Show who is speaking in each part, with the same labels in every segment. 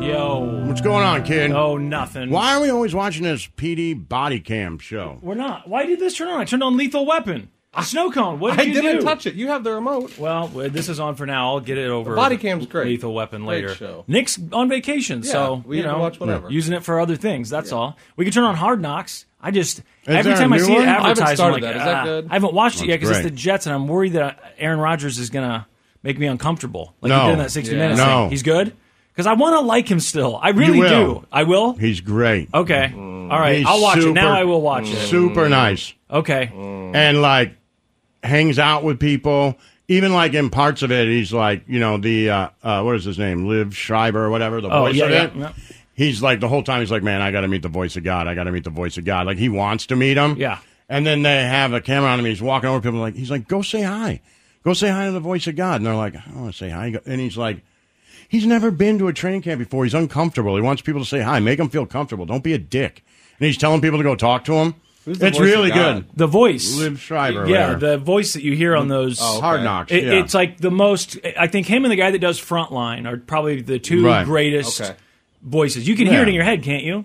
Speaker 1: Yo.
Speaker 2: what's going on, kid?
Speaker 1: Oh, nothing.
Speaker 2: Why are we always watching this PD body cam show?
Speaker 1: We're not. Why did this turn on? I turned on Lethal Weapon. Snow cone. What did
Speaker 3: I
Speaker 1: you
Speaker 3: didn't
Speaker 1: do?
Speaker 3: touch it. You have the remote.
Speaker 1: Well, w- this is on for now. I'll get it over.
Speaker 3: The body cam's great.
Speaker 1: Lethal Weapon
Speaker 3: Great
Speaker 1: later.
Speaker 3: show.
Speaker 1: Nick's on vacation, so
Speaker 3: we
Speaker 1: you
Speaker 3: can
Speaker 1: know,
Speaker 3: watch whatever.
Speaker 1: using it for other things. That's all. We can turn on Hard Knocks. I just every
Speaker 2: there a
Speaker 1: time I
Speaker 2: new
Speaker 1: see
Speaker 2: one?
Speaker 1: it
Speaker 2: I haven't
Speaker 1: advertised, I'm
Speaker 3: started
Speaker 1: like,
Speaker 3: that. Is that
Speaker 1: "Ah."
Speaker 3: good?
Speaker 1: I haven't watched it yet because it's the
Speaker 2: great.
Speaker 1: Jets, and I'm worried that Aaron Rodgers is gonna make me uncomfortable. Like
Speaker 2: No.
Speaker 1: he did in that 60
Speaker 3: Yeah.
Speaker 1: minutes.
Speaker 2: No.
Speaker 1: thing. he's good because I want to like him still. I really
Speaker 2: will.
Speaker 1: do. I will.
Speaker 2: He's great.
Speaker 1: Okay. All right.
Speaker 2: Mm. He's
Speaker 1: I'll watch it
Speaker 2: super-
Speaker 1: now. I will watch it.
Speaker 2: Super Mm. nice.
Speaker 1: Okay.
Speaker 2: And like hangs out with people. Even like in parts of it, he's like, you know, the uh, uh what is his name? Liv Schreiber or whatever, the
Speaker 1: Oh
Speaker 2: voice
Speaker 1: yeah,
Speaker 2: of
Speaker 1: yeah,
Speaker 2: it.
Speaker 1: yeah.
Speaker 2: He's like the whole time he's like, Man, I gotta meet the voice of God, I gotta meet the voice of God. Like he wants to meet him.
Speaker 1: Yeah.
Speaker 2: And then they have a camera on him, he's walking over people like he's like, Go say hi. Go say hi to the voice of God. And they're like, I don't wanna say hi and he's like He's never been to a training camp before. He's uncomfortable. He wants people to say hi. Make him feel comfortable. Don't be a dick. And he's telling people to go talk to him.
Speaker 3: Who's the
Speaker 2: it's
Speaker 3: voice of
Speaker 2: really
Speaker 3: God?
Speaker 2: good.
Speaker 1: The voice.
Speaker 2: Liv Schreiber.
Speaker 1: yeah,
Speaker 2: whatever. Oh,
Speaker 1: the voice that you hear on those.
Speaker 2: Hard Knocks.
Speaker 1: It,
Speaker 2: Mm. yeah.
Speaker 1: It's like the most. I think him and the guy that does Frontline are probably the two
Speaker 2: Right.
Speaker 1: greatest
Speaker 3: Okay.
Speaker 1: voices. You can hear
Speaker 2: Yeah.
Speaker 1: it in your head, can't you?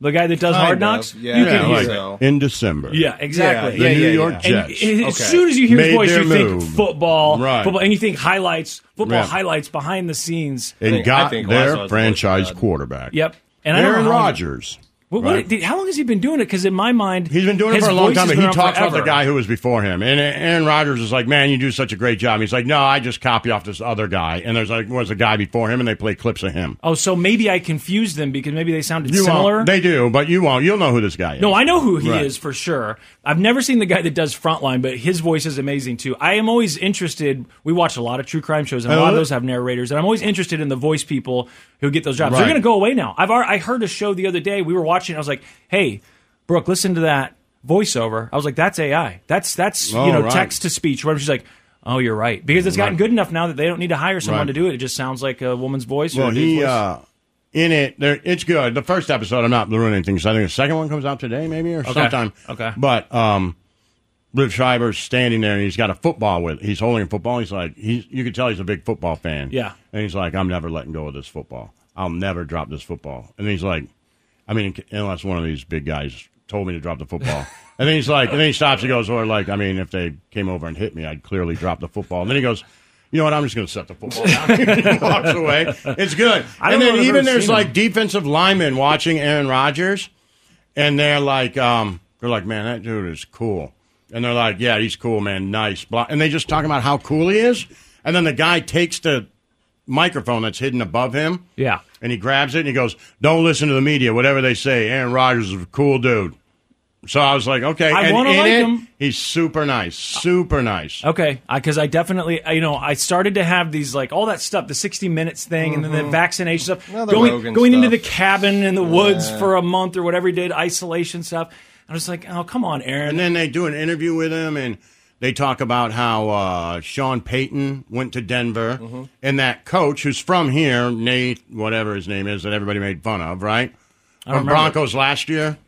Speaker 1: The guy that does
Speaker 3: Kind
Speaker 1: Hard
Speaker 3: of,
Speaker 1: Knocks.
Speaker 3: yeah.
Speaker 1: You
Speaker 2: yeah,
Speaker 1: can
Speaker 3: Yeah,
Speaker 1: hear
Speaker 2: like
Speaker 1: it.
Speaker 3: so.
Speaker 2: in December.
Speaker 1: Yeah, exactly.
Speaker 2: The
Speaker 3: Yeah,
Speaker 2: New
Speaker 3: yeah,
Speaker 2: York
Speaker 3: yeah.
Speaker 1: And
Speaker 2: Jets.
Speaker 1: as
Speaker 3: Okay.
Speaker 1: soon as you hear his
Speaker 2: Made
Speaker 1: voice,
Speaker 2: their
Speaker 1: you
Speaker 2: move.
Speaker 1: think football,
Speaker 2: Right.
Speaker 1: football, and you think highlights, football
Speaker 2: Yeah.
Speaker 1: highlights behind the scenes.
Speaker 2: and
Speaker 3: think-
Speaker 2: got
Speaker 3: I think Lazo's
Speaker 2: their
Speaker 3: voice
Speaker 2: franchise
Speaker 3: is bad.
Speaker 2: quarterback.
Speaker 1: Yep. And I don't
Speaker 2: Aaron
Speaker 1: know how long-
Speaker 2: Rodgers.
Speaker 1: What, what,
Speaker 2: Right.
Speaker 1: did- how long has he been doing it? Because in my mind,
Speaker 2: He's been doing it
Speaker 1: his
Speaker 2: for a long
Speaker 1: voice
Speaker 2: time,
Speaker 1: has
Speaker 2: and
Speaker 1: been
Speaker 2: he
Speaker 1: around
Speaker 2: talks about the
Speaker 1: forever.
Speaker 2: guy who was before him. And Aaron Rodgers is like, "Man, you do such a great job." He's like, "No, I just copy off this other guy." And there's like, was a guy before him, and they play clips of him.
Speaker 1: Oh, so maybe I confused them because maybe they sounded
Speaker 2: You
Speaker 1: similar.
Speaker 2: won't. They do, but you won't. You'll know who this guy is.
Speaker 1: No, I know who he
Speaker 2: Right.
Speaker 1: is for sure. I've never seen the guy that does Frontline, but his voice is amazing too. I am always interested. We watch a lot of true crime shows, and a
Speaker 2: I
Speaker 1: lot of
Speaker 2: love
Speaker 1: those have narrators. And I'm always interested in the voice people who get those jobs. They're
Speaker 2: Right.
Speaker 1: going to go away now. I've alre- I heard a show the other day. We were watching. I was like, "Hey, Brooke, listen to that voiceover." I was like, "That's AI. That's that's
Speaker 2: Oh,
Speaker 1: you know
Speaker 2: right.
Speaker 1: text to speech." Where she's like. Oh, you're right. Because it's gotten good enough now that they don't need to hire
Speaker 2: Right.
Speaker 1: someone to do it. It just sounds like a woman's voice. or
Speaker 2: Well,
Speaker 1: a dude's
Speaker 2: he
Speaker 1: voice.
Speaker 2: uh, in it. There, it's good. The first episode, I'm not ruining anything. So I think the second one comes out today, maybe or sometime.
Speaker 1: Okay.
Speaker 2: But um, Liv Schreiber's standing there, and he's got a football with. He's holding a football. He's like, he's. You can tell he's a big football fan.
Speaker 1: Yeah.
Speaker 2: And he's like, I'm never letting go of this football. I'll never drop this football. And he's like, I mean, unless one of these big guys told me to drop the football. And then he's like, and then he stops. He goes, or like, I mean, if they came over and hit me, I'd clearly drop the football. And then he goes, you know what? I'm just going to set the football down. he walks away. It's good.
Speaker 1: I don't
Speaker 2: and
Speaker 1: know
Speaker 2: then
Speaker 1: if I've
Speaker 2: even
Speaker 1: ever
Speaker 2: there's
Speaker 1: seen
Speaker 2: like
Speaker 1: him.
Speaker 2: defensive linemen watching Aaron Rodgers, and they're like, um, they're like, man, that dude is cool. And they're like, yeah, he's cool, man. Nice. Blah. And they just talk about how cool he is. And then the guy takes the microphone that's hidden above him.
Speaker 1: Yeah.
Speaker 2: And he grabs it and he goes, Don't listen to the media, whatever they say. Aaron Rodgers is a cool dude. So I was like, Okay.
Speaker 1: I
Speaker 2: And
Speaker 1: wanna
Speaker 2: in
Speaker 1: like
Speaker 2: it,
Speaker 1: him.
Speaker 2: He's super nice. Super nice.
Speaker 1: Okay, because I, definitely, I- you know, I started to have these like all that stuff, the sixty minutes thing, and
Speaker 2: Mm-hmm.
Speaker 1: then the vaccination stuff,
Speaker 3: Now the
Speaker 1: going
Speaker 3: Rogan
Speaker 1: going into
Speaker 3: stuff.
Speaker 1: the cabin in the woods for a month or whatever he did, isolation stuff. I was like, oh come on, Aaron.
Speaker 2: And then they do an interview with him, and they talk about how uh, Sean Payton went to Denver,
Speaker 1: Mm-hmm.
Speaker 2: and that coach who's from here, Nate, whatever his name is, that everybody made fun of, right? From
Speaker 1: remember.
Speaker 2: Broncos last year.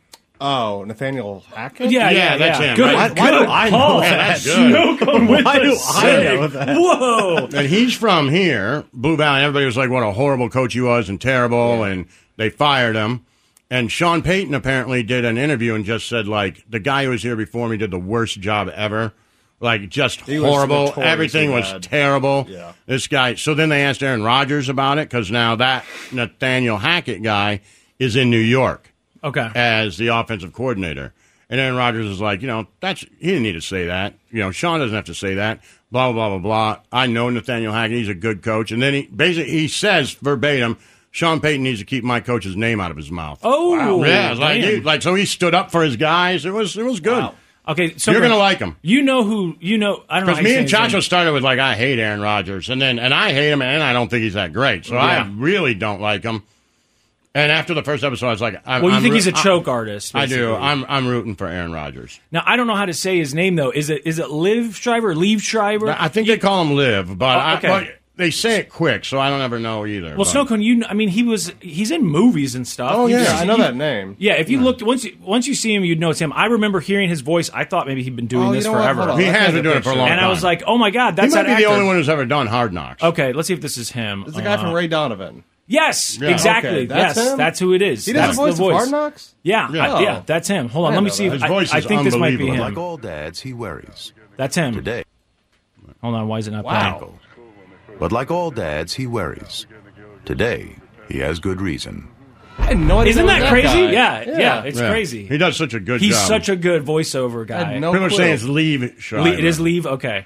Speaker 3: Oh, Nathaniel Hackett.
Speaker 1: Yeah, yeah,
Speaker 2: Yeah, that's him,
Speaker 1: Good,
Speaker 2: right?
Speaker 1: good
Speaker 2: Why- why do
Speaker 1: I
Speaker 2: I
Speaker 1: know
Speaker 2: know that? That's good.
Speaker 1: with
Speaker 3: Why
Speaker 1: the
Speaker 3: do I
Speaker 1: sick.
Speaker 3: know that?
Speaker 1: Whoa.
Speaker 2: And he's from here, Blue Valley. Everybody was like, what a horrible coach he was and terrible. And they fired him. And Sean Payton apparently did an interview and just said, like, the guy who was here before me did the worst job ever. Like, just
Speaker 3: He was
Speaker 2: horrible.
Speaker 3: notoriously
Speaker 2: Everything
Speaker 3: bad.
Speaker 2: was terrible.
Speaker 3: Yeah.
Speaker 2: This guy. So then they asked Aaron Rodgers about it because now that Nathaniel Hackett guy is in New York
Speaker 1: Okay.
Speaker 2: as the offensive coordinator. And Aaron Rodgers is like, you know, that's he didn't need to say that. You know, Sean doesn't have to say that. Blah blah blah blah blah. I know Nathaniel Hackett; he's a good coach. And then he basically he says verbatim, Sean Payton needs to keep my coach's name out of his mouth.
Speaker 1: Oh,
Speaker 2: yeah, it's like
Speaker 1: damn.
Speaker 2: dude, like so he stood up for his guys. It was it was good.
Speaker 1: Wow. Okay, so
Speaker 2: You're gonna like him.
Speaker 1: You know who? You know I don't know.
Speaker 2: Because
Speaker 1: how
Speaker 2: me
Speaker 1: you
Speaker 2: and
Speaker 1: say his
Speaker 2: Chacho started with like I hate Aaron Rodgers, and then and I hate him, and I don't think he's that great, so
Speaker 1: Yeah.
Speaker 2: I really don't like him. And after the first episode, I was like, I'm,
Speaker 1: Well, you
Speaker 2: I'm
Speaker 1: think
Speaker 2: roo-
Speaker 1: he's a
Speaker 2: I-
Speaker 1: choke artist,
Speaker 2: I do.
Speaker 1: basically.
Speaker 2: I'm I'm rooting for Aaron Rodgers.
Speaker 1: name. Now I don't know how to say his name though. Is it is it Liv Shriver? Leave Shriver?
Speaker 2: I think they call him Liv, but,
Speaker 1: Oh, okay.
Speaker 2: I, but they say it quick, so I don't ever know either.
Speaker 1: well,
Speaker 2: but-
Speaker 1: Snowcone, you. kn- I mean, he was he's in movies and stuff.
Speaker 2: Oh,
Speaker 1: You
Speaker 2: yeah,
Speaker 1: just-
Speaker 3: I know
Speaker 1: you-
Speaker 3: that name.
Speaker 1: Yeah, if you looked once you, once you see him, you'd know it's him. I remember hearing his voice. I thought maybe he'd been doing
Speaker 3: Oh, you
Speaker 1: this
Speaker 3: know what?
Speaker 1: forever,
Speaker 3: Hold on.
Speaker 2: he
Speaker 3: I
Speaker 2: has
Speaker 3: can't
Speaker 2: been doing it for a
Speaker 3: picture.
Speaker 2: long time.
Speaker 1: and I was like, oh my god, that's
Speaker 2: he might
Speaker 1: that
Speaker 2: be
Speaker 1: actor.
Speaker 2: the only one who's ever done Hard Knocks.
Speaker 1: Okay, let's see if this is him. Uh,
Speaker 3: It's the guy from Ray Donovan.
Speaker 1: Yes,
Speaker 2: Yeah.
Speaker 1: exactly.
Speaker 3: Okay, that's
Speaker 1: yes,
Speaker 3: him?
Speaker 1: that's who it is.
Speaker 3: He
Speaker 1: that's
Speaker 3: does the voice,
Speaker 1: the
Speaker 3: of
Speaker 1: voice.
Speaker 3: Hard Knocks.
Speaker 1: Yeah,
Speaker 2: Yeah.
Speaker 1: I- yeah, that's him. Hold on,
Speaker 3: I
Speaker 1: let me
Speaker 3: know
Speaker 1: see.
Speaker 3: that.
Speaker 1: If,
Speaker 2: His voice
Speaker 1: I, I
Speaker 2: is
Speaker 1: think this might be
Speaker 2: unbelievable.
Speaker 1: him.
Speaker 2: Like
Speaker 4: all dads, he worries.
Speaker 1: That's him.
Speaker 4: Today.
Speaker 1: Hold on, why is it not
Speaker 3: Wow.
Speaker 1: playing?
Speaker 4: But like all dads, he worries. Today, he has good reason.
Speaker 3: I had no idea.
Speaker 1: Isn't
Speaker 3: it was
Speaker 1: that crazy?
Speaker 3: guy.
Speaker 1: Yeah, yeah, it's
Speaker 2: Yeah.
Speaker 1: crazy.
Speaker 2: He does such a good
Speaker 1: He's
Speaker 2: job.
Speaker 1: such a good voiceover
Speaker 3: I
Speaker 1: guy.
Speaker 3: had no
Speaker 2: People are
Speaker 3: clue.
Speaker 2: saying it's Leave Shriver.
Speaker 1: Le- it is leave. Okay.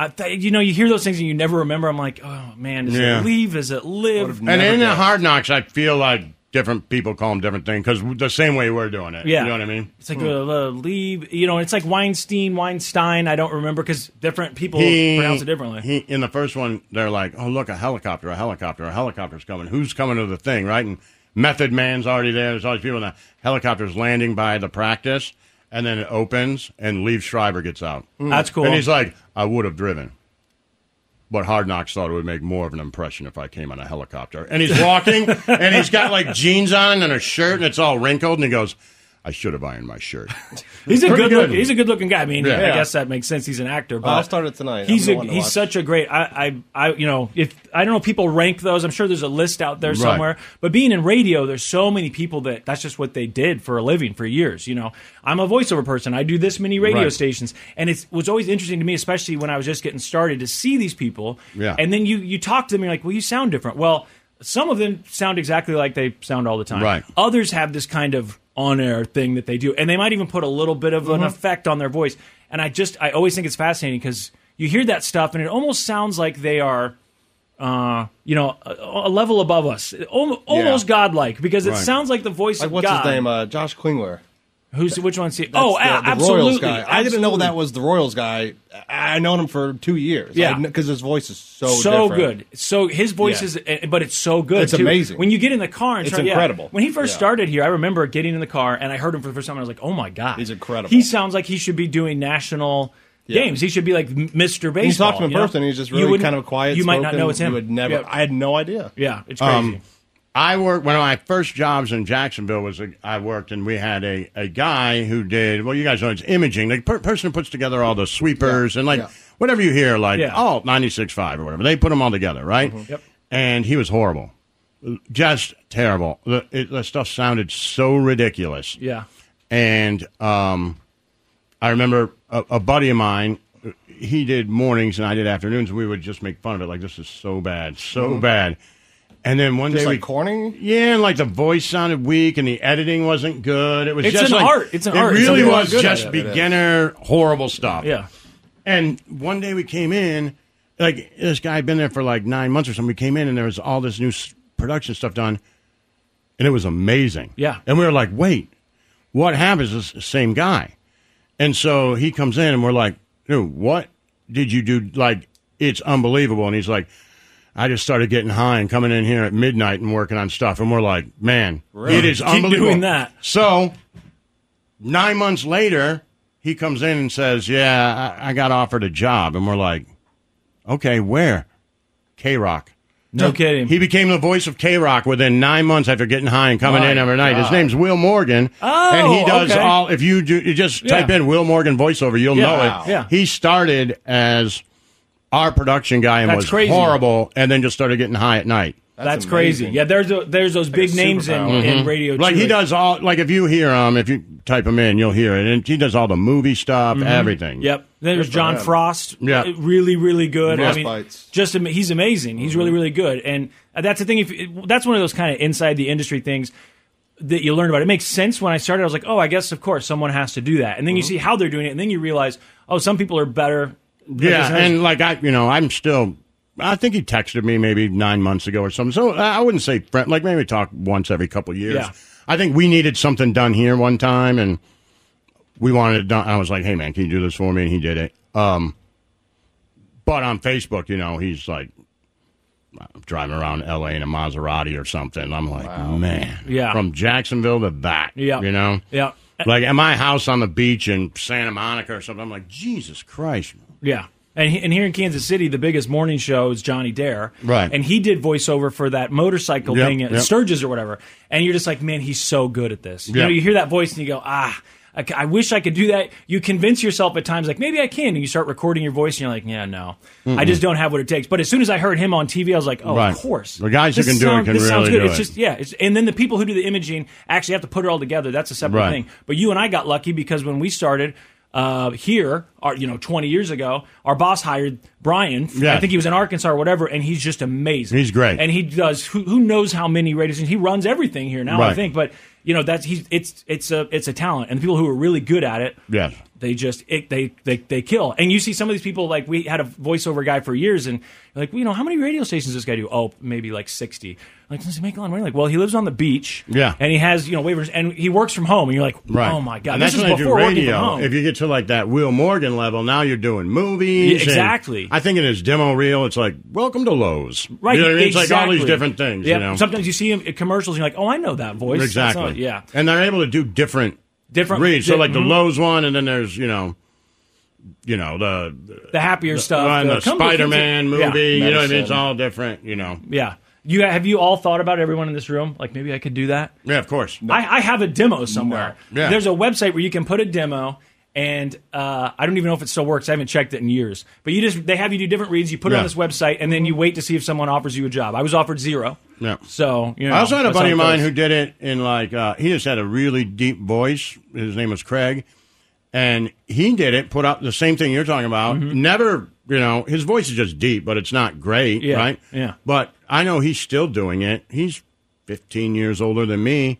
Speaker 1: I th- you know, you hear those things and you never remember. I'm like, oh man, is
Speaker 2: Yeah.
Speaker 1: it leave? Is it live?
Speaker 2: And
Speaker 3: Never
Speaker 2: in the
Speaker 3: guessed.
Speaker 2: Hard Knocks, I feel like different people call them different things because the same way we're doing it.
Speaker 1: Yeah.
Speaker 2: You know what I mean? Hmm.
Speaker 1: It's like uh, uh, leave. You know, it's like Weinstein, Weinstein. I don't remember because different people pronounce it differently.
Speaker 2: He, in the first one, they're like, "Oh, look, a helicopter! A helicopter! A helicopter's coming! Who's coming to the thing?" Right? And Method Man's already there. There's all these people, and the helicopter's landing by the practice, and then it opens, and Leave Schreiber gets out.
Speaker 1: Mm. That's cool.
Speaker 2: And he's like, "I would have driven." But Hard Knocks thought it would make more of an impression if I came on a helicopter. And he's walking, and he's got like jeans on and a shirt, and it's all wrinkled. And he goes, "I should have ironed my shirt."
Speaker 1: He's a
Speaker 2: Pretty
Speaker 1: good,
Speaker 2: good.
Speaker 1: Look, he's a good looking guy. I mean,
Speaker 2: Yeah.
Speaker 1: I
Speaker 2: Yeah.
Speaker 1: guess that makes sense. He's an actor. But
Speaker 3: I'll start it tonight.
Speaker 1: He's
Speaker 3: I'm the
Speaker 1: a,
Speaker 3: one to
Speaker 1: he's
Speaker 3: watch.
Speaker 1: such a great. I, I I you know if I don't know if people rank those. I'm sure there's a list out there
Speaker 2: Right.
Speaker 1: somewhere. But being in radio, there's so many people that that's just what they did for a living for years. You know, I'm a voiceover person. I do this many radio
Speaker 2: Right.
Speaker 1: stations, and it was always interesting to me, especially when I was just getting started, to see these people.
Speaker 2: Yeah.
Speaker 1: And then you you talk to them, you're like, well, you sound different. Well, some of them sound exactly like they sound all the time.
Speaker 2: Right.
Speaker 1: Others have this kind of on air thing that they do, and they might even put a little bit of
Speaker 3: Mm-hmm.
Speaker 1: an effect on their voice. And I just, I always think it's fascinating because you hear that stuff, and it almost sounds like they are, uh, you know, a, a level above us, Al- almost godlike, because it
Speaker 2: Right.
Speaker 1: sounds like the voice
Speaker 3: Like
Speaker 1: of
Speaker 3: what's
Speaker 1: God.
Speaker 3: his name? Uh, Josh Klingler.
Speaker 1: Who's which one's he?
Speaker 3: That's
Speaker 1: Oh, a-
Speaker 3: the, the
Speaker 1: absolutely.
Speaker 3: Royals guy. I didn't know
Speaker 1: absolutely.
Speaker 3: that was the Royals guy. I I known him for two years.
Speaker 1: Yeah.
Speaker 3: because his voice is so
Speaker 1: so
Speaker 3: Oh, different.
Speaker 1: good. So his voice
Speaker 3: Yeah.
Speaker 1: is, eh, but it's so good.
Speaker 3: It's
Speaker 1: too.
Speaker 3: amazing.
Speaker 1: When you get in the car, and
Speaker 3: It's
Speaker 1: start- yeah.
Speaker 3: incredible.
Speaker 1: When he first
Speaker 3: Yeah.
Speaker 1: started here, I remember getting in the car and I heard him for the first time. And I was like, "Oh my god,
Speaker 3: He's incredible.
Speaker 1: He sounds like he should be doing national
Speaker 3: Yeah.
Speaker 1: games. He should be like M- Mr. Baseball."
Speaker 3: You talk to him in
Speaker 1: you know?
Speaker 3: person, he's just
Speaker 1: You
Speaker 3: really
Speaker 1: wouldn't-
Speaker 3: kind of quiet.
Speaker 1: You might not
Speaker 3: spoken.
Speaker 1: know it's him.
Speaker 3: You would never.
Speaker 1: Yeah,
Speaker 3: I Um, had no idea.
Speaker 1: Yeah, it's crazy.
Speaker 2: I worked one of my first jobs in Jacksonville was a, I worked and we had a, a guy who did well you guys know it's imaging the per- person who puts together all the sweepers and like
Speaker 3: yeah.
Speaker 2: whatever you hear like
Speaker 1: Yeah.
Speaker 2: oh 96.5 or whatever they put them all together right
Speaker 3: Mm-hmm.
Speaker 1: Yep.
Speaker 2: and he was horrible just terrible the, it, the stuff sounded so ridiculous
Speaker 1: yeah.
Speaker 2: and um, I remember a, a buddy of mine. He did mornings and I did afternoons, and we would just make fun of it, like this is so bad, so bad. And then one
Speaker 3: Mm-hmm. Just
Speaker 2: day
Speaker 3: like
Speaker 2: we
Speaker 3: corny?
Speaker 2: yeah, and like the voice sounded weak, and the editing wasn't good. It was
Speaker 1: It's
Speaker 2: just
Speaker 1: an
Speaker 2: like-
Speaker 1: art. It's an
Speaker 2: it
Speaker 1: art.
Speaker 2: really
Speaker 1: Somebody's
Speaker 2: was
Speaker 1: good at
Speaker 2: just
Speaker 1: it.
Speaker 2: beginner horrible stuff.
Speaker 1: Yeah.
Speaker 2: And one day we came in, like this guy had been there for like nine months or something. We came in and there was all this new s- production stuff done, and it was amazing.
Speaker 1: Yeah.
Speaker 2: And we were like, wait, what happens? This the same guy. And so he comes in and we're like, dude, what did you do? Like, it's unbelievable. And he's like, I just started getting high and coming in here at midnight and working on stuff. And we're like, man, it is
Speaker 1: Keep
Speaker 2: unbelievable.
Speaker 1: doing that.
Speaker 2: So nine months later, he comes in and says, yeah, I, I got offered a job. And we're like, okay, where? K Rock.
Speaker 1: No kidding.
Speaker 2: He became the voice of K Rock within nine months after getting high and coming
Speaker 1: My
Speaker 2: in every night. His name's Will Morgan.
Speaker 1: Oh,
Speaker 2: and he does
Speaker 1: okay.
Speaker 2: all. If you do, you just
Speaker 1: Yeah.
Speaker 2: type in Will Morgan voiceover, you'll
Speaker 1: Yeah.
Speaker 2: know
Speaker 1: Wow.
Speaker 2: it.
Speaker 1: Yeah.
Speaker 2: He started as our production guy and
Speaker 1: That's
Speaker 2: was
Speaker 1: crazy.
Speaker 2: horrible, and then just started getting high at night.
Speaker 1: That's,
Speaker 3: That's
Speaker 1: crazy.
Speaker 3: amazing.
Speaker 1: Yeah, there's a, there's those big
Speaker 3: a
Speaker 1: names in,
Speaker 3: superpower.
Speaker 1: in radio.
Speaker 2: Like
Speaker 1: too.
Speaker 2: he does all. Like if you hear him, if you type him in, you'll hear it. And he does all the movie stuff,
Speaker 1: Mm-hmm.
Speaker 2: everything.
Speaker 1: Yep. Then there's
Speaker 3: for
Speaker 1: John
Speaker 3: him.
Speaker 1: Frost.
Speaker 2: Yeah.
Speaker 1: Uh, Really, really good. I
Speaker 3: Frost
Speaker 1: mean,
Speaker 3: bites.
Speaker 1: just am- he's amazing. He's really, really good. And uh, that's the thing. If it- that's one of those kind of inside the industry things that you learn about. It makes sense. When I started, I was like, oh, I guess of course someone has to do that. And then
Speaker 2: Mm-hmm.
Speaker 1: you see how they're doing it, and then you realize, oh, some people are better.
Speaker 2: Yeah, and like I, you know, I'm still. I think he texted me maybe nine months ago or something. So I I wouldn't say friend. Like maybe we talk once every couple years.
Speaker 1: Yeah.
Speaker 2: I think we needed something done here one time, and we wanted it done. I was like, "Hey man, can you do this for me?" And he did it. Um, but on Facebook, you know, he's like I'm driving around L.A. in a Maserati or something. I'm like, man,
Speaker 1: Yeah.
Speaker 2: from Jacksonville to that,
Speaker 1: Yeah.
Speaker 2: you know,
Speaker 1: yeah, Uh,
Speaker 2: like at my house on the beach in Santa Monica or something. I'm like, Jesus Christ.
Speaker 1: yeah. And, he- and here in Kansas City, the biggest morning show is Johnny Dare.
Speaker 2: Right.
Speaker 1: And he did voiceover for that motorcycle
Speaker 2: Yep,
Speaker 1: thing at
Speaker 2: yep.
Speaker 1: Sturgis or whatever. And you're just like, man, he's so good at this. You know,
Speaker 2: Yeah.
Speaker 1: you hear that voice and you go, ah, I, c- I wish I could do that. You convince yourself at times, like, maybe I can. And you start recording your voice and you're like, yeah, no. I just don't have what it takes. But as soon as I heard him on TV, I was like, oh,
Speaker 2: Right.
Speaker 1: of course.
Speaker 2: The guys who
Speaker 1: This
Speaker 2: can do it
Speaker 1: sound-
Speaker 2: can
Speaker 1: this sounds
Speaker 2: really do
Speaker 1: good. It's
Speaker 2: it.
Speaker 1: just, yeah. It's, and then the people who do the imaging actually have to put it all together. That's a separate
Speaker 2: Right.
Speaker 1: thing. But you and I got lucky because when we started uh, here, our, you know, 20 years ago, our boss hired Brian.
Speaker 2: Yeah.
Speaker 1: I think he was in Arkansas or whatever, and he's just amazing.
Speaker 2: He's great.
Speaker 1: and he does who, who knows how many radio stations. He runs everything here now, I
Speaker 2: Right.
Speaker 1: think. But you know, that's he's it's it's a it's a talent, and the people who are really good at it,
Speaker 2: Yes.
Speaker 1: they just it, they they they kill. And you see some of these people like we had a voiceover guy for years, and you're like you know how many radio stations does this guy do? Oh, maybe like sixty. Like does he make a lot of money? Like well, he lives on the beach,
Speaker 2: Yeah.
Speaker 1: and he has you know waivers, and he works from home, and you're like,
Speaker 2: Right.
Speaker 1: oh my god,
Speaker 2: And
Speaker 1: this is
Speaker 2: that's when I do
Speaker 1: before working from
Speaker 2: radio.
Speaker 1: home.
Speaker 2: If you get to like that Will Morgan level, now you're doing movies.
Speaker 1: Yeah,
Speaker 2: and
Speaker 1: exactly.
Speaker 2: I think in his demo reel, it's like "Welcome to Lowe's."
Speaker 1: Right,
Speaker 2: You know what I mean? It's like all these
Speaker 1: exactly.
Speaker 2: different things.
Speaker 1: Yeah,
Speaker 2: You know?
Speaker 1: sometimes you see him at commercials, and you're like, "Oh, I know that voice." That's
Speaker 2: exactly.
Speaker 1: not- yeah,
Speaker 2: And they're able to do different
Speaker 1: Different-
Speaker 2: reads. So
Speaker 1: di-
Speaker 2: like the
Speaker 1: mhm.
Speaker 2: Lowe's one, and then there's you know, you know the
Speaker 1: the happier stuff,
Speaker 2: and the
Speaker 1: come to
Speaker 2: Spider Man
Speaker 1: Kansas-
Speaker 2: movie.
Speaker 1: Yeah.
Speaker 2: you know what I mean? It's
Speaker 3: Medicine.
Speaker 2: all different. You know.
Speaker 1: Yeah. You have you all thought about it, everyone in this room? Like maybe I could do that.
Speaker 2: Yeah, of course.
Speaker 1: I, I have a demo somewhere.
Speaker 2: No. Yeah.
Speaker 1: There's a website where you can put a demo, and uh, I don't even know if it still works. I haven't checked it in years. But you just they have you do different reads. You put it
Speaker 2: Yeah.
Speaker 1: on this website, and then you wait to see if someone offers you a job. I was offered zero.
Speaker 2: Yeah.
Speaker 1: So you know,
Speaker 2: I also had a
Speaker 1: that's how
Speaker 2: buddy
Speaker 1: it
Speaker 2: of mine
Speaker 1: goes.
Speaker 2: who did it in like uh, he just had a really deep voice. His name was Craig, and he did it. Put out the same thing you're talking about.
Speaker 1: Mm-hmm.
Speaker 2: Never, you know, his voice is just deep, but it's not great,
Speaker 1: Yeah,
Speaker 2: right?
Speaker 1: yeah.
Speaker 2: But I know he's still doing it. He's 15 years older than me,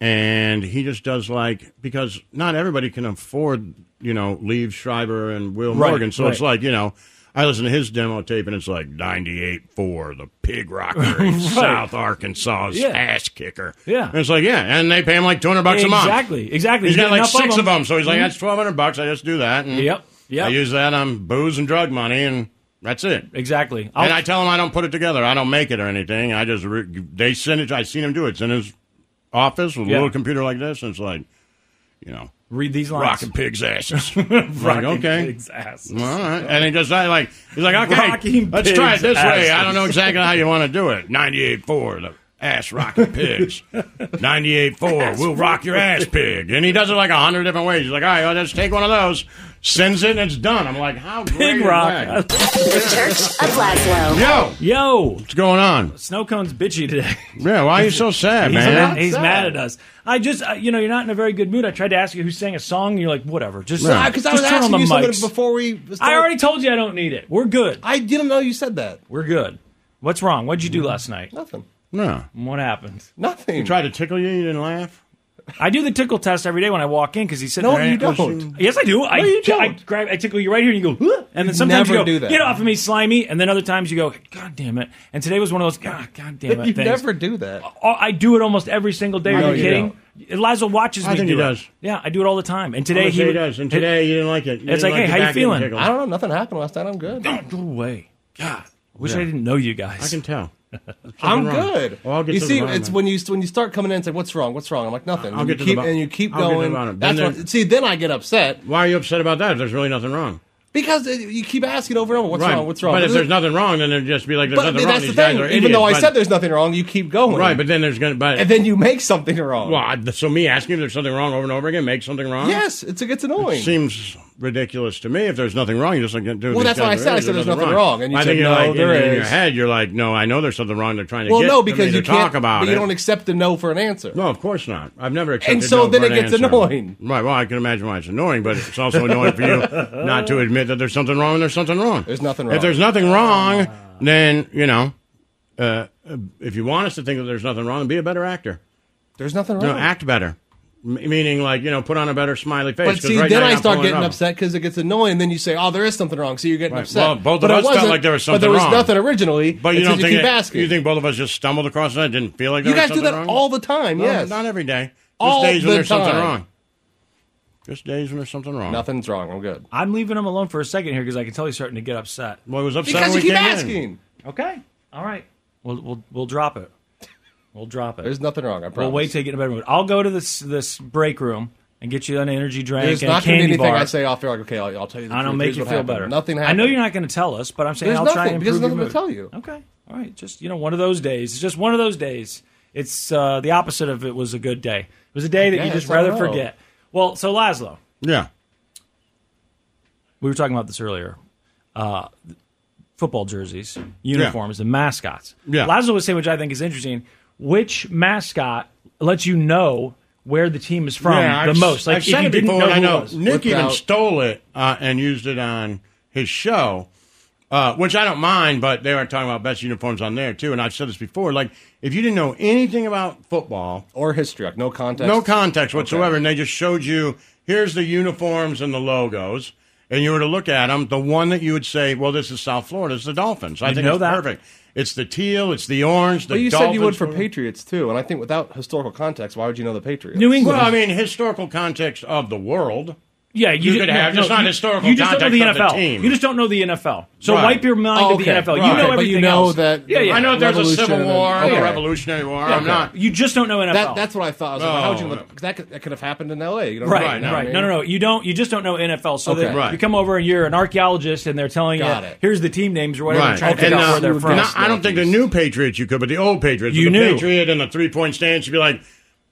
Speaker 2: and he just does like because not everybody can afford, you know, Leave Schreiber and Will
Speaker 1: Right,
Speaker 2: Morgan. So it's
Speaker 1: right.
Speaker 2: like you know. I listen to his demo tape and it's like 98 4, the pig rocker in South Arkansas
Speaker 1: Yeah.
Speaker 2: ass kicker.
Speaker 1: Yeah.
Speaker 2: And it's like, yeah, and they pay him like 200 bucks a month.
Speaker 1: Exactly, exactly.
Speaker 2: He's
Speaker 1: You
Speaker 2: got
Speaker 1: get
Speaker 2: like
Speaker 1: enough of
Speaker 2: six of
Speaker 1: them. Mm-hmm.
Speaker 2: them. So he's like, that's 1200 bucks. I just do that. And
Speaker 1: Yep, yep.
Speaker 2: I use that on booze and drug money, and that's it.
Speaker 1: exactly.
Speaker 2: and I tell him I don't put it together. I don't make it or anything. I just, re- they send it. I seen him do it. It's in his office with
Speaker 1: Yeah.
Speaker 2: a little computer like this. And it's like, you know,
Speaker 1: read these lines.
Speaker 2: rocking pigs' asses. I'm like, okay.
Speaker 1: Pig's ass.
Speaker 2: All right. And he just I like he's like, okay,
Speaker 1: Rocking
Speaker 2: let's try it
Speaker 1: pigs'
Speaker 2: this way. I
Speaker 1: asses.
Speaker 2: don't know exactly how you want to do it. Ninety-eight four, the ass rocking pigs. Ninety-eight four, we'll rock your ass pig. And he does it like a hundred different ways. He's like, all right, well, let's take one of those. Sends it and it's done. I'm like, how great
Speaker 1: Pig
Speaker 2: is
Speaker 1: rock.
Speaker 5: The Church of Laszlo.
Speaker 2: that? Yo,
Speaker 1: Yo,
Speaker 2: what's going on?
Speaker 1: snow cone's bitchy today.
Speaker 2: Yeah, why are you so sad,
Speaker 1: He's,
Speaker 2: man?
Speaker 1: mad, he's mad at us. I just, uh, you know, you're not in a very good mood. I tried to ask you who sang a song, and you're like, whatever. Just,
Speaker 2: Right.
Speaker 3: Because Uh, I
Speaker 1: just
Speaker 3: was
Speaker 1: turn on the
Speaker 3: asking you something
Speaker 1: mics.
Speaker 3: before we.
Speaker 1: I already told you I don't need it. We're good.
Speaker 3: I didn't know you said that.
Speaker 1: We're good. What's wrong? What'd you do last night?
Speaker 3: Nothing.
Speaker 2: No,
Speaker 1: What happened?
Speaker 3: Nothing.
Speaker 2: tried to tickle you. You didn't laugh.
Speaker 1: I do the tickle test every day when I walk in because he's sitting
Speaker 3: No,
Speaker 1: there.
Speaker 3: you
Speaker 1: and-
Speaker 3: don't.
Speaker 1: Yes, I do. I,
Speaker 3: you don't.
Speaker 1: I grab, I tickle you right here, and you go, "Huh?" and then sometimes you
Speaker 3: never
Speaker 1: go,
Speaker 3: do that.
Speaker 1: "Get off of me, slimy," and then other times you go, "God damn it!" And today was one of those, "God, God damn it!"
Speaker 3: you
Speaker 1: things.
Speaker 3: never do that.
Speaker 1: Oh, I do it almost every single day.
Speaker 3: No,
Speaker 1: Are you
Speaker 3: you
Speaker 1: kidding? Eliza watches
Speaker 2: I
Speaker 1: me.
Speaker 2: think
Speaker 1: do
Speaker 2: he
Speaker 1: it.
Speaker 2: does.
Speaker 1: Yeah, I do it all the time. And
Speaker 2: Today
Speaker 1: today he
Speaker 2: he
Speaker 1: would-
Speaker 2: does, and today you didn't like it. You didn't
Speaker 1: It's like, hey,
Speaker 2: your
Speaker 1: how you
Speaker 2: back getting
Speaker 1: feeling?
Speaker 2: tickled.
Speaker 3: I don't know. Nothing happened last night. I'm good.
Speaker 1: Go away. God, wish I didn't know you guys.
Speaker 2: I can tell. Something
Speaker 3: I'm
Speaker 2: wrong.
Speaker 3: good.
Speaker 2: Well, I'll get
Speaker 3: you
Speaker 2: to the
Speaker 3: see,
Speaker 2: bottom
Speaker 3: it's
Speaker 2: of it.
Speaker 3: when you when you start coming in and say, "What's wrong? What's wrong?" I'm like, "Nothing."
Speaker 2: I'll
Speaker 3: and
Speaker 2: get to
Speaker 3: you
Speaker 2: the
Speaker 3: keep
Speaker 2: bo-
Speaker 3: and you keep
Speaker 2: I'll get to the
Speaker 3: going.
Speaker 2: bottom. Then
Speaker 3: That's
Speaker 2: there-
Speaker 3: what, see. Then I get upset.
Speaker 2: Why are you upset about that if there's really nothing wrong?
Speaker 3: Because uh, you keep asking over and over, what's
Speaker 2: right.
Speaker 3: wrong? What's wrong?
Speaker 2: But if
Speaker 3: But
Speaker 2: there's nothing wrong, then it'd just be like, there's
Speaker 3: but
Speaker 2: nothing wrong.
Speaker 3: that's the
Speaker 2: These guys
Speaker 3: thing.
Speaker 2: are
Speaker 3: Even
Speaker 2: idiots,
Speaker 3: though I
Speaker 2: but-
Speaker 3: said there's nothing wrong, you keep going.
Speaker 2: Right, but then there's going to. But
Speaker 3: and then you make something wrong.
Speaker 2: Well, I, so me asking if there's something wrong over and over again makes something wrong.
Speaker 3: yes, it's it's annoying.
Speaker 2: seems ridiculous to me. If there's nothing wrong, you're just like, dude.
Speaker 3: Well,
Speaker 2: these
Speaker 3: that's what
Speaker 2: guys
Speaker 3: I said.
Speaker 2: are
Speaker 3: I
Speaker 2: idiots,
Speaker 3: said there's nothing wrong. And you
Speaker 2: I
Speaker 3: said,
Speaker 2: think you're
Speaker 3: no,
Speaker 2: like, in-
Speaker 3: there
Speaker 2: in, your
Speaker 3: is.
Speaker 2: head, you're like, no, I know there's something wrong. They're trying to
Speaker 3: well,
Speaker 2: get
Speaker 3: no,
Speaker 2: somebody
Speaker 3: because
Speaker 2: to
Speaker 3: you
Speaker 2: talk
Speaker 3: can't.
Speaker 2: about
Speaker 3: but
Speaker 2: it.
Speaker 3: you don't accept the no for an answer.
Speaker 2: no, of course not. I've never accepted.
Speaker 3: And so
Speaker 2: no
Speaker 3: then
Speaker 2: for an
Speaker 3: it gets
Speaker 2: answer.
Speaker 3: annoying.
Speaker 2: Right. Well, I can imagine why it's annoying, but it's also annoying for you not to admit that there's something wrong. And there's something wrong.
Speaker 3: There's nothing
Speaker 2: If
Speaker 3: wrong.
Speaker 2: there's nothing wrong, then you know. Uh, if you want us to think that there's nothing wrong, then be a better actor.
Speaker 3: There's nothing
Speaker 2: No,
Speaker 3: wrong.
Speaker 2: act better. M- meaning, like you know, put on a better smiley face.
Speaker 3: but
Speaker 2: 'cause
Speaker 3: see,
Speaker 2: right
Speaker 3: then
Speaker 2: now
Speaker 3: I
Speaker 2: you're not
Speaker 3: start
Speaker 2: pulling it
Speaker 3: getting
Speaker 2: off.
Speaker 3: upset because it gets annoying. And then you say, "Oh, there is something wrong," so you're getting
Speaker 2: Right.
Speaker 3: upset.
Speaker 2: Well, both of
Speaker 3: but it
Speaker 2: us felt
Speaker 3: wasn't,
Speaker 2: like there was
Speaker 3: But there
Speaker 2: something
Speaker 3: was
Speaker 2: wrong.
Speaker 3: nothing originally.
Speaker 2: But you
Speaker 3: it's
Speaker 2: don't
Speaker 3: just
Speaker 2: think
Speaker 3: you keep
Speaker 2: it-
Speaker 3: asking.
Speaker 2: you think both of us just stumbled across that? Didn't feel like
Speaker 3: You
Speaker 2: there was
Speaker 3: guys do
Speaker 2: something
Speaker 3: that
Speaker 2: wrong?
Speaker 3: all the time.
Speaker 2: No,
Speaker 3: yes,
Speaker 2: not every day. Just
Speaker 3: All
Speaker 2: days when
Speaker 3: the
Speaker 2: there's something
Speaker 3: time.
Speaker 2: wrong. Just days when there's something wrong.
Speaker 3: nothing's wrong. I'm good.
Speaker 1: I'm leaving him alone for a second here because I can tell he's starting to get upset.
Speaker 2: Well, it was upset
Speaker 3: Because you
Speaker 2: when we
Speaker 3: keep
Speaker 2: came in.
Speaker 3: asking.
Speaker 1: Okay. All right. We'll we'll we'll drop it. We'll drop it.
Speaker 3: There's nothing wrong. I promise.
Speaker 1: we'll wait till you get in a better mood. I'll go to this this break room and get you an energy drink
Speaker 3: There's
Speaker 1: and
Speaker 3: not
Speaker 1: a
Speaker 3: gonna be
Speaker 1: candy
Speaker 3: anything
Speaker 1: bar.
Speaker 3: I say off air. Like, okay, I'll, I'll tell you. The
Speaker 1: and I'll
Speaker 3: truth.
Speaker 1: make
Speaker 3: Here's
Speaker 1: you
Speaker 3: what
Speaker 1: feel
Speaker 3: happened.
Speaker 1: better.
Speaker 3: Nothing
Speaker 1: I
Speaker 3: happened.
Speaker 1: know you're not going to tell us, but I'm saying
Speaker 3: There's
Speaker 1: I'll try
Speaker 3: nothing,
Speaker 1: and
Speaker 3: because
Speaker 1: improve
Speaker 3: there's nothing
Speaker 1: your
Speaker 3: to
Speaker 1: mood. Okay. All right. Just you know, one of those days. It's just one of those days. It's uh, the opposite of it was a good day. It was a day that you
Speaker 3: guess,
Speaker 1: just
Speaker 3: I don't
Speaker 1: rather
Speaker 3: know.
Speaker 1: forget. Well, so Laszlo,
Speaker 2: Yeah.
Speaker 1: we were talking about this earlier. Uh, football jerseys, uniforms, and mascots.
Speaker 2: Yeah.
Speaker 1: Lazo was saying, which I think is interesting, which mascot lets you know where the team is from
Speaker 2: yeah,
Speaker 1: the
Speaker 2: I've-
Speaker 1: most? Like
Speaker 2: I've
Speaker 1: if
Speaker 2: said
Speaker 1: you
Speaker 2: it
Speaker 1: didn't
Speaker 2: before,
Speaker 1: know
Speaker 2: and I
Speaker 1: who it
Speaker 2: know
Speaker 1: was.
Speaker 2: Nick even
Speaker 3: Without-
Speaker 2: stole it uh, and used it on his show, uh, which I don't mind. But they were talking about best uniforms on there too, and I've said this before. Like if you didn't know anything about football,
Speaker 3: Or history, like, no context.
Speaker 2: no context whatsoever, and they just showed you here's the uniforms and the logos, and you were to look at them. The one that you would say, well, this is South Florida, is the Dolphins. I
Speaker 1: You
Speaker 2: think
Speaker 1: know
Speaker 2: it's
Speaker 1: that.
Speaker 2: perfect. It's the teal, it's the orange. The
Speaker 3: But you
Speaker 2: Dolphins
Speaker 3: said you would for
Speaker 2: were-
Speaker 3: Patriots too, and I think without historical context, why would you know the Patriots?
Speaker 1: New England.
Speaker 2: Well, I mean, historical context of the world.
Speaker 1: yeah, you,
Speaker 2: you could
Speaker 1: no,
Speaker 2: have,
Speaker 1: no,
Speaker 2: just not
Speaker 1: you-
Speaker 2: historical
Speaker 1: You just don't know the
Speaker 2: context of
Speaker 1: NFL.
Speaker 2: the team.
Speaker 1: You just don't know the NFL. So
Speaker 2: Right.
Speaker 1: wipe your mind
Speaker 3: Oh,
Speaker 1: of the
Speaker 3: okay.
Speaker 1: NFL. You
Speaker 3: Right.
Speaker 1: know
Speaker 3: But you
Speaker 1: everything
Speaker 3: know
Speaker 1: else.
Speaker 3: that-
Speaker 1: yeah, yeah.
Speaker 2: I know there's a
Speaker 3: Revolution
Speaker 2: civil
Speaker 3: and-
Speaker 2: war,
Speaker 3: okay.
Speaker 2: a revolutionary war. I'm
Speaker 3: okay.
Speaker 2: not.
Speaker 1: You just don't know NFL.
Speaker 3: That, that's what I thought. I was like, how would you
Speaker 2: Oh.
Speaker 3: look? 'cause That could, that could have happened in L.A. You know
Speaker 1: Right,
Speaker 2: Right,
Speaker 1: right.
Speaker 2: no, I mean-
Speaker 1: No, no, no. You don't. You just don't know NFL. So
Speaker 3: Okay.
Speaker 1: that
Speaker 2: Right.
Speaker 1: you come over and you're an archaeologist, and they're telling
Speaker 3: Got
Speaker 1: you,
Speaker 3: it.
Speaker 1: "Here's the team names or whatever."
Speaker 2: Right.
Speaker 1: Trying to
Speaker 2: And uh,
Speaker 1: figure out
Speaker 2: now-
Speaker 1: where they're from.
Speaker 2: now, I don't think the new Patriots you could, but the old Patriots.
Speaker 1: You
Speaker 2: the
Speaker 1: knew.
Speaker 2: Patriot and a three point stance, you'd be like,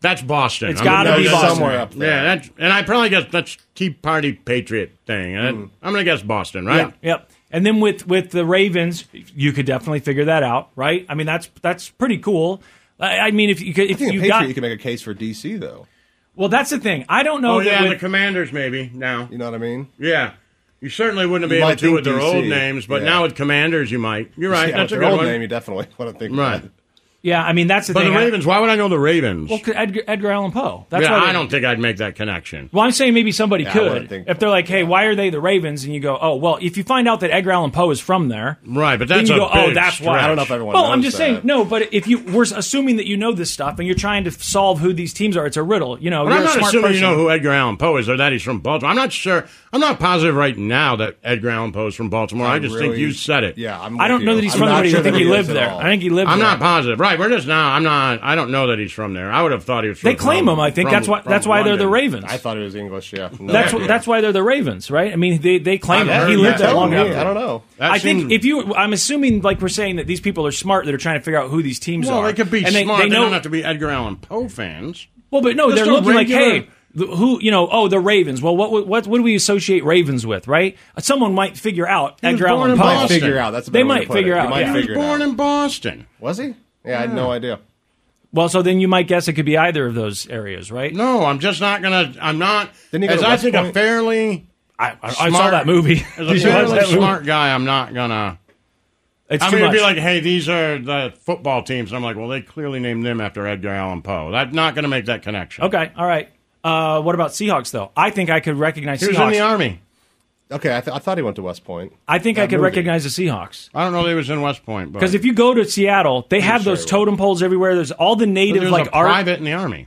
Speaker 2: that's Boston.
Speaker 1: It's
Speaker 2: I'm gonna
Speaker 1: gotta
Speaker 2: guess
Speaker 1: be
Speaker 2: that's-
Speaker 1: Boston.
Speaker 3: Somewhere up there.
Speaker 2: Yeah, that's, and I probably guess that's Tea Party Patriot thing. And I'm going to guess Boston, right?
Speaker 1: Hmm. Yeah, yep. And then with with the Ravens, you could definitely figure that out, right? I mean, that's that's pretty cool. I, I mean, if you could,
Speaker 3: I
Speaker 1: if
Speaker 3: think a
Speaker 1: you
Speaker 3: Patriot,
Speaker 1: got
Speaker 3: you can make a case for D.C. though.
Speaker 1: well, that's the thing. I don't know
Speaker 2: Oh,
Speaker 1: that
Speaker 2: yeah, the
Speaker 1: with,
Speaker 2: Commanders maybe now.
Speaker 3: You know what I mean?
Speaker 2: Yeah. You certainly wouldn't be
Speaker 3: You
Speaker 2: able
Speaker 3: might
Speaker 2: to with
Speaker 3: think
Speaker 2: their
Speaker 3: DC.
Speaker 2: old names, but
Speaker 3: Yeah.
Speaker 2: now with Commanders you might. You're right.
Speaker 3: Yeah,
Speaker 2: that's a
Speaker 3: with
Speaker 2: good
Speaker 3: their old
Speaker 2: one.
Speaker 3: name. You definitely want to think. about
Speaker 2: Right.
Speaker 3: it.
Speaker 1: yeah. I mean, that's the
Speaker 2: But the
Speaker 1: thing. I-
Speaker 2: Ravens, why would I know the Ravens?
Speaker 1: well, 'cause Edgar, Edgar Allan Poe. That's
Speaker 2: yeah,
Speaker 1: why they-
Speaker 2: I don't think I'd make that connection.
Speaker 1: Well, I'm saying maybe somebody
Speaker 3: Yeah, I
Speaker 1: could
Speaker 3: wouldn't think-
Speaker 1: if they're like, "Hey, why are they the Ravens?" And you go, "Oh, well, if you find out that Edgar Allan Poe is from there,
Speaker 2: Right, but
Speaker 1: then
Speaker 2: that's
Speaker 1: you
Speaker 2: a
Speaker 1: go, "Oh,
Speaker 2: big
Speaker 1: that's why."
Speaker 2: stretch.
Speaker 3: I don't know if everyone.
Speaker 1: Well, I'm
Speaker 3: knows
Speaker 1: just
Speaker 3: that.
Speaker 1: saying no. But if you we're assuming that you know this stuff and you're trying to solve who these teams are, it's a riddle. You know,
Speaker 2: But
Speaker 1: you're
Speaker 2: I'm
Speaker 1: a
Speaker 2: not
Speaker 1: smart
Speaker 2: assuming
Speaker 1: person.
Speaker 2: you know who Edgar Allan Poe is or that he's from Baltimore. I'm not sure. I'm not positive right now that Edgar Allan Poe is from Baltimore. I, just think
Speaker 3: really-
Speaker 2: you said it.
Speaker 3: Yeah, I'm
Speaker 1: I don't
Speaker 3: with
Speaker 1: know
Speaker 3: you.
Speaker 1: that he's
Speaker 3: I'm
Speaker 1: from there.
Speaker 3: not
Speaker 1: but
Speaker 3: sure
Speaker 1: I think
Speaker 3: that
Speaker 1: he
Speaker 3: is
Speaker 1: lived
Speaker 3: at
Speaker 1: there.
Speaker 3: all.
Speaker 1: I think he lived.
Speaker 2: I'm
Speaker 1: there.
Speaker 2: not positive. Right, we're just now. I'm not. I don't know that he's from there. I would have thought he was. From,
Speaker 1: They claim
Speaker 2: from-
Speaker 1: him. I think
Speaker 2: from-
Speaker 1: that's why.
Speaker 2: from
Speaker 1: That's why they're the
Speaker 2: London.
Speaker 1: Ravens.
Speaker 3: I thought it was English. Yeah. No
Speaker 1: that's
Speaker 3: idea.
Speaker 1: why, that's why they're the Ravens, right? I mean, they they claim
Speaker 2: I've
Speaker 1: him. He
Speaker 2: heard
Speaker 1: lived
Speaker 2: that.
Speaker 1: there long
Speaker 3: Yeah,
Speaker 1: after.
Speaker 3: I don't know.
Speaker 2: That
Speaker 1: I think
Speaker 2: seems-
Speaker 1: if you, I'm assuming, like we're saying, that these people are smart that are trying to figure out who these teams
Speaker 2: well,
Speaker 1: are.
Speaker 2: they could be
Speaker 1: and
Speaker 2: smart.
Speaker 1: They, know,
Speaker 2: don't have to be Edgar Allan Poe fans.
Speaker 1: Well, but no,
Speaker 2: Just
Speaker 1: they're
Speaker 2: a
Speaker 1: looking like,
Speaker 2: regular-
Speaker 1: hey, th- who you know? Oh, the Ravens. Well, what what what, what do we associate Ravens with? Right? Someone might figure out
Speaker 2: was
Speaker 1: Edgar
Speaker 2: born
Speaker 1: Allan
Speaker 2: in
Speaker 1: Poe.
Speaker 3: Might
Speaker 2: Boston.
Speaker 3: figure out. That's a
Speaker 1: They
Speaker 3: better way
Speaker 1: might
Speaker 3: to put it.
Speaker 1: figure
Speaker 3: You
Speaker 1: out,
Speaker 3: might
Speaker 1: yeah.
Speaker 2: He was
Speaker 3: figure it out.
Speaker 2: born in Boston.
Speaker 3: Was he? Yeah, I had no idea.
Speaker 1: Well, so then you might guess it could be either of those areas, right?
Speaker 2: No, I'm just not gonna. I'm not.
Speaker 3: Didn't he go
Speaker 2: As
Speaker 3: to
Speaker 2: I
Speaker 3: West
Speaker 2: think a
Speaker 3: Point?
Speaker 2: fairly
Speaker 1: I, I, I saw
Speaker 2: Smart-
Speaker 1: that movie.
Speaker 2: as
Speaker 1: You
Speaker 2: a
Speaker 1: saw that
Speaker 2: fairly
Speaker 1: movie?
Speaker 2: smart guy, I'm not gonna.
Speaker 1: It's
Speaker 2: I
Speaker 1: too
Speaker 2: mean, it'd be
Speaker 1: much.
Speaker 2: like, hey, these are the football teams. And I'm like, well, they clearly named them after Edgar Allan Poe. I'm not going to make that connection.
Speaker 1: Okay, all right. Uh, what about Seahawks though? I think I could recognize
Speaker 2: He was in
Speaker 1: Seahawks.
Speaker 2: the Army.
Speaker 3: Okay, I, th- I thought he went to West Point.
Speaker 1: I think I
Speaker 3: That
Speaker 1: could
Speaker 3: movie.
Speaker 1: recognize the Seahawks
Speaker 2: I don't know if he was in West Point. But
Speaker 1: because if you go to Seattle, they have
Speaker 3: sure
Speaker 1: those
Speaker 3: it
Speaker 1: totem poles everywhere. There's all the
Speaker 2: But
Speaker 1: native
Speaker 2: there's
Speaker 1: like
Speaker 2: a
Speaker 1: art.
Speaker 2: private in the Army.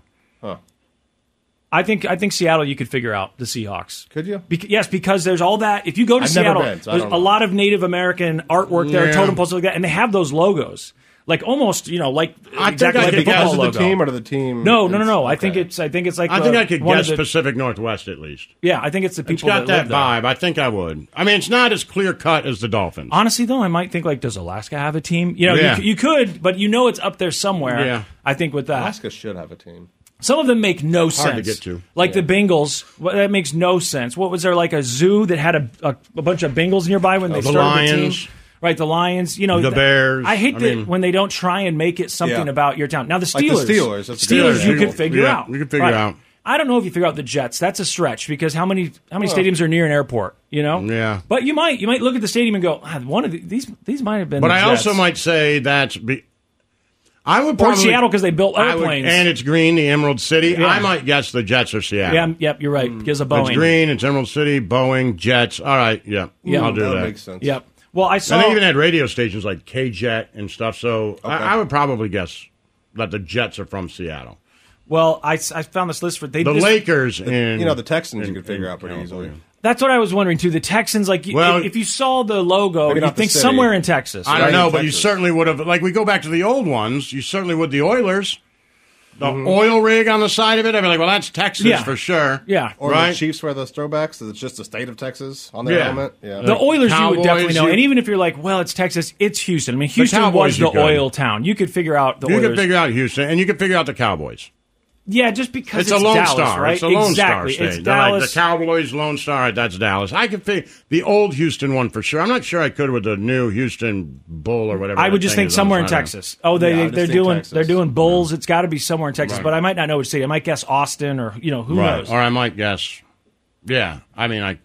Speaker 1: I think I think Seattle you could figure out the Seahawks.
Speaker 3: Could you?
Speaker 1: Bec- yes, because there's all that. If you go to
Speaker 3: I've never
Speaker 1: Seattle,
Speaker 3: been, so I
Speaker 1: there's
Speaker 3: don't
Speaker 1: a
Speaker 3: know.
Speaker 1: lot of Native American artwork there,
Speaker 2: Yeah.
Speaker 1: totem poles like that, and they have those logos. like almost you know like
Speaker 2: I think
Speaker 1: exactly
Speaker 2: I
Speaker 1: like
Speaker 2: could
Speaker 1: the
Speaker 2: guess at
Speaker 1: football
Speaker 2: the
Speaker 1: logo.
Speaker 3: the team or to the team?
Speaker 1: no, no, no,
Speaker 3: is-
Speaker 1: no. I
Speaker 3: okay.
Speaker 1: think it's I think it's like
Speaker 2: I
Speaker 1: the-
Speaker 2: think I could
Speaker 1: one of
Speaker 2: guess
Speaker 1: the-
Speaker 2: Pacific Northwest at least.
Speaker 1: Yeah, I think it's the
Speaker 2: It's
Speaker 1: people
Speaker 2: got that
Speaker 1: live there.
Speaker 2: vibe. I think I would. I mean, it's not as clear cut as the Dolphins.
Speaker 1: Honestly, though, I might think like, does Alaska have a team? You know,
Speaker 2: Yeah.
Speaker 1: you, c- you could, but you know it's up there somewhere.
Speaker 2: Yeah.
Speaker 1: I think with that,
Speaker 3: Alaska should have a team.
Speaker 1: some of them make no sense.
Speaker 2: to get to.
Speaker 1: Like the Bengals, wh- that makes no sense. What was there like a zoo that had a a, a bunch of Bengals nearby when they
Speaker 2: Uh, the
Speaker 1: started
Speaker 2: Lions.
Speaker 1: the team? Right, the Lions. You know
Speaker 2: The
Speaker 1: th-
Speaker 2: Bears.
Speaker 1: I hate
Speaker 2: I
Speaker 1: that
Speaker 2: mean-
Speaker 1: when they don't try and make it something
Speaker 3: Yeah.
Speaker 1: about your town. Now the
Speaker 3: Like the
Speaker 1: Steelers,
Speaker 3: Steelers, that's a good
Speaker 1: Steelers, you
Speaker 3: example.
Speaker 1: could figure
Speaker 2: Yeah,
Speaker 1: out.
Speaker 2: you could figure out.
Speaker 1: I don't know if you figure out the Jets. That's a stretch because how many how many stadiums are near an airport? You know.
Speaker 2: Yeah.
Speaker 1: But you might you might look at the stadium and go, ah, one of the, these these might have been.
Speaker 2: But
Speaker 1: the
Speaker 2: I
Speaker 1: Jets."
Speaker 2: also might say that's be. I would
Speaker 1: or
Speaker 2: probably
Speaker 1: Seattle because they built
Speaker 2: I would-
Speaker 1: airplanes.
Speaker 2: and it's green, the Emerald City.
Speaker 1: Yeah.
Speaker 2: I might guess the Jets are Seattle.
Speaker 1: yeah, yep, you're
Speaker 3: Hmm.
Speaker 1: right. Because of Boeing.
Speaker 2: It's green. It's Emerald City. Boeing. Jets. All right. Yeah.
Speaker 1: Yeah.
Speaker 2: I'll do
Speaker 3: That
Speaker 2: that.
Speaker 3: would make sense.
Speaker 1: Yep. Well, I saw.
Speaker 2: And they even had radio stations like KJet and stuff. So I, I would probably guess that the Jets are from Seattle.
Speaker 1: Well, I, s- I found this list for they.
Speaker 2: The
Speaker 1: this-
Speaker 2: Lakers and
Speaker 3: You know, the Texans you could figure
Speaker 2: in
Speaker 3: out pretty easily.
Speaker 2: California.
Speaker 1: That's what I was wondering too. The Texans, like, you-
Speaker 2: Well-
Speaker 1: if, if you saw the logo,
Speaker 3: Maybe
Speaker 1: you
Speaker 3: not the
Speaker 1: think
Speaker 3: city.
Speaker 1: somewhere in Texas.
Speaker 2: I
Speaker 1: right?
Speaker 2: don't know,
Speaker 3: in
Speaker 2: but you
Speaker 3: Texas.
Speaker 2: certainly would have. Like we go back to the old ones, you certainly would the Oilers. The oil rig on the side of it. I'd be like, well, that's Texas
Speaker 1: Mm-hmm. Yeah.
Speaker 2: for sure.
Speaker 1: Yeah.
Speaker 3: Or
Speaker 2: right.
Speaker 3: the Chiefs wear those throwbacks. It's just the state of Texas on their
Speaker 2: Yeah.
Speaker 3: helmet. Yeah.
Speaker 1: The Oilers, you would
Speaker 2: Cowboys,
Speaker 1: definitely know,
Speaker 2: you-
Speaker 1: and even if you're like, well, it's Texas, it's Houston. I mean, Houston
Speaker 2: Cowboys
Speaker 1: was
Speaker 2: you
Speaker 1: the
Speaker 2: could.
Speaker 1: oil town. You could figure out the
Speaker 2: you
Speaker 1: Oilers.
Speaker 2: could figure out Houston, and you could figure out the Cowboys.
Speaker 1: yeah, just because
Speaker 2: It's,
Speaker 1: it's,
Speaker 2: a Lone
Speaker 1: Dallas,
Speaker 2: Star,
Speaker 1: right?
Speaker 2: It's a Lone
Speaker 1: exactly.
Speaker 2: Star state.
Speaker 1: It's
Speaker 2: They're like,
Speaker 1: Dallas.
Speaker 2: the Cowboys, Lone Star. That's Dallas. I could figure the old Houston one for sure. I'm not sure I could with the new Houston Bull or whatever.
Speaker 1: I
Speaker 2: that
Speaker 1: would just
Speaker 2: thing
Speaker 1: think
Speaker 2: is on
Speaker 1: somewhere
Speaker 2: the
Speaker 1: in
Speaker 2: side of it.
Speaker 1: Texas. Oh, they
Speaker 3: Yeah, I just
Speaker 1: they're
Speaker 3: think
Speaker 1: doing
Speaker 3: Texas.
Speaker 1: they're doing bulls. It's got to be somewhere in Texas, but I might not know which city. I might guess Austin or you know who
Speaker 2: Right.
Speaker 1: knows.
Speaker 2: Or I might guess. Yeah. I mean, I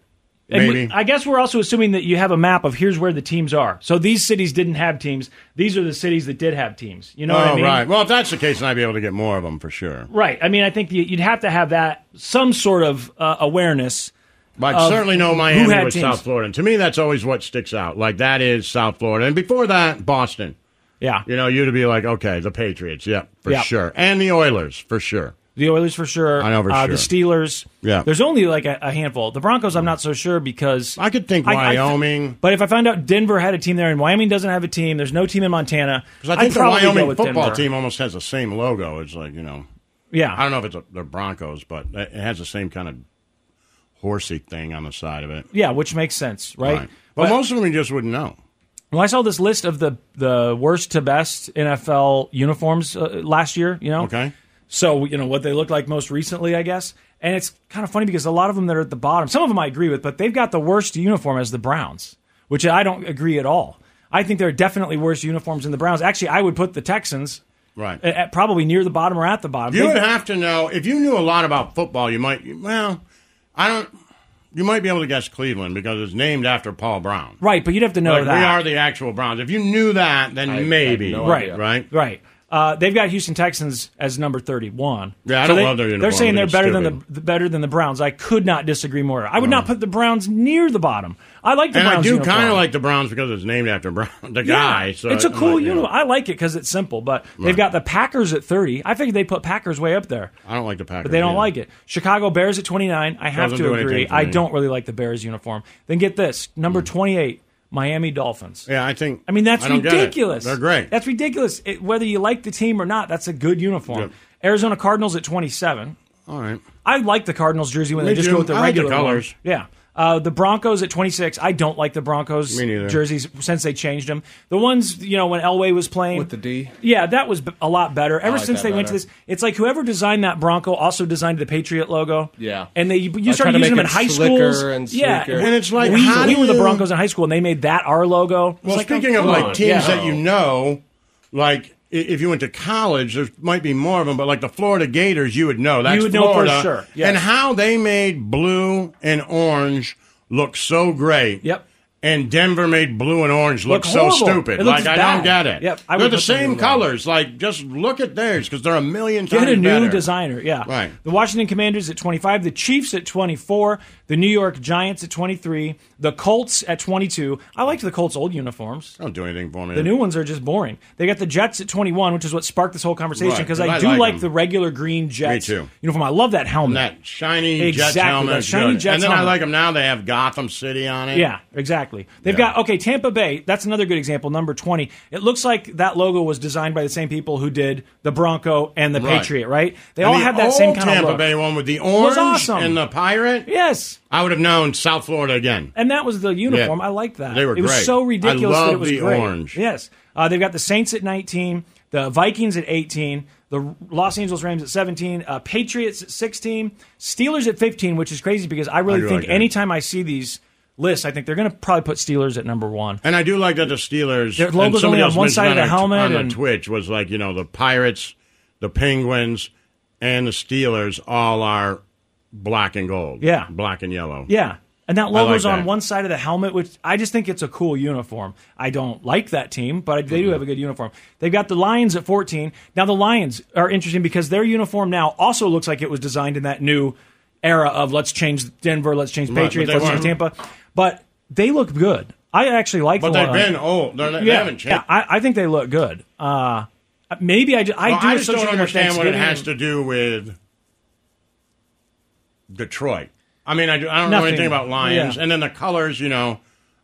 Speaker 1: And
Speaker 2: maybe.
Speaker 1: we- I guess we're also assuming that you have a map of here's where the teams are. So these cities didn't have teams. These are the cities that did have teams. You know what
Speaker 2: oh,
Speaker 1: I mean?
Speaker 2: right. Well, if that's the case, then I'd be able to get more of them for sure.
Speaker 1: Right. I mean, I think you- you'd have to have that some sort of uh, awareness.
Speaker 2: But
Speaker 1: of
Speaker 2: certainly no
Speaker 1: who
Speaker 2: Miami
Speaker 1: had
Speaker 2: was
Speaker 1: teams.
Speaker 2: South Florida. And to me, that's always what sticks out. Like, that is South Florida. And before that, Boston.
Speaker 1: Yeah.
Speaker 2: You know, you'd be like, okay, the Patriots. Yep, for
Speaker 1: Yeah.
Speaker 2: sure. And the Oilers, for sure.
Speaker 1: The Oilers for sure.
Speaker 2: I know for
Speaker 1: uh,
Speaker 2: sure.
Speaker 1: The Steelers.
Speaker 2: Yeah.
Speaker 1: There's only like a, a handful. The Broncos, I'm not so sure because
Speaker 2: I could think
Speaker 1: I- I-
Speaker 2: Wyoming.
Speaker 1: but if I find out Denver had a team there and Wyoming doesn't have a team, there's no team in Montana.
Speaker 2: Because I think
Speaker 1: I'd
Speaker 2: the
Speaker 1: probably go
Speaker 2: Wyoming
Speaker 1: with
Speaker 2: football
Speaker 1: Denver.
Speaker 2: team almost has the same logo. It's like, you know,
Speaker 1: Yeah.
Speaker 2: I don't know if it's a, the Broncos, but it has the same kind of horsey thing on the side of it.
Speaker 1: Yeah, which makes sense, right?
Speaker 2: But, most of them we just wouldn't know.
Speaker 1: Well, I saw this list of the the worst to best NFL uniforms uh, last year. You know,
Speaker 2: Okay.
Speaker 1: So you know what they look like most recently, I guess. And it's kind of funny because a lot of them that are at the bottom, some of them I agree with, but they've got the worst uniform as the Browns, which I don't agree at all. I think there are definitely worse uniforms in the Browns. Actually, I would put the Texans
Speaker 2: Right.
Speaker 1: at, at probably near the bottom or at the bottom.
Speaker 2: You
Speaker 1: They-
Speaker 2: would have to know if you knew a lot about football. You might, well, I don't. You might be able to guess Cleveland because it's named after Paul Brown.
Speaker 1: right, but you'd have to know
Speaker 2: Like,
Speaker 1: that
Speaker 2: we are the actual Browns. If you knew that, then maybe
Speaker 3: no
Speaker 1: Right,
Speaker 2: right.
Speaker 1: right. Uh, they've got Houston Texans as number thirty-one.
Speaker 2: Yeah, I don't love their uniform.
Speaker 1: They're saying
Speaker 2: I
Speaker 1: they're
Speaker 2: think
Speaker 1: better
Speaker 2: it's
Speaker 1: than
Speaker 2: stupid.
Speaker 1: the, the better than the Browns. I could not disagree more. I would not put the Browns near the bottom. I like the
Speaker 2: And
Speaker 1: Browns.
Speaker 2: I do
Speaker 1: uniform.
Speaker 2: kind of like the Browns because it's named after Brown, the
Speaker 1: Yeah,
Speaker 2: guy. So
Speaker 1: it's a
Speaker 2: it
Speaker 1: cool
Speaker 2: might, you know.
Speaker 1: uniform. I like it because it's simple. But they've got the Packers at thirty. I figured they put Packers way up there,
Speaker 2: I don't like the Packers,
Speaker 1: but they don't
Speaker 2: either.
Speaker 1: like it. Chicago Bears at twenty-nine. I have
Speaker 2: Doesn't
Speaker 1: to
Speaker 2: do anything
Speaker 1: agree.
Speaker 2: for
Speaker 1: I
Speaker 2: me. Hmm.
Speaker 1: don't really like the Bears uniform. Then get this number twenty-eight, Miami Dolphins.
Speaker 2: Yeah, I think.
Speaker 1: I mean, that's
Speaker 2: don't get it.
Speaker 1: ridiculous.
Speaker 2: They're great.
Speaker 1: That's ridiculous. It- whether you like the team or not, that's a good uniform. Arizona Cardinals at 27.
Speaker 2: all right.
Speaker 1: I like the Cardinals jersey when
Speaker 2: Me
Speaker 1: they just
Speaker 2: too.
Speaker 1: go with the
Speaker 2: I like the
Speaker 1: regular one.
Speaker 2: colors.
Speaker 1: Yeah. Uh, the Broncos at 26. I don't like the Broncos
Speaker 2: Me neither.
Speaker 1: jerseys since they changed them. The ones, you know, when Elway was playing.
Speaker 3: With the D?
Speaker 1: Yeah, that was b- a lot better. Ever
Speaker 3: like
Speaker 1: since
Speaker 3: that
Speaker 1: they went to
Speaker 3: better.
Speaker 1: this, it's like whoever designed that Bronco also designed the Patriot logo.
Speaker 3: Yeah.
Speaker 1: And they you,
Speaker 3: I tried
Speaker 1: started
Speaker 3: to
Speaker 1: using
Speaker 3: make
Speaker 1: them in
Speaker 3: it
Speaker 1: high
Speaker 3: slicker
Speaker 1: schools.
Speaker 3: and
Speaker 1: yeah.
Speaker 3: sleeker.
Speaker 2: And it's like,
Speaker 1: we,
Speaker 2: how
Speaker 1: we
Speaker 2: do
Speaker 1: were the
Speaker 2: you-
Speaker 1: Broncos in high school and they made that our logo. It's
Speaker 2: Well,
Speaker 1: like, oh,
Speaker 2: speaking of
Speaker 1: come
Speaker 2: like
Speaker 1: on.
Speaker 2: teams
Speaker 1: Yeah.
Speaker 2: that you know, like i- if you went to college, there might be more of them. But like the Florida Gators, you would know. That's
Speaker 1: You would know for
Speaker 2: Florida,
Speaker 1: sure, yes.
Speaker 2: And how they made blue and orange look so great.
Speaker 1: Yep.
Speaker 2: And Denver made blue and orange look
Speaker 1: Look
Speaker 2: so
Speaker 1: horrible.
Speaker 2: stupid.
Speaker 1: It
Speaker 2: like
Speaker 1: looks
Speaker 2: I don't
Speaker 1: bad.
Speaker 2: get it.
Speaker 1: Yep, I
Speaker 2: they're
Speaker 1: would
Speaker 2: the
Speaker 1: put them
Speaker 2: same
Speaker 1: in the-
Speaker 2: colors. Like just look at theirs because they're a million times
Speaker 1: Get a new
Speaker 2: better.
Speaker 1: designer, yeah.
Speaker 2: Right.
Speaker 1: The Washington Commanders at 25, the Chiefs at 24, the New York Giants at 23, the Colts at 22. I liked the Colts' old uniforms.
Speaker 2: Don't do anything for me.
Speaker 1: The new ones are just boring. They got the Jets at 21, which is what sparked this whole conversation
Speaker 2: Right,
Speaker 1: because
Speaker 2: 'cause
Speaker 1: I,
Speaker 2: I
Speaker 1: do
Speaker 2: like
Speaker 1: like,
Speaker 2: them.
Speaker 1: the regular green Jets
Speaker 2: too.
Speaker 1: uniform. I love that helmet.
Speaker 2: that shiny Jets
Speaker 1: Exactly,
Speaker 2: helmet.
Speaker 1: that
Speaker 2: is
Speaker 1: shiny
Speaker 2: good.
Speaker 1: Jets
Speaker 2: and then I
Speaker 1: helmet.
Speaker 2: like them now. They have Gotham City on it.
Speaker 1: Yeah, exactly. Exactly. They've got okay. Tampa Bay. That's another good example. Number twenty. It looks like that logo was designed by the same people who did the Bronco and the
Speaker 2: Right.
Speaker 1: Patriot. Right? They
Speaker 2: And
Speaker 1: all
Speaker 2: the
Speaker 1: have that same
Speaker 2: old
Speaker 1: kind
Speaker 2: Tampa
Speaker 1: of look.
Speaker 2: Bay one with the orange
Speaker 1: awesome.
Speaker 2: and the pirate.
Speaker 1: Yes.
Speaker 2: I would have known South Florida again.
Speaker 1: And that was the uniform.
Speaker 2: Yeah.
Speaker 1: I liked that.
Speaker 2: They were
Speaker 1: It was
Speaker 2: great.
Speaker 1: so
Speaker 2: I
Speaker 1: ridiculous that it
Speaker 2: love
Speaker 1: was
Speaker 2: the
Speaker 1: great.
Speaker 2: orange.
Speaker 1: Yes. Uh, they've got the Saints at 19, the Vikings at 18, the Los Angeles Rams at 17, uh, Patriots at 16, Steelers at 15, which is crazy because I really
Speaker 2: do
Speaker 1: think
Speaker 2: like that.
Speaker 1: anytime I see these lists, I think they're going to probably put Steelers at number one.
Speaker 2: And I do like that the Steelers.
Speaker 1: Their
Speaker 2: and
Speaker 1: logo's
Speaker 2: somebody
Speaker 1: only on
Speaker 2: else
Speaker 1: one
Speaker 2: mentioned
Speaker 1: side of the
Speaker 2: on our-
Speaker 1: helmet
Speaker 2: on the
Speaker 1: and-
Speaker 2: Twitch was like you know the Pirates, the Penguins, and the Steelers all are black and gold.
Speaker 1: Yeah.
Speaker 2: black and yellow.
Speaker 1: Yeah. And that logo's
Speaker 2: like
Speaker 1: on
Speaker 2: that.
Speaker 1: one side of the helmet, which I just think it's a cool uniform. I don't like that team, but they do
Speaker 2: Mm-hmm.
Speaker 1: have a good uniform. They've got the Lions at 14. Now, the Lions are interesting because their uniform now also looks like it was designed in that new era of let's change Denver, let's change
Speaker 2: Right, but
Speaker 1: Patriots,
Speaker 2: they
Speaker 1: let's change Tampa. But they look good. I actually like
Speaker 2: but
Speaker 1: the
Speaker 2: they've
Speaker 1: Lions.
Speaker 2: been old. They're, they
Speaker 1: uh, yeah,
Speaker 2: haven't changed.
Speaker 1: yeah, I, I think they look good. Uh, maybe I, ju- I
Speaker 2: Well,
Speaker 1: do
Speaker 2: I just don't
Speaker 1: associate them with
Speaker 2: understand what it
Speaker 1: Thanksgiving.
Speaker 2: has to do with Detroit. I mean, I, do, I don't know
Speaker 1: Nothing.
Speaker 2: anything about Lions,
Speaker 1: Yeah.
Speaker 2: and then the colors, you know,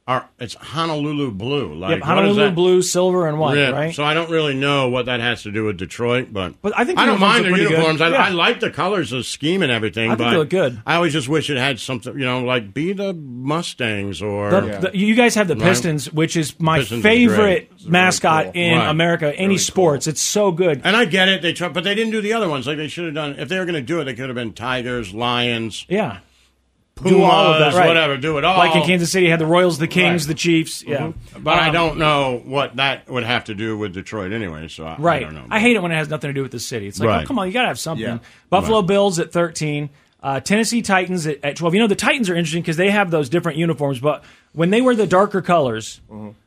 Speaker 2: are it's Honolulu blue. Like
Speaker 1: Yep,
Speaker 2: what is
Speaker 1: Honolulu
Speaker 2: that?
Speaker 1: blue, silver, and white,
Speaker 2: Yeah,
Speaker 1: right?
Speaker 2: So I don't really know what that has to do with Detroit, but
Speaker 1: But I think
Speaker 2: I
Speaker 1: the
Speaker 2: don't
Speaker 1: uniforms
Speaker 2: mind
Speaker 1: look
Speaker 2: their
Speaker 1: pretty good.
Speaker 2: uniforms. I,
Speaker 1: Yeah.
Speaker 2: I like the colors, the scheme, and everything.
Speaker 1: I think
Speaker 2: but
Speaker 1: they look good.
Speaker 2: I always just wish it had something, you know, like be the Mustangs or
Speaker 1: The- the- you guys have the
Speaker 2: Right.
Speaker 1: Pistons, which is my
Speaker 2: Pistons is
Speaker 1: favorite
Speaker 2: great. It's
Speaker 1: mascot
Speaker 3: cool.
Speaker 1: in
Speaker 2: Right.
Speaker 1: America. Any sports, it's so good.
Speaker 2: And I get it, they try, but they didn't do the other ones like they should have done. If they were going to do it, they could have been Tigers, Lions,
Speaker 1: yeah,
Speaker 2: Pumas,
Speaker 1: do all of that, right?
Speaker 2: whatever, do it all.
Speaker 1: Like in Kansas City, you had the Royals, the Kings,
Speaker 2: Oh. Right. Mm-hmm.
Speaker 1: the Chiefs. Yeah,
Speaker 2: But I
Speaker 1: Um,
Speaker 2: don't know what that would have to do with Detroit anyway. So I,
Speaker 1: Right.
Speaker 2: I don't know.
Speaker 1: hate it when it has nothing to do with the city. It's like,
Speaker 2: Right.
Speaker 1: oh, come on, you got to have something.
Speaker 3: Yeah.
Speaker 1: Buffalo Bills at 13, uh, Tennessee Titans at, at 12. You know, the Titans are interesting because they have those different uniforms, but when they wear the darker colors,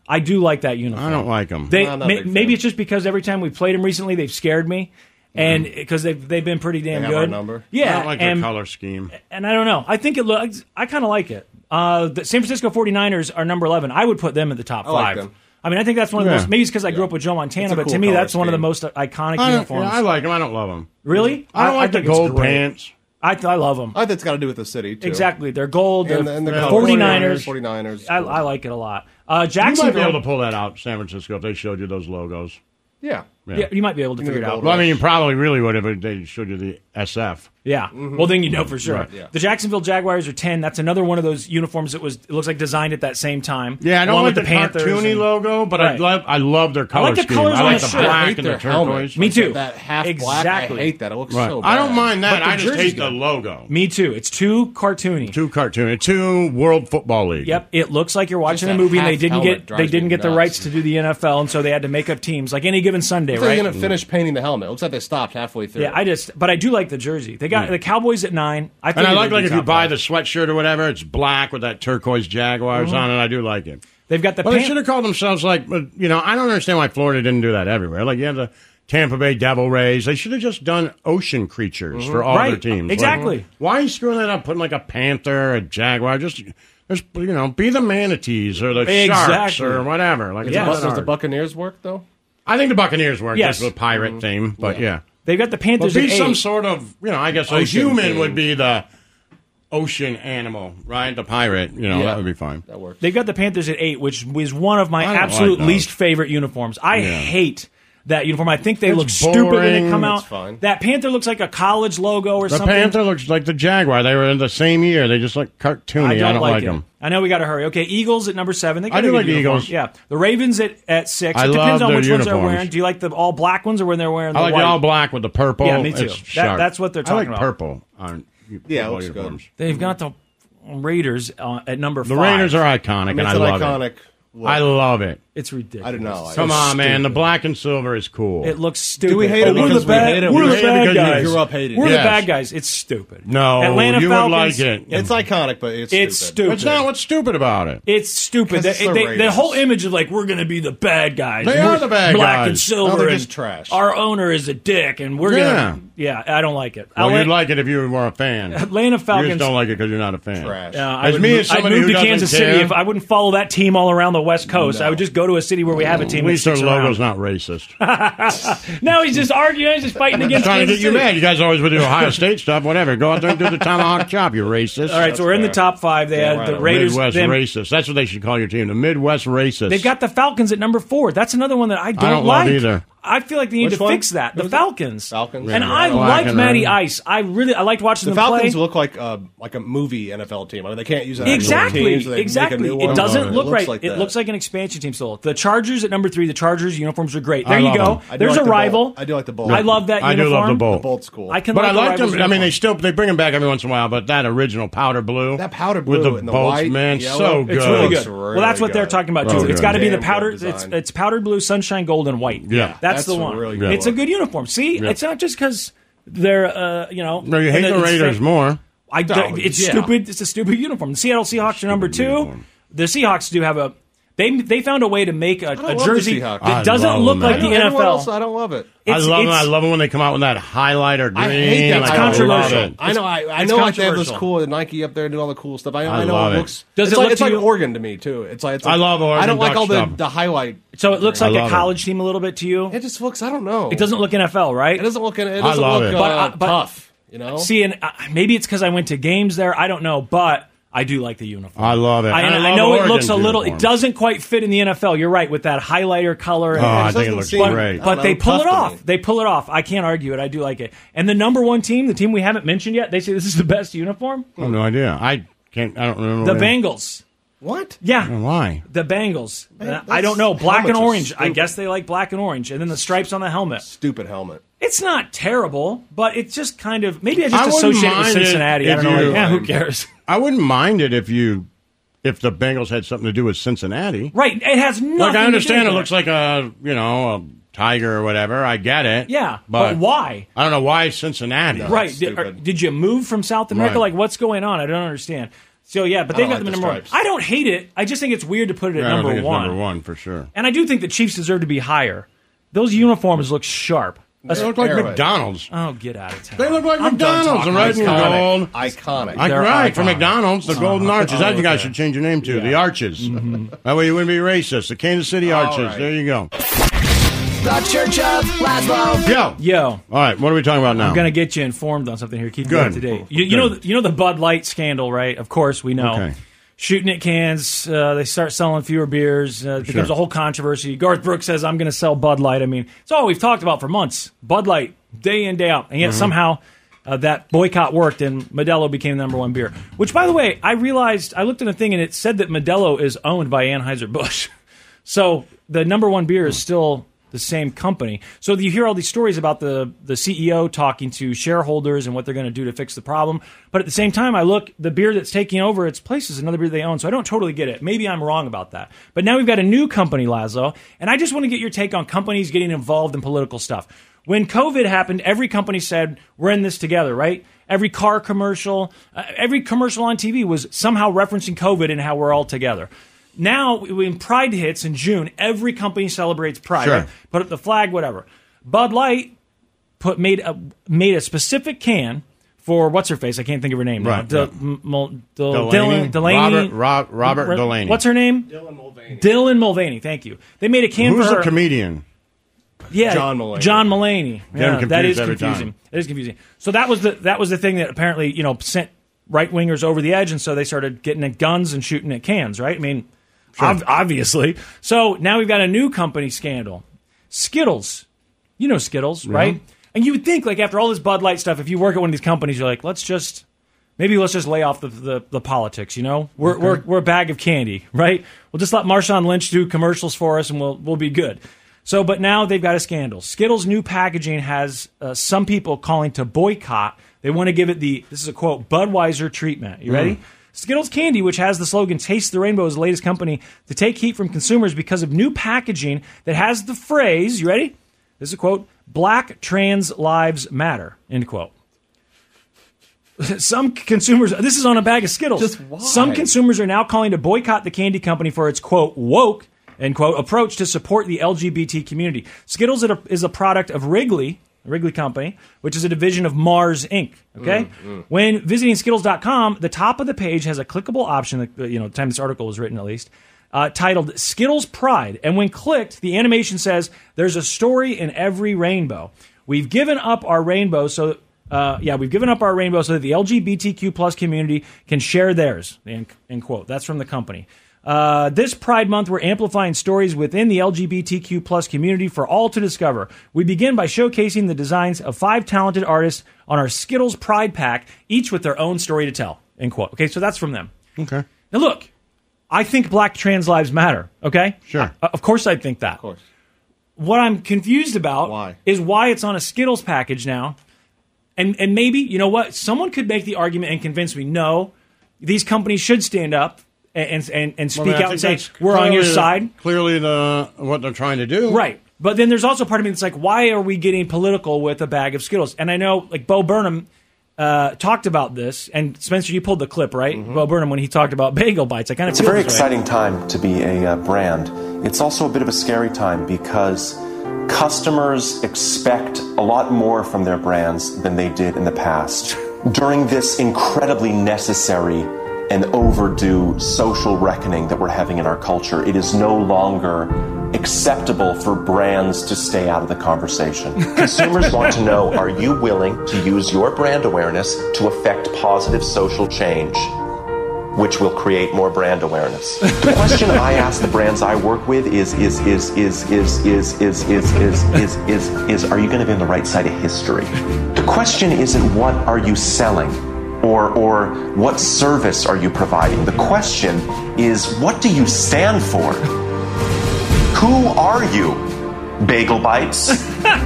Speaker 1: I do like that uniform.
Speaker 2: Mm-hmm. I don't like them.
Speaker 1: They
Speaker 3: I'm
Speaker 1: ma-
Speaker 3: not a big fan.
Speaker 1: maybe it's just because every time we played them recently, they've scared me, and because they've they've been pretty damn
Speaker 3: Mm-hmm. They have
Speaker 1: good.
Speaker 3: our number?
Speaker 1: Yeah,
Speaker 2: I don't like their
Speaker 1: and,
Speaker 2: color scheme.
Speaker 1: and I don't know. I think it looks. I kind of like it. Uh, the San Francisco 49ers are number eleven. I would put them in the top
Speaker 3: I like
Speaker 1: five.
Speaker 3: them.
Speaker 1: I mean, I think that's one of the
Speaker 2: Yeah.
Speaker 1: most. Maybe it's because I grew up with Joe Montana,
Speaker 3: It's a
Speaker 1: but to
Speaker 3: cool
Speaker 1: me,
Speaker 3: color
Speaker 1: that's one of the
Speaker 3: scheme.
Speaker 1: most uh, iconic
Speaker 2: I, don't,
Speaker 1: uniforms.
Speaker 2: yeah, I like them. I don't love them.
Speaker 1: really,
Speaker 2: I don't like the
Speaker 1: think it's
Speaker 2: gold
Speaker 1: great.
Speaker 2: pants.
Speaker 1: I, th- I love them.
Speaker 3: I think it's got to do with the city too.
Speaker 1: exactly, they're gold. They're
Speaker 3: And, the- and the
Speaker 1: they're
Speaker 3: color.
Speaker 1: 49ers.
Speaker 3: 49ers.
Speaker 1: I, I like it a lot. Uh,
Speaker 2: You might be
Speaker 1: Jacksonville.
Speaker 2: able to pull that out, San Francisco, if they showed you those logos.
Speaker 3: Yeah.
Speaker 1: yeah, you might be able to
Speaker 3: You
Speaker 1: figure it
Speaker 3: need
Speaker 1: out.
Speaker 3: gold.
Speaker 2: Well, I mean, you probably really would if they showed you the SF.
Speaker 1: Yeah. Well, then you know for sure.
Speaker 2: Mm-hmm. Right.
Speaker 1: Yeah. The Jacksonville Jaguars are ten. That's another one of those uniforms that was it looks like designed at that same time.
Speaker 2: Yeah, I don't
Speaker 1: along
Speaker 2: like
Speaker 1: with
Speaker 2: the,
Speaker 1: Panthers
Speaker 2: cartoony
Speaker 1: and-
Speaker 2: logo, but I
Speaker 1: Right.
Speaker 2: love I love their color
Speaker 1: like the
Speaker 2: scheme.
Speaker 1: colors
Speaker 2: I
Speaker 1: on
Speaker 2: like
Speaker 1: the
Speaker 2: the
Speaker 1: shirt. I
Speaker 2: black
Speaker 3: hate
Speaker 2: and the
Speaker 3: their helmet.
Speaker 2: turquoise.
Speaker 1: Me too.
Speaker 3: That half black. I
Speaker 1: Exactly.
Speaker 3: hate that. It looks
Speaker 2: Right.
Speaker 3: so. Bad.
Speaker 2: I don't mind that.
Speaker 3: But the
Speaker 2: I just
Speaker 3: jersey's
Speaker 2: hate the
Speaker 3: good.
Speaker 2: logo.
Speaker 1: Me too. It's too cartoony.
Speaker 2: Two cartoon, two World Football League.
Speaker 1: Yep, it looks like you're watching a
Speaker 3: that
Speaker 1: movie and they
Speaker 3: half
Speaker 1: didn't get
Speaker 3: helmet
Speaker 1: they
Speaker 3: drives
Speaker 1: didn't
Speaker 3: me
Speaker 1: get the
Speaker 3: nuts.
Speaker 1: rights to do the NFL and so they had to make up teams like any given Sunday,
Speaker 3: Looks like
Speaker 1: right?
Speaker 3: They're gonna finish painting the helmet. Looks like they stopped halfway through.
Speaker 1: Yeah, I just but I do like the jersey. They got the Cowboys at 9. I think
Speaker 2: And I
Speaker 1: it
Speaker 2: like
Speaker 1: would
Speaker 2: like
Speaker 1: be
Speaker 2: if you
Speaker 1: top
Speaker 2: buy
Speaker 1: five.
Speaker 2: the sweatshirt or whatever, it's black with that turquoise Jaguars
Speaker 1: Mm-hmm.
Speaker 2: on it. I do like it.
Speaker 1: They've got the
Speaker 2: Well, they
Speaker 1: Pan-
Speaker 2: should have called themselves like but, you know. I don't understand why Florida didn't do that everywhere. Like you have the Tampa Bay Devil Rays. They should have just done ocean creatures for all their
Speaker 1: Mm-hmm. Right.
Speaker 2: teams. Like,
Speaker 1: Exactly.
Speaker 2: why are you screwing that up? Putting like a panther, a jaguar, just. There's, you know, be the manatees or the sharks
Speaker 1: Exactly.
Speaker 2: or whatever. Like, it's
Speaker 1: Yeah.
Speaker 2: not
Speaker 3: Does the
Speaker 2: hard.
Speaker 3: Buccaneers work though?
Speaker 2: I think the Buccaneers were
Speaker 1: Yes. Mm-hmm.
Speaker 2: just the pirate theme, but yeah.
Speaker 1: They've got the
Speaker 2: But
Speaker 1: Panthers
Speaker 2: be
Speaker 1: at 8.
Speaker 2: some sort of, you know, I guess a
Speaker 3: Ocean
Speaker 2: human
Speaker 3: theme.
Speaker 2: would be the ocean animal, right? The pirate, you know,
Speaker 3: Yeah.
Speaker 2: that would be fine.
Speaker 3: That works.
Speaker 1: They've got the Panthers at eight, which was one of my
Speaker 2: I don't like
Speaker 1: absolute
Speaker 2: those.
Speaker 1: least favorite uniforms. I
Speaker 2: Yeah.
Speaker 1: hate that uniform. I think they
Speaker 2: It's
Speaker 1: look stupid when they
Speaker 2: boring.
Speaker 1: come out.
Speaker 3: It's fine.
Speaker 1: That Panther looks like a college logo or
Speaker 2: The
Speaker 1: something.
Speaker 2: panther looks like the jaguar. They were in the same year. They just look cartoony.
Speaker 1: I don't,
Speaker 2: like,
Speaker 1: like, it.
Speaker 2: them.
Speaker 1: I know we got to hurry. Okay, Eagles at number seven. They got
Speaker 2: I do
Speaker 1: a good
Speaker 2: like the
Speaker 1: uniform.
Speaker 2: Eagles.
Speaker 1: Yeah, the Ravens at, at six.
Speaker 2: I
Speaker 1: it
Speaker 2: love
Speaker 1: depends
Speaker 2: their
Speaker 1: on which ones they're
Speaker 2: uniforms.
Speaker 1: wearing. Do you like the all black ones or when they're wearing?
Speaker 2: I like
Speaker 1: the
Speaker 2: the
Speaker 1: white?
Speaker 2: all black with the purple.
Speaker 1: Yeah, me too.
Speaker 2: It's
Speaker 1: That-
Speaker 2: sharp.
Speaker 1: that's what they're
Speaker 2: I like
Speaker 1: talking about.
Speaker 2: Purple on
Speaker 3: Yeah,
Speaker 2: football
Speaker 3: it looks good.
Speaker 2: uniforms.
Speaker 1: They've got the Raiders uh, at number
Speaker 2: The
Speaker 1: five.
Speaker 2: Raiders are iconic,
Speaker 3: I mean,
Speaker 2: and
Speaker 3: it's
Speaker 2: I
Speaker 3: an
Speaker 2: love
Speaker 3: iconic.
Speaker 2: it.
Speaker 3: look.
Speaker 2: I love it.
Speaker 1: It's ridiculous.
Speaker 3: I did not like.
Speaker 2: Come
Speaker 3: it.
Speaker 2: on, man. The black and silver is cool.
Speaker 1: It looks stupid.
Speaker 3: Do we hate it
Speaker 1: Oh, we're
Speaker 3: because
Speaker 1: the
Speaker 3: we
Speaker 1: bad,
Speaker 3: hate it?
Speaker 1: We're
Speaker 3: We
Speaker 1: the
Speaker 3: hate it
Speaker 1: bad
Speaker 2: because you
Speaker 1: guys.
Speaker 3: grew up hating it.
Speaker 1: We're the
Speaker 2: Yes.
Speaker 1: bad guys. It's stupid.
Speaker 2: No,
Speaker 1: Atlanta
Speaker 2: you would
Speaker 1: Falcons.
Speaker 2: like it.
Speaker 3: It's iconic, but it's
Speaker 1: It's
Speaker 3: stupid.
Speaker 2: It's not what's stupid about it.
Speaker 1: It's stupid.
Speaker 3: 'Cause
Speaker 1: They,
Speaker 3: it's the
Speaker 1: they-
Speaker 3: Raiders.
Speaker 1: the whole image of like we're going to be the bad guys.
Speaker 2: They
Speaker 1: and
Speaker 2: are
Speaker 1: we're
Speaker 2: the bad
Speaker 1: black
Speaker 2: guys.
Speaker 1: and silver.
Speaker 3: No, they're
Speaker 1: and
Speaker 3: just trash.
Speaker 1: Our owner is a dick, and we're gonna. Yeah, I don't like it.
Speaker 2: Well,
Speaker 1: I'll
Speaker 2: you'd
Speaker 1: let-
Speaker 2: like it if you were a fan.
Speaker 1: Atlanta
Speaker 2: You
Speaker 1: Falcons-
Speaker 2: just don't like it because you're not a fan.
Speaker 3: Trash.
Speaker 1: Uh, I
Speaker 2: As
Speaker 1: would
Speaker 2: me
Speaker 1: move,
Speaker 2: as somebody
Speaker 1: I'd move
Speaker 2: who
Speaker 1: to
Speaker 2: doesn't
Speaker 1: Kansas
Speaker 2: care-
Speaker 1: City if I wouldn't follow that team all around the West Coast. I would just go to a city where we have a team.
Speaker 2: At
Speaker 1: that
Speaker 2: least our
Speaker 1: sticks around.
Speaker 2: logo's not racist.
Speaker 1: No, he's just arguing. He's just fighting
Speaker 2: I'm
Speaker 1: against.
Speaker 2: trying to
Speaker 1: Kansas
Speaker 2: get you
Speaker 1: City.
Speaker 2: mad. You guys always would do Ohio State stuff, whatever. Go out there and do the tomahawk chop, you racist.
Speaker 1: All right, so we're in the top five. They had the
Speaker 3: right.
Speaker 1: Raiders.
Speaker 2: Midwest
Speaker 1: them-
Speaker 2: racist. That's what they should call your team. The Midwest racist.
Speaker 1: They've got the Falcons at number four. That's another one that I don't,
Speaker 2: don't love
Speaker 1: like
Speaker 2: either.
Speaker 1: I feel like they need
Speaker 3: Which
Speaker 1: to
Speaker 3: one?
Speaker 1: fix that. The
Speaker 3: Who's it?
Speaker 1: Falcons.
Speaker 3: Falcons.
Speaker 1: And
Speaker 3: Yeah.
Speaker 1: I
Speaker 2: Falcon,
Speaker 1: liked Matty
Speaker 2: right.
Speaker 1: Ice. I really I liked watching
Speaker 3: The
Speaker 1: them
Speaker 3: Falcons
Speaker 1: play.
Speaker 3: look like a like a movie NFL team. I mean, they can't use an actual
Speaker 1: Exactly.
Speaker 3: team, so they make a
Speaker 1: exactly.
Speaker 3: new one.
Speaker 1: It doesn't look
Speaker 3: looks
Speaker 1: right.
Speaker 3: Like
Speaker 1: it
Speaker 3: that.
Speaker 1: looks like an expansion team still. The Chargers at number three. The Chargers uniforms are great. There
Speaker 2: I
Speaker 1: you
Speaker 2: love
Speaker 1: go.
Speaker 2: them.
Speaker 3: I do
Speaker 1: There's
Speaker 3: like
Speaker 1: a
Speaker 3: the
Speaker 1: rival.
Speaker 3: Bolt. I do like the Bolt.
Speaker 1: I love that
Speaker 2: I do
Speaker 1: uniform.
Speaker 2: love the Bolt.
Speaker 3: Bolt's cool.
Speaker 1: I can
Speaker 2: But I
Speaker 1: like the
Speaker 2: like
Speaker 1: rival's
Speaker 2: them. I mean, they
Speaker 1: uniform.
Speaker 2: still they bring them back every once in a while. But that original powder blue,
Speaker 3: That powder
Speaker 2: with
Speaker 3: blue
Speaker 2: the
Speaker 3: and the
Speaker 2: bolts,
Speaker 3: white,
Speaker 2: man,
Speaker 3: yellow.
Speaker 2: so good.
Speaker 1: It's really
Speaker 3: Looks
Speaker 1: good. well, that's
Speaker 3: really
Speaker 1: what they're
Speaker 3: good.
Speaker 1: talking about too.
Speaker 2: Really
Speaker 1: It's got to be
Speaker 3: good.
Speaker 1: the
Speaker 3: Damn
Speaker 1: powder.
Speaker 3: good design.
Speaker 1: It's it's powder blue, sunshine gold, and white.
Speaker 2: Yeah.
Speaker 1: that's,
Speaker 3: That's
Speaker 1: the one.
Speaker 3: really good
Speaker 1: It's a
Speaker 3: one.
Speaker 1: good uniform. See, it's not just because they're uh, you know.
Speaker 2: No, you hate
Speaker 1: and
Speaker 2: the
Speaker 1: it's-
Speaker 2: Raiders more.
Speaker 1: I don't- it's
Speaker 3: yeah.
Speaker 1: stupid. It's a stupid uniform. The Seattle Seahawks are number two.
Speaker 2: uniform.
Speaker 1: The Seahawks do have a. They they found a way to make a, a
Speaker 3: love the
Speaker 1: jersey
Speaker 3: Seahawks.
Speaker 1: that
Speaker 2: I
Speaker 1: doesn't
Speaker 2: love
Speaker 1: look
Speaker 2: them,
Speaker 1: like the
Speaker 2: man.
Speaker 3: Everyone else,
Speaker 1: NFL.
Speaker 3: I don't love it.
Speaker 2: I
Speaker 1: It's-
Speaker 2: love them.
Speaker 1: it's-
Speaker 2: I love them when they come out with that highlighter green.
Speaker 3: I hate that.
Speaker 2: Like,
Speaker 1: It's
Speaker 2: I love
Speaker 1: controversial.
Speaker 2: it.
Speaker 3: I know. I, I
Speaker 1: It's
Speaker 3: know like they have this
Speaker 1: controversial.
Speaker 3: cool Nike up there and do all the cool stuff. I, I,
Speaker 2: I
Speaker 3: know
Speaker 2: love
Speaker 3: it
Speaker 2: it.
Speaker 3: looks.
Speaker 1: Does
Speaker 3: it's
Speaker 1: it
Speaker 3: like,
Speaker 1: look
Speaker 3: it's
Speaker 1: to
Speaker 3: like
Speaker 1: you-
Speaker 3: Oregon to me too. It's like it's
Speaker 2: I
Speaker 3: like,
Speaker 2: love Oregon
Speaker 3: I don't like
Speaker 2: Duck
Speaker 3: all the,
Speaker 2: stuff.
Speaker 3: the highlight.
Speaker 1: so it looks
Speaker 2: I
Speaker 1: like a
Speaker 2: love it.
Speaker 1: college team a little bit to you.
Speaker 3: It
Speaker 1: It
Speaker 3: just looks. I don't know. It
Speaker 1: doesn't look NFL, right?
Speaker 3: It doesn't look. It doesn't
Speaker 2: love it.
Speaker 3: look uh,
Speaker 1: But, uh, but-
Speaker 3: tough. You know.
Speaker 1: See, and uh, maybe it's because I went to games there. I don't know, but I do like the uniform.
Speaker 2: I love it.
Speaker 1: I,
Speaker 2: And I
Speaker 1: and I,
Speaker 2: love
Speaker 1: know it
Speaker 2: Oregon's
Speaker 1: looks a little.
Speaker 2: uniform.
Speaker 1: It doesn't quite fit in the NFL. You're right with that highlighter color. and-
Speaker 2: Oh, I
Speaker 3: It
Speaker 2: think it
Speaker 3: doesn't
Speaker 2: looks
Speaker 3: seem-
Speaker 2: great.
Speaker 3: I don't
Speaker 1: but
Speaker 3: know,
Speaker 1: they pull
Speaker 3: tough
Speaker 1: it
Speaker 3: to
Speaker 1: off.
Speaker 3: me.
Speaker 1: They pull it off. I can't argue it. I do like it. And the number one team, the team we haven't mentioned yet, they say this is the best uniform.
Speaker 2: I have no idea. I can't. I don't remember
Speaker 1: The
Speaker 2: what it-
Speaker 1: Bengals.
Speaker 3: what?
Speaker 1: Yeah.
Speaker 2: Why?
Speaker 1: The Bengals.
Speaker 3: Man,
Speaker 1: I don't know.
Speaker 3: that's-
Speaker 1: Black and
Speaker 3: helmets are
Speaker 1: orange. I
Speaker 3: stupid.
Speaker 1: guess they like black and orange. And then the stripes on the helmet.
Speaker 3: Stupid helmet.
Speaker 1: It's not terrible, but it's just kind of maybe I just
Speaker 2: I wouldn't
Speaker 1: associate it with
Speaker 2: mind it
Speaker 1: Cincinnati. I
Speaker 2: if
Speaker 1: don't know.
Speaker 2: you-
Speaker 1: Like, yeah, who cares?
Speaker 2: I wouldn't mind it if you, if the Bengals had something to do with Cincinnati.
Speaker 1: Right. It has nothing.
Speaker 2: Like I
Speaker 1: to
Speaker 2: understand,
Speaker 1: do
Speaker 2: it
Speaker 1: with
Speaker 2: looks like a you know a tiger or whatever. I get it.
Speaker 1: Yeah,
Speaker 2: but,
Speaker 1: but why?
Speaker 2: I don't know why Cincinnati.
Speaker 1: right. Did,
Speaker 3: stupid.
Speaker 1: or- did you move from South America?
Speaker 2: Right.
Speaker 1: Like, what's going on? I don't understand. So yeah, but they
Speaker 3: don't
Speaker 1: got
Speaker 3: like
Speaker 1: them
Speaker 3: the
Speaker 1: at number one.
Speaker 3: stripes.
Speaker 1: I don't hate it. I just think it's weird to put it at
Speaker 2: I don't
Speaker 1: number
Speaker 2: think it's
Speaker 1: one.
Speaker 2: number one for sure.
Speaker 1: And I do think the Chiefs deserve to be higher. Those uniforms look sharp.
Speaker 2: They look like
Speaker 3: Arrowhead.
Speaker 2: McDonald's.
Speaker 1: Oh, get out of town.
Speaker 2: They look like
Speaker 1: I'm done
Speaker 2: McDonald's.
Speaker 1: talking.
Speaker 2: The red and gold.
Speaker 3: Iconic. Iconic.
Speaker 2: I,
Speaker 1: They're Uh-huh.
Speaker 2: right, for
Speaker 1: iconic.
Speaker 2: McDonald's, the Golden Arches. I think I should change your name to the Arches.
Speaker 1: Mm-hmm.
Speaker 2: That way you wouldn't be racist. The Kansas City
Speaker 3: All
Speaker 2: Arches.
Speaker 3: right.
Speaker 2: There you go.
Speaker 5: The Church of Laszlo.
Speaker 2: Yo.
Speaker 1: Yo,
Speaker 2: All right, what are we talking about now?
Speaker 1: I'm gonna get you informed on something here. Keep you
Speaker 2: Good.
Speaker 1: up to date. You, you know,
Speaker 2: Good.
Speaker 1: you know the Bud Light scandal, right? Of course, we know.
Speaker 2: Okay.
Speaker 1: Shooting at cans, uh, they start selling fewer beers. Uh, it becomes
Speaker 2: Sure.
Speaker 1: a whole controversy. Garth Brooks says, "I'm going to sell Bud Light." I mean, it's all we've talked about for months. Bud Light, day in, day out, and
Speaker 2: Mm-hmm.
Speaker 1: yet somehow uh, that boycott worked, and Modelo became the number one beer. Which, by the way, I realized I looked at a thing, and it said that Modelo is owned by Anheuser Busch. So the number one beer is still the same company. So you hear all these stories about the the CEO talking to shareholders and what they're going to do to fix the problem. But at the same time, I look the beer that's taking over its place is another beer they own. So I don't totally get it. Maybe I'm wrong about that. But now we've got a new company, Lazo, and I just want to get your take on companies getting involved in political stuff. When COVID happened, every company said we're in this together, right? Every car commercial, uh, every commercial on TV was somehow referencing COVID and how we're all together. Now, when Pride hits in June, every company celebrates Pride.
Speaker 2: Sure.
Speaker 1: right? Put up the flag, whatever. Bud Light put made a made a specific can for what's her face? I can't think of her name. now.
Speaker 2: Right,
Speaker 1: De-
Speaker 2: right.
Speaker 1: M- Mul- Del-
Speaker 2: Delaney?
Speaker 1: Dylan- Delaney.
Speaker 2: Robert- Rob- Robert
Speaker 1: Re-
Speaker 2: Delaney.
Speaker 1: What's her name? Dylan Mulvaney. Dylan Mulvaney. Thank you. They made a can
Speaker 2: Who's
Speaker 1: for
Speaker 2: the
Speaker 1: her.
Speaker 2: comedian?
Speaker 1: Yeah,
Speaker 3: John Mulaney.
Speaker 1: John Mulaney. Yeah,
Speaker 2: confused
Speaker 1: that is
Speaker 2: every
Speaker 1: confusing.
Speaker 2: time.
Speaker 1: It is confusing. So that was the that was the thing that apparently you know sent right wingers over the edge, and so they started getting at guns and shooting at cans. Right? I mean, ob- obviously. So now we've got a new company scandal, Skittles. You know Skittles, right? And you would think like after all this Bud Light stuff, if you work at one of these companies, you're like, let's just maybe let's just lay off the, the, the politics, you know? We're, we're, we're a bag of candy, right? We'll just let Marshawn Lynch do commercials for us and we'll, we'll be good. So, but now they've got a scandal. Skittles' new packaging has uh, some people calling to boycott. They want to give it the, this is a quote, Budweiser treatment. You ready? Skittles Candy, which has the slogan Taste the Rainbow, is the latest company to take heat from consumers because of new packaging that has the phrase, you ready? This is a quote, black trans lives matter, end quote some consumers this is on a bag of skittles
Speaker 3: Just why?
Speaker 1: some consumers are now calling to boycott the candy company for its quote woke end quote approach to support the lgbt community skittles is a- is a product of wrigley wrigley company which is a division of mars inc okay
Speaker 3: Mm,
Speaker 1: when visiting skittles.com the top of the page has a clickable option that, you know the time this article was written at least uh, titled Skittles Pride. And when clicked, the animation says, There's a story in every rainbow. We've given up our rainbow so. Uh, yeah, we've given up our rainbow so that the LGBTQ plus community can share theirs. End, end quote. That's from the company. Uh, this Pride Month, we're amplifying stories within the LGBTQ plus community for all to discover. We begin by showcasing the designs of five talented artists on our Skittles Pride Pack, each with their own story to tell. End quote. Okay, so that's from them.
Speaker 2: Okay.
Speaker 1: Now look, I think black trans lives matter. Okay,
Speaker 2: Sure.
Speaker 1: I- of course, I think that. Of
Speaker 3: course.
Speaker 1: What I'm confused about
Speaker 3: Why?
Speaker 1: is why it's on a Skittles package now, and and maybe you know what? Someone could make the argument and convince me. No, these companies should stand up and and and speak
Speaker 2: I mean, I
Speaker 1: out and
Speaker 2: think
Speaker 1: say
Speaker 2: that's
Speaker 1: we're on your
Speaker 2: clearly the-
Speaker 1: side.
Speaker 2: Clearly, the what they're trying to do.
Speaker 1: Right. But then there's also part of me that's like, why are we getting political with a bag of Skittles? And I know, like, Bo Burnham uh, talked about this, and Spencer, you pulled the clip, right?
Speaker 2: Mm-hmm.
Speaker 1: Bo Burnham, when he talked about bagel bites. I kind of
Speaker 6: It's a very exciting time to be a uh, brand. It's also a bit of a scary time because customers expect a lot more from their brands than they did in the past. During this incredibly necessary and overdue social reckoning that we're having in our culture, it is no longer acceptable for brands to stay out of the conversation. Consumers want to know are you willing to use your brand awareness to affect positive social change? which will create more brand awareness. The question I ask the brands I work with is is is is is is is is is is is is are you going to be on the right side of history? The question isn't what are you selling or or what service are you providing? The question is what do you stand for? Who are you? Bagel bites.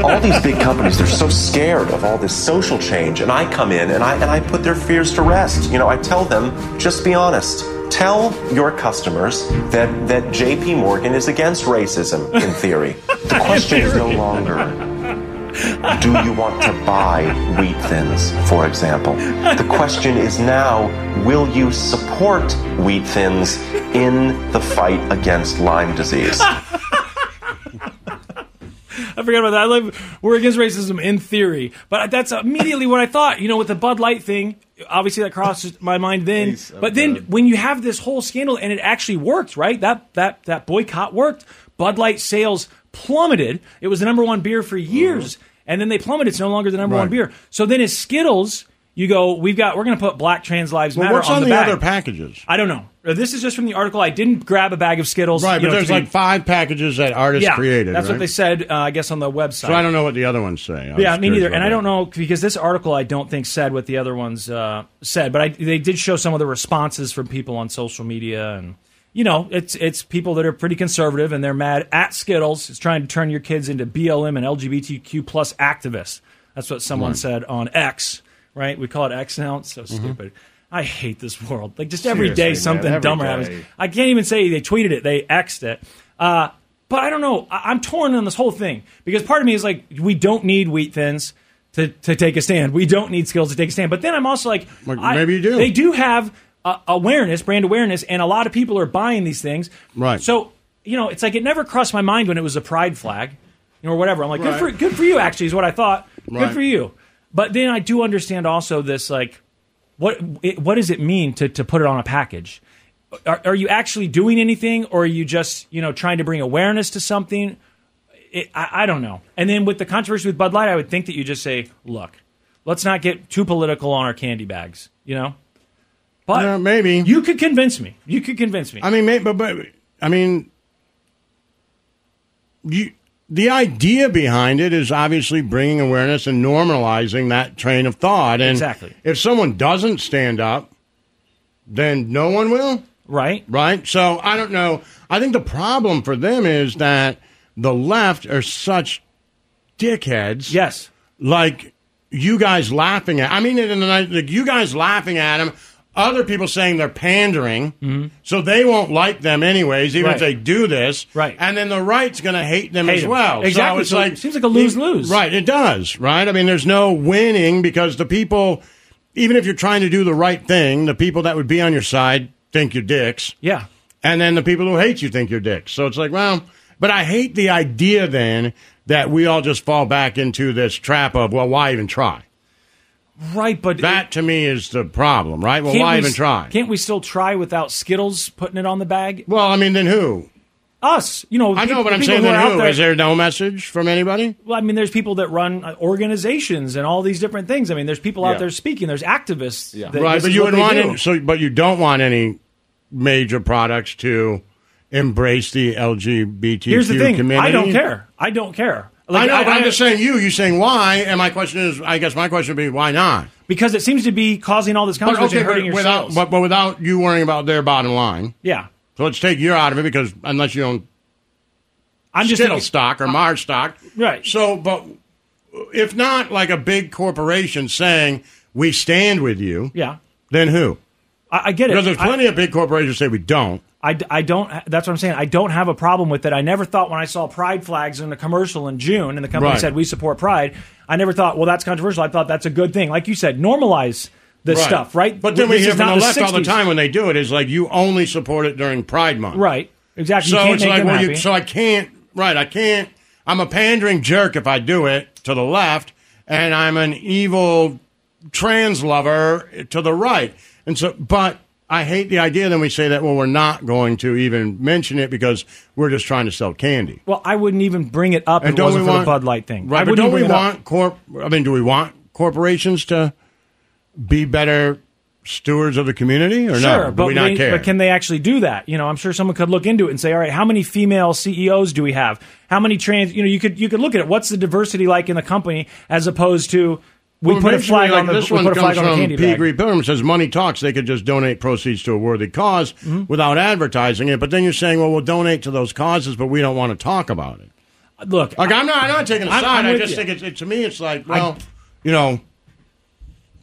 Speaker 6: all these big companies, they're so scared of all this social change. And I come in and I and I put their fears to rest. You know, I tell them, just be honest. Tell your customers that that JP Morgan is against racism in theory. The question is no longer do you want to buy wheat thins, for example? The question is now will you support wheat thins in the fight against Lyme disease?
Speaker 1: I forgot about that. I live, we're against racism in theory, but that's immediately what I thought. You know, with the Bud Light thing, obviously that crossed my mind then.
Speaker 3: Ace
Speaker 2: oh
Speaker 3: of
Speaker 1: but then
Speaker 3: God.
Speaker 1: when you have this whole scandal and it actually worked, right? That that that boycott worked. Bud Light sales plummeted. It was the number one beer for years, and then they plummeted. It's no longer the number one
Speaker 2: Mm-hmm. Right.
Speaker 1: beer. So then as Skittles, you go, we've got we're going to put Black Trans Lives
Speaker 2: Well,
Speaker 1: Matter
Speaker 2: what's on, the,
Speaker 1: bag.
Speaker 2: other packages?
Speaker 1: I don't know. Uh, This is just from the article. I didn't grab a bag of Skittles.
Speaker 2: Right,
Speaker 1: you
Speaker 2: but
Speaker 1: know,
Speaker 2: there's
Speaker 1: to be-
Speaker 2: like five packages that artists
Speaker 1: yeah,
Speaker 2: created.
Speaker 1: That's
Speaker 2: right?
Speaker 1: what they said, uh, I guess, on the website.
Speaker 2: So I don't know what the other ones say. I was
Speaker 1: Yeah,
Speaker 2: curious
Speaker 1: me neither.
Speaker 2: about
Speaker 1: And I
Speaker 2: that.
Speaker 1: don't know because this article I don't think said what the other ones uh, said, but I, they did show some of the responses from people on social media, and you know, it's it's people that are pretty conservative and they're mad at Skittles. It's trying to turn your kids into BLM and LGBTQ plus activists. That's what someone said on X. Right? We call it X now. It's so stupid. I hate this world. Like just every day
Speaker 3: Mm-hmm. Seriously, man,
Speaker 1: something
Speaker 3: every
Speaker 1: dumber
Speaker 3: day.
Speaker 1: happens. I can't even say they tweeted it; they xed it. Uh, but I don't know. I- I'm torn on this whole thing because part of me is like, we don't need wheat thins to, to take a stand. We don't need skills to take a stand. But then I'm also like,
Speaker 2: Like,
Speaker 1: I-
Speaker 2: maybe you do.
Speaker 1: They do have uh, awareness, brand awareness, and a lot of people are buying these things.
Speaker 2: Right.
Speaker 1: So you know, it's like it never crossed my mind when it was a pride flag you know, or whatever. I'm like, good for good for you. Actually, is what I thought. Good
Speaker 2: Right.
Speaker 1: for you. But then I do understand also this like what it, what does it mean to, to put it on a package? Are, are you actually doing anything, or are you just you know trying to bring awareness to something? It, I, I don't know. And then with the controversy with Bud Light, I would think that you just say, look, let's not get too political on our candy bags, you know. But
Speaker 2: Yeah, maybe.
Speaker 1: you could convince me. You could convince me.
Speaker 2: I mean, may- but, but I mean, you, the idea behind it is obviously bringing awareness and normalizing that train of thought. And
Speaker 1: Exactly.
Speaker 2: if someone doesn't stand up, then no one will,
Speaker 1: right?
Speaker 2: right? So I don't know. I think the problem for them is that the left are such dickheads.
Speaker 1: Yes.
Speaker 2: like you guys laughing at. I mean, it in the night, like you guys laughing at them. Other people saying they're pandering, so they won't like them anyways, even
Speaker 1: Mm-hmm. Right.
Speaker 2: if they do this.
Speaker 1: Right.
Speaker 2: And then the right's going to hate them
Speaker 1: Hate
Speaker 2: as
Speaker 1: 'em.
Speaker 2: well.
Speaker 1: Exactly.
Speaker 2: So it's
Speaker 1: So
Speaker 2: like
Speaker 1: it seems like a lose-lose.
Speaker 2: Right. It does. Right. I mean, there's no winning because the people, even if you're trying to do the right thing, the people that would be on your side think you're dicks.
Speaker 1: Yeah.
Speaker 2: And then the people who hate you think you're dicks. So it's like, well, but I hate the idea then that we all just fall back into this trap of, well, why even try?
Speaker 1: right, but
Speaker 2: That to me is the problem, right? Well,
Speaker 1: can't
Speaker 2: why
Speaker 1: we
Speaker 2: even
Speaker 1: s-
Speaker 2: try?
Speaker 1: Can't we still try without Skittles putting it on the bag?
Speaker 2: Well, I mean, then who?
Speaker 1: Us, you know.
Speaker 2: I know,
Speaker 1: peop-
Speaker 2: but I'm
Speaker 1: people
Speaker 2: saying
Speaker 1: who are
Speaker 2: then
Speaker 1: out
Speaker 2: who?
Speaker 1: there-
Speaker 2: Is there no message from anybody?
Speaker 1: Well, I mean, there's people that run uh, organizations and all these different things. I mean, there's people out
Speaker 2: Yeah.
Speaker 1: there speaking. There's activists. Yeah. That
Speaker 2: right,
Speaker 1: this
Speaker 2: but
Speaker 1: is
Speaker 2: you
Speaker 1: what
Speaker 2: would
Speaker 1: they
Speaker 2: want
Speaker 1: do.
Speaker 2: any, so, but you don't want any major products to embrace the LGBTQ
Speaker 1: Here's the thing.
Speaker 2: community.
Speaker 1: I don't care. I don't care.
Speaker 2: I know, but I'm just saying you. You saying why? And my question is, I guess my question would be, why not?
Speaker 1: because it seems to be causing all this
Speaker 2: But
Speaker 1: controversy, and
Speaker 2: but
Speaker 1: hurting
Speaker 2: without,
Speaker 1: yourselves.
Speaker 2: but, but without you worrying about their bottom line.
Speaker 1: yeah,
Speaker 2: So let's take your out of it because unless you own
Speaker 1: I'm just
Speaker 2: Skittle
Speaker 1: thinking, uh,
Speaker 2: stock or Mars stock,
Speaker 1: Right.
Speaker 2: So, but if not like a big corporation saying we stand with you,
Speaker 1: yeah.
Speaker 2: then who?
Speaker 1: I, I get it.
Speaker 2: Because there's
Speaker 1: I-
Speaker 2: plenty of big corporations say we don't.
Speaker 1: I, I don't. That's what I'm saying. I don't have a problem with it. I never thought when I saw Pride flags in a commercial in June, and the company
Speaker 2: Right.
Speaker 1: said we support Pride. I never thought, well, that's controversial. I thought that's a good thing. Like you said, normalize this stuff, right?
Speaker 2: But then we
Speaker 1: This
Speaker 2: hear
Speaker 1: is
Speaker 2: from
Speaker 1: not
Speaker 2: the left all the
Speaker 1: 60s.
Speaker 2: time when they do it is like you only support it during Pride Month,
Speaker 1: right? Exactly. you
Speaker 2: So
Speaker 1: can't
Speaker 2: it's
Speaker 1: make
Speaker 2: like,
Speaker 1: them
Speaker 2: well, you,
Speaker 1: happy.
Speaker 2: so I can't, right? I can't. I'm a pandering jerk if I do it to the left, and I'm an evil trans lover to the right. And so, but I hate the idea. Then we say that well, we're not going to even mention it because we're just trying to sell candy.
Speaker 1: well, I wouldn't even bring it up. if it wasn't for the Bud Light thing,
Speaker 2: Right,
Speaker 1: I
Speaker 2: but
Speaker 1: wouldn't
Speaker 2: don't we
Speaker 1: even bring it up.
Speaker 2: want corp? I mean, do we want corporations to be better stewards of the community, or
Speaker 1: Sure,
Speaker 2: no?
Speaker 1: but
Speaker 2: do we not
Speaker 1: they-
Speaker 2: care?
Speaker 1: But can they actually do that? You know, I'm sure someone could look into it and say, all right, how many female CEOs do we have? How many trans? You know, you could you could look at it. What's the diversity like in the company as opposed to we
Speaker 2: Well,
Speaker 1: put a
Speaker 2: basically,
Speaker 1: flag
Speaker 2: like,
Speaker 1: on the
Speaker 2: this
Speaker 1: we
Speaker 2: one
Speaker 1: put a
Speaker 2: comes
Speaker 1: flag on the
Speaker 2: from
Speaker 1: candy
Speaker 2: P.
Speaker 1: bag.
Speaker 2: Gree Pilgrim says money talks. They could just donate proceeds to a worthy because
Speaker 1: Mm-hmm.
Speaker 2: without advertising it. But then you're saying, well, we'll donate to those causes, but we don't want to talk about it.
Speaker 1: Look,
Speaker 2: Like I'm not, I'm not taking a
Speaker 1: I'm-
Speaker 2: side.
Speaker 1: I'm
Speaker 2: I
Speaker 1: with
Speaker 2: just
Speaker 1: you.
Speaker 2: think it's it, to me, it's like, well, you know,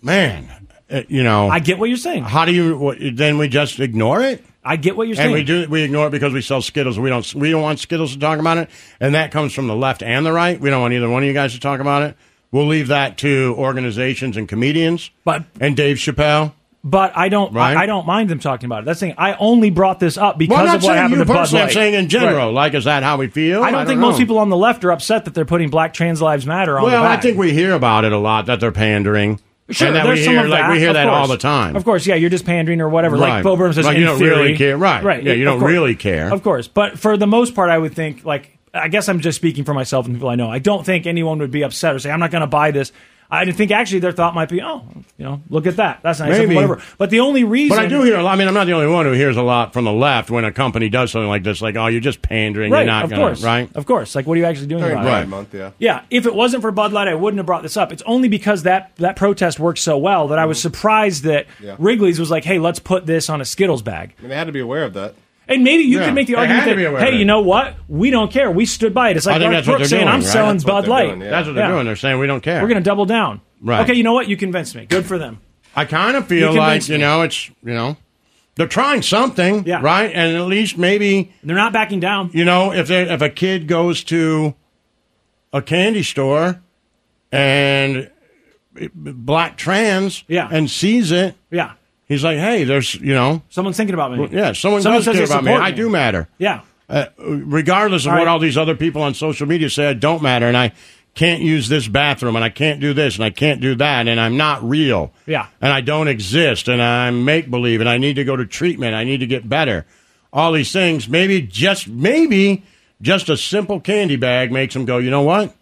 Speaker 2: man, uh, you know,
Speaker 1: I get what you're saying.
Speaker 2: how do you? What, then we just ignore it.
Speaker 1: I get what you're saying.
Speaker 2: And we do we ignore it because we sell Skittles. We don't we don't want Skittles to talk about it, and that comes from the left and the right. We don't want either one of you guys to talk about it. We'll leave that to organizations and comedians,
Speaker 1: But-
Speaker 2: and Dave Chappelle.
Speaker 1: but I don't.
Speaker 2: Right.
Speaker 1: I, I don't mind them talking about it. That's the thing. I only brought this up
Speaker 2: Well, I'm
Speaker 1: because
Speaker 2: not
Speaker 1: of what
Speaker 2: saying
Speaker 1: happened
Speaker 2: you
Speaker 1: to Bud
Speaker 2: personally.
Speaker 1: Light.
Speaker 2: I'm saying in general,
Speaker 1: Right.
Speaker 2: like, is that how we feel?
Speaker 1: I don't, think most
Speaker 2: know.
Speaker 1: people on the left are upset that they're putting Black Trans Lives Matter on. the
Speaker 2: Well, I
Speaker 1: bag.
Speaker 2: think we hear about it a lot that they're pandering.
Speaker 1: Sure,
Speaker 2: and that
Speaker 1: there's
Speaker 2: we
Speaker 1: some
Speaker 2: hear,
Speaker 1: of
Speaker 2: like,
Speaker 1: that.
Speaker 2: we hear
Speaker 1: of
Speaker 2: that
Speaker 1: course.
Speaker 2: all the time.
Speaker 1: Of course, yeah, you're just pandering or whatever.
Speaker 2: Right.
Speaker 1: Like Bill Burnham says,
Speaker 2: Like, you
Speaker 1: in
Speaker 2: don't really
Speaker 1: theory.
Speaker 2: care. Right.
Speaker 1: right.
Speaker 2: Yeah, you
Speaker 1: of
Speaker 2: don't
Speaker 1: course.
Speaker 2: really care.
Speaker 1: Of course, but for the most part, I would think like I guess I'm just speaking for myself and people I know. I don't think anyone would be upset or say I'm not going to buy this. I think actually their thought might be, oh, you know, look at that, that's nice,
Speaker 2: Maybe.
Speaker 1: whatever. But the only reason,
Speaker 2: But I do hear a lot. I mean, I'm not the only one who hears a lot from the left when a company does something like this, like, oh, you're just pandering.
Speaker 1: right?
Speaker 2: you're not
Speaker 1: of
Speaker 2: gonna,
Speaker 1: course,
Speaker 2: Right?
Speaker 1: Of course, like what are you actually doing about it?
Speaker 2: Right.
Speaker 6: month, yeah.
Speaker 1: Yeah, if it wasn't for Bud Light, I wouldn't have brought this up. It's only because that that protest worked so well that I was
Speaker 2: Mm-hmm.
Speaker 1: surprised that Wrigley's was like, "Hey, let's put this on a Skittles bag."
Speaker 3: I mean, they had to be aware of that.
Speaker 1: And maybe you
Speaker 2: Yeah,
Speaker 1: could make the
Speaker 2: they
Speaker 1: argument
Speaker 2: had to be
Speaker 1: that,
Speaker 2: aware of
Speaker 1: hey,
Speaker 2: it.
Speaker 1: you know what? We don't care. We stood by it. It's
Speaker 2: I
Speaker 1: like
Speaker 2: think
Speaker 1: Garth
Speaker 2: that's what
Speaker 1: Brooks
Speaker 2: they're
Speaker 1: saying,
Speaker 2: doing,
Speaker 1: "I'm
Speaker 2: right?
Speaker 1: selling
Speaker 2: That's
Speaker 3: what
Speaker 1: Bud
Speaker 3: they're
Speaker 1: Light.
Speaker 3: doing, yeah.
Speaker 2: That's what they're
Speaker 1: Yeah.
Speaker 2: doing. They're saying we don't care.
Speaker 1: We're going to double down."
Speaker 2: Right.
Speaker 1: Okay, you know what? You convinced me. Good for them.
Speaker 2: I kind of feel
Speaker 1: You
Speaker 2: like
Speaker 1: convinced
Speaker 2: you
Speaker 1: me.
Speaker 2: know it's you know they're trying something,
Speaker 1: Yeah.
Speaker 2: right? And at least maybe
Speaker 1: They're not backing down.
Speaker 2: you know if they, if a kid goes to a candy store and black trans
Speaker 1: Yeah.
Speaker 2: and sees it,
Speaker 1: Yeah.
Speaker 2: he's like, hey, there's you know
Speaker 1: Someone's thinking about me.
Speaker 2: yeah, someone,
Speaker 1: Someone
Speaker 2: does
Speaker 1: says
Speaker 2: care
Speaker 1: they
Speaker 2: about me.
Speaker 1: support
Speaker 2: I
Speaker 1: me.
Speaker 2: do matter.
Speaker 1: Yeah.
Speaker 2: uh, regardless of
Speaker 1: All
Speaker 2: what
Speaker 1: right.
Speaker 2: all these other people on social media say, I don't matter, and I can't use this bathroom, and I can't do this, and I can't do that, and I'm not real,
Speaker 1: Yeah.
Speaker 2: and I don't exist, and I'm make believe, and I need to go to treatment, I need to get better, all these things. Maybe just maybe just a simple candy bag makes them go, you know what?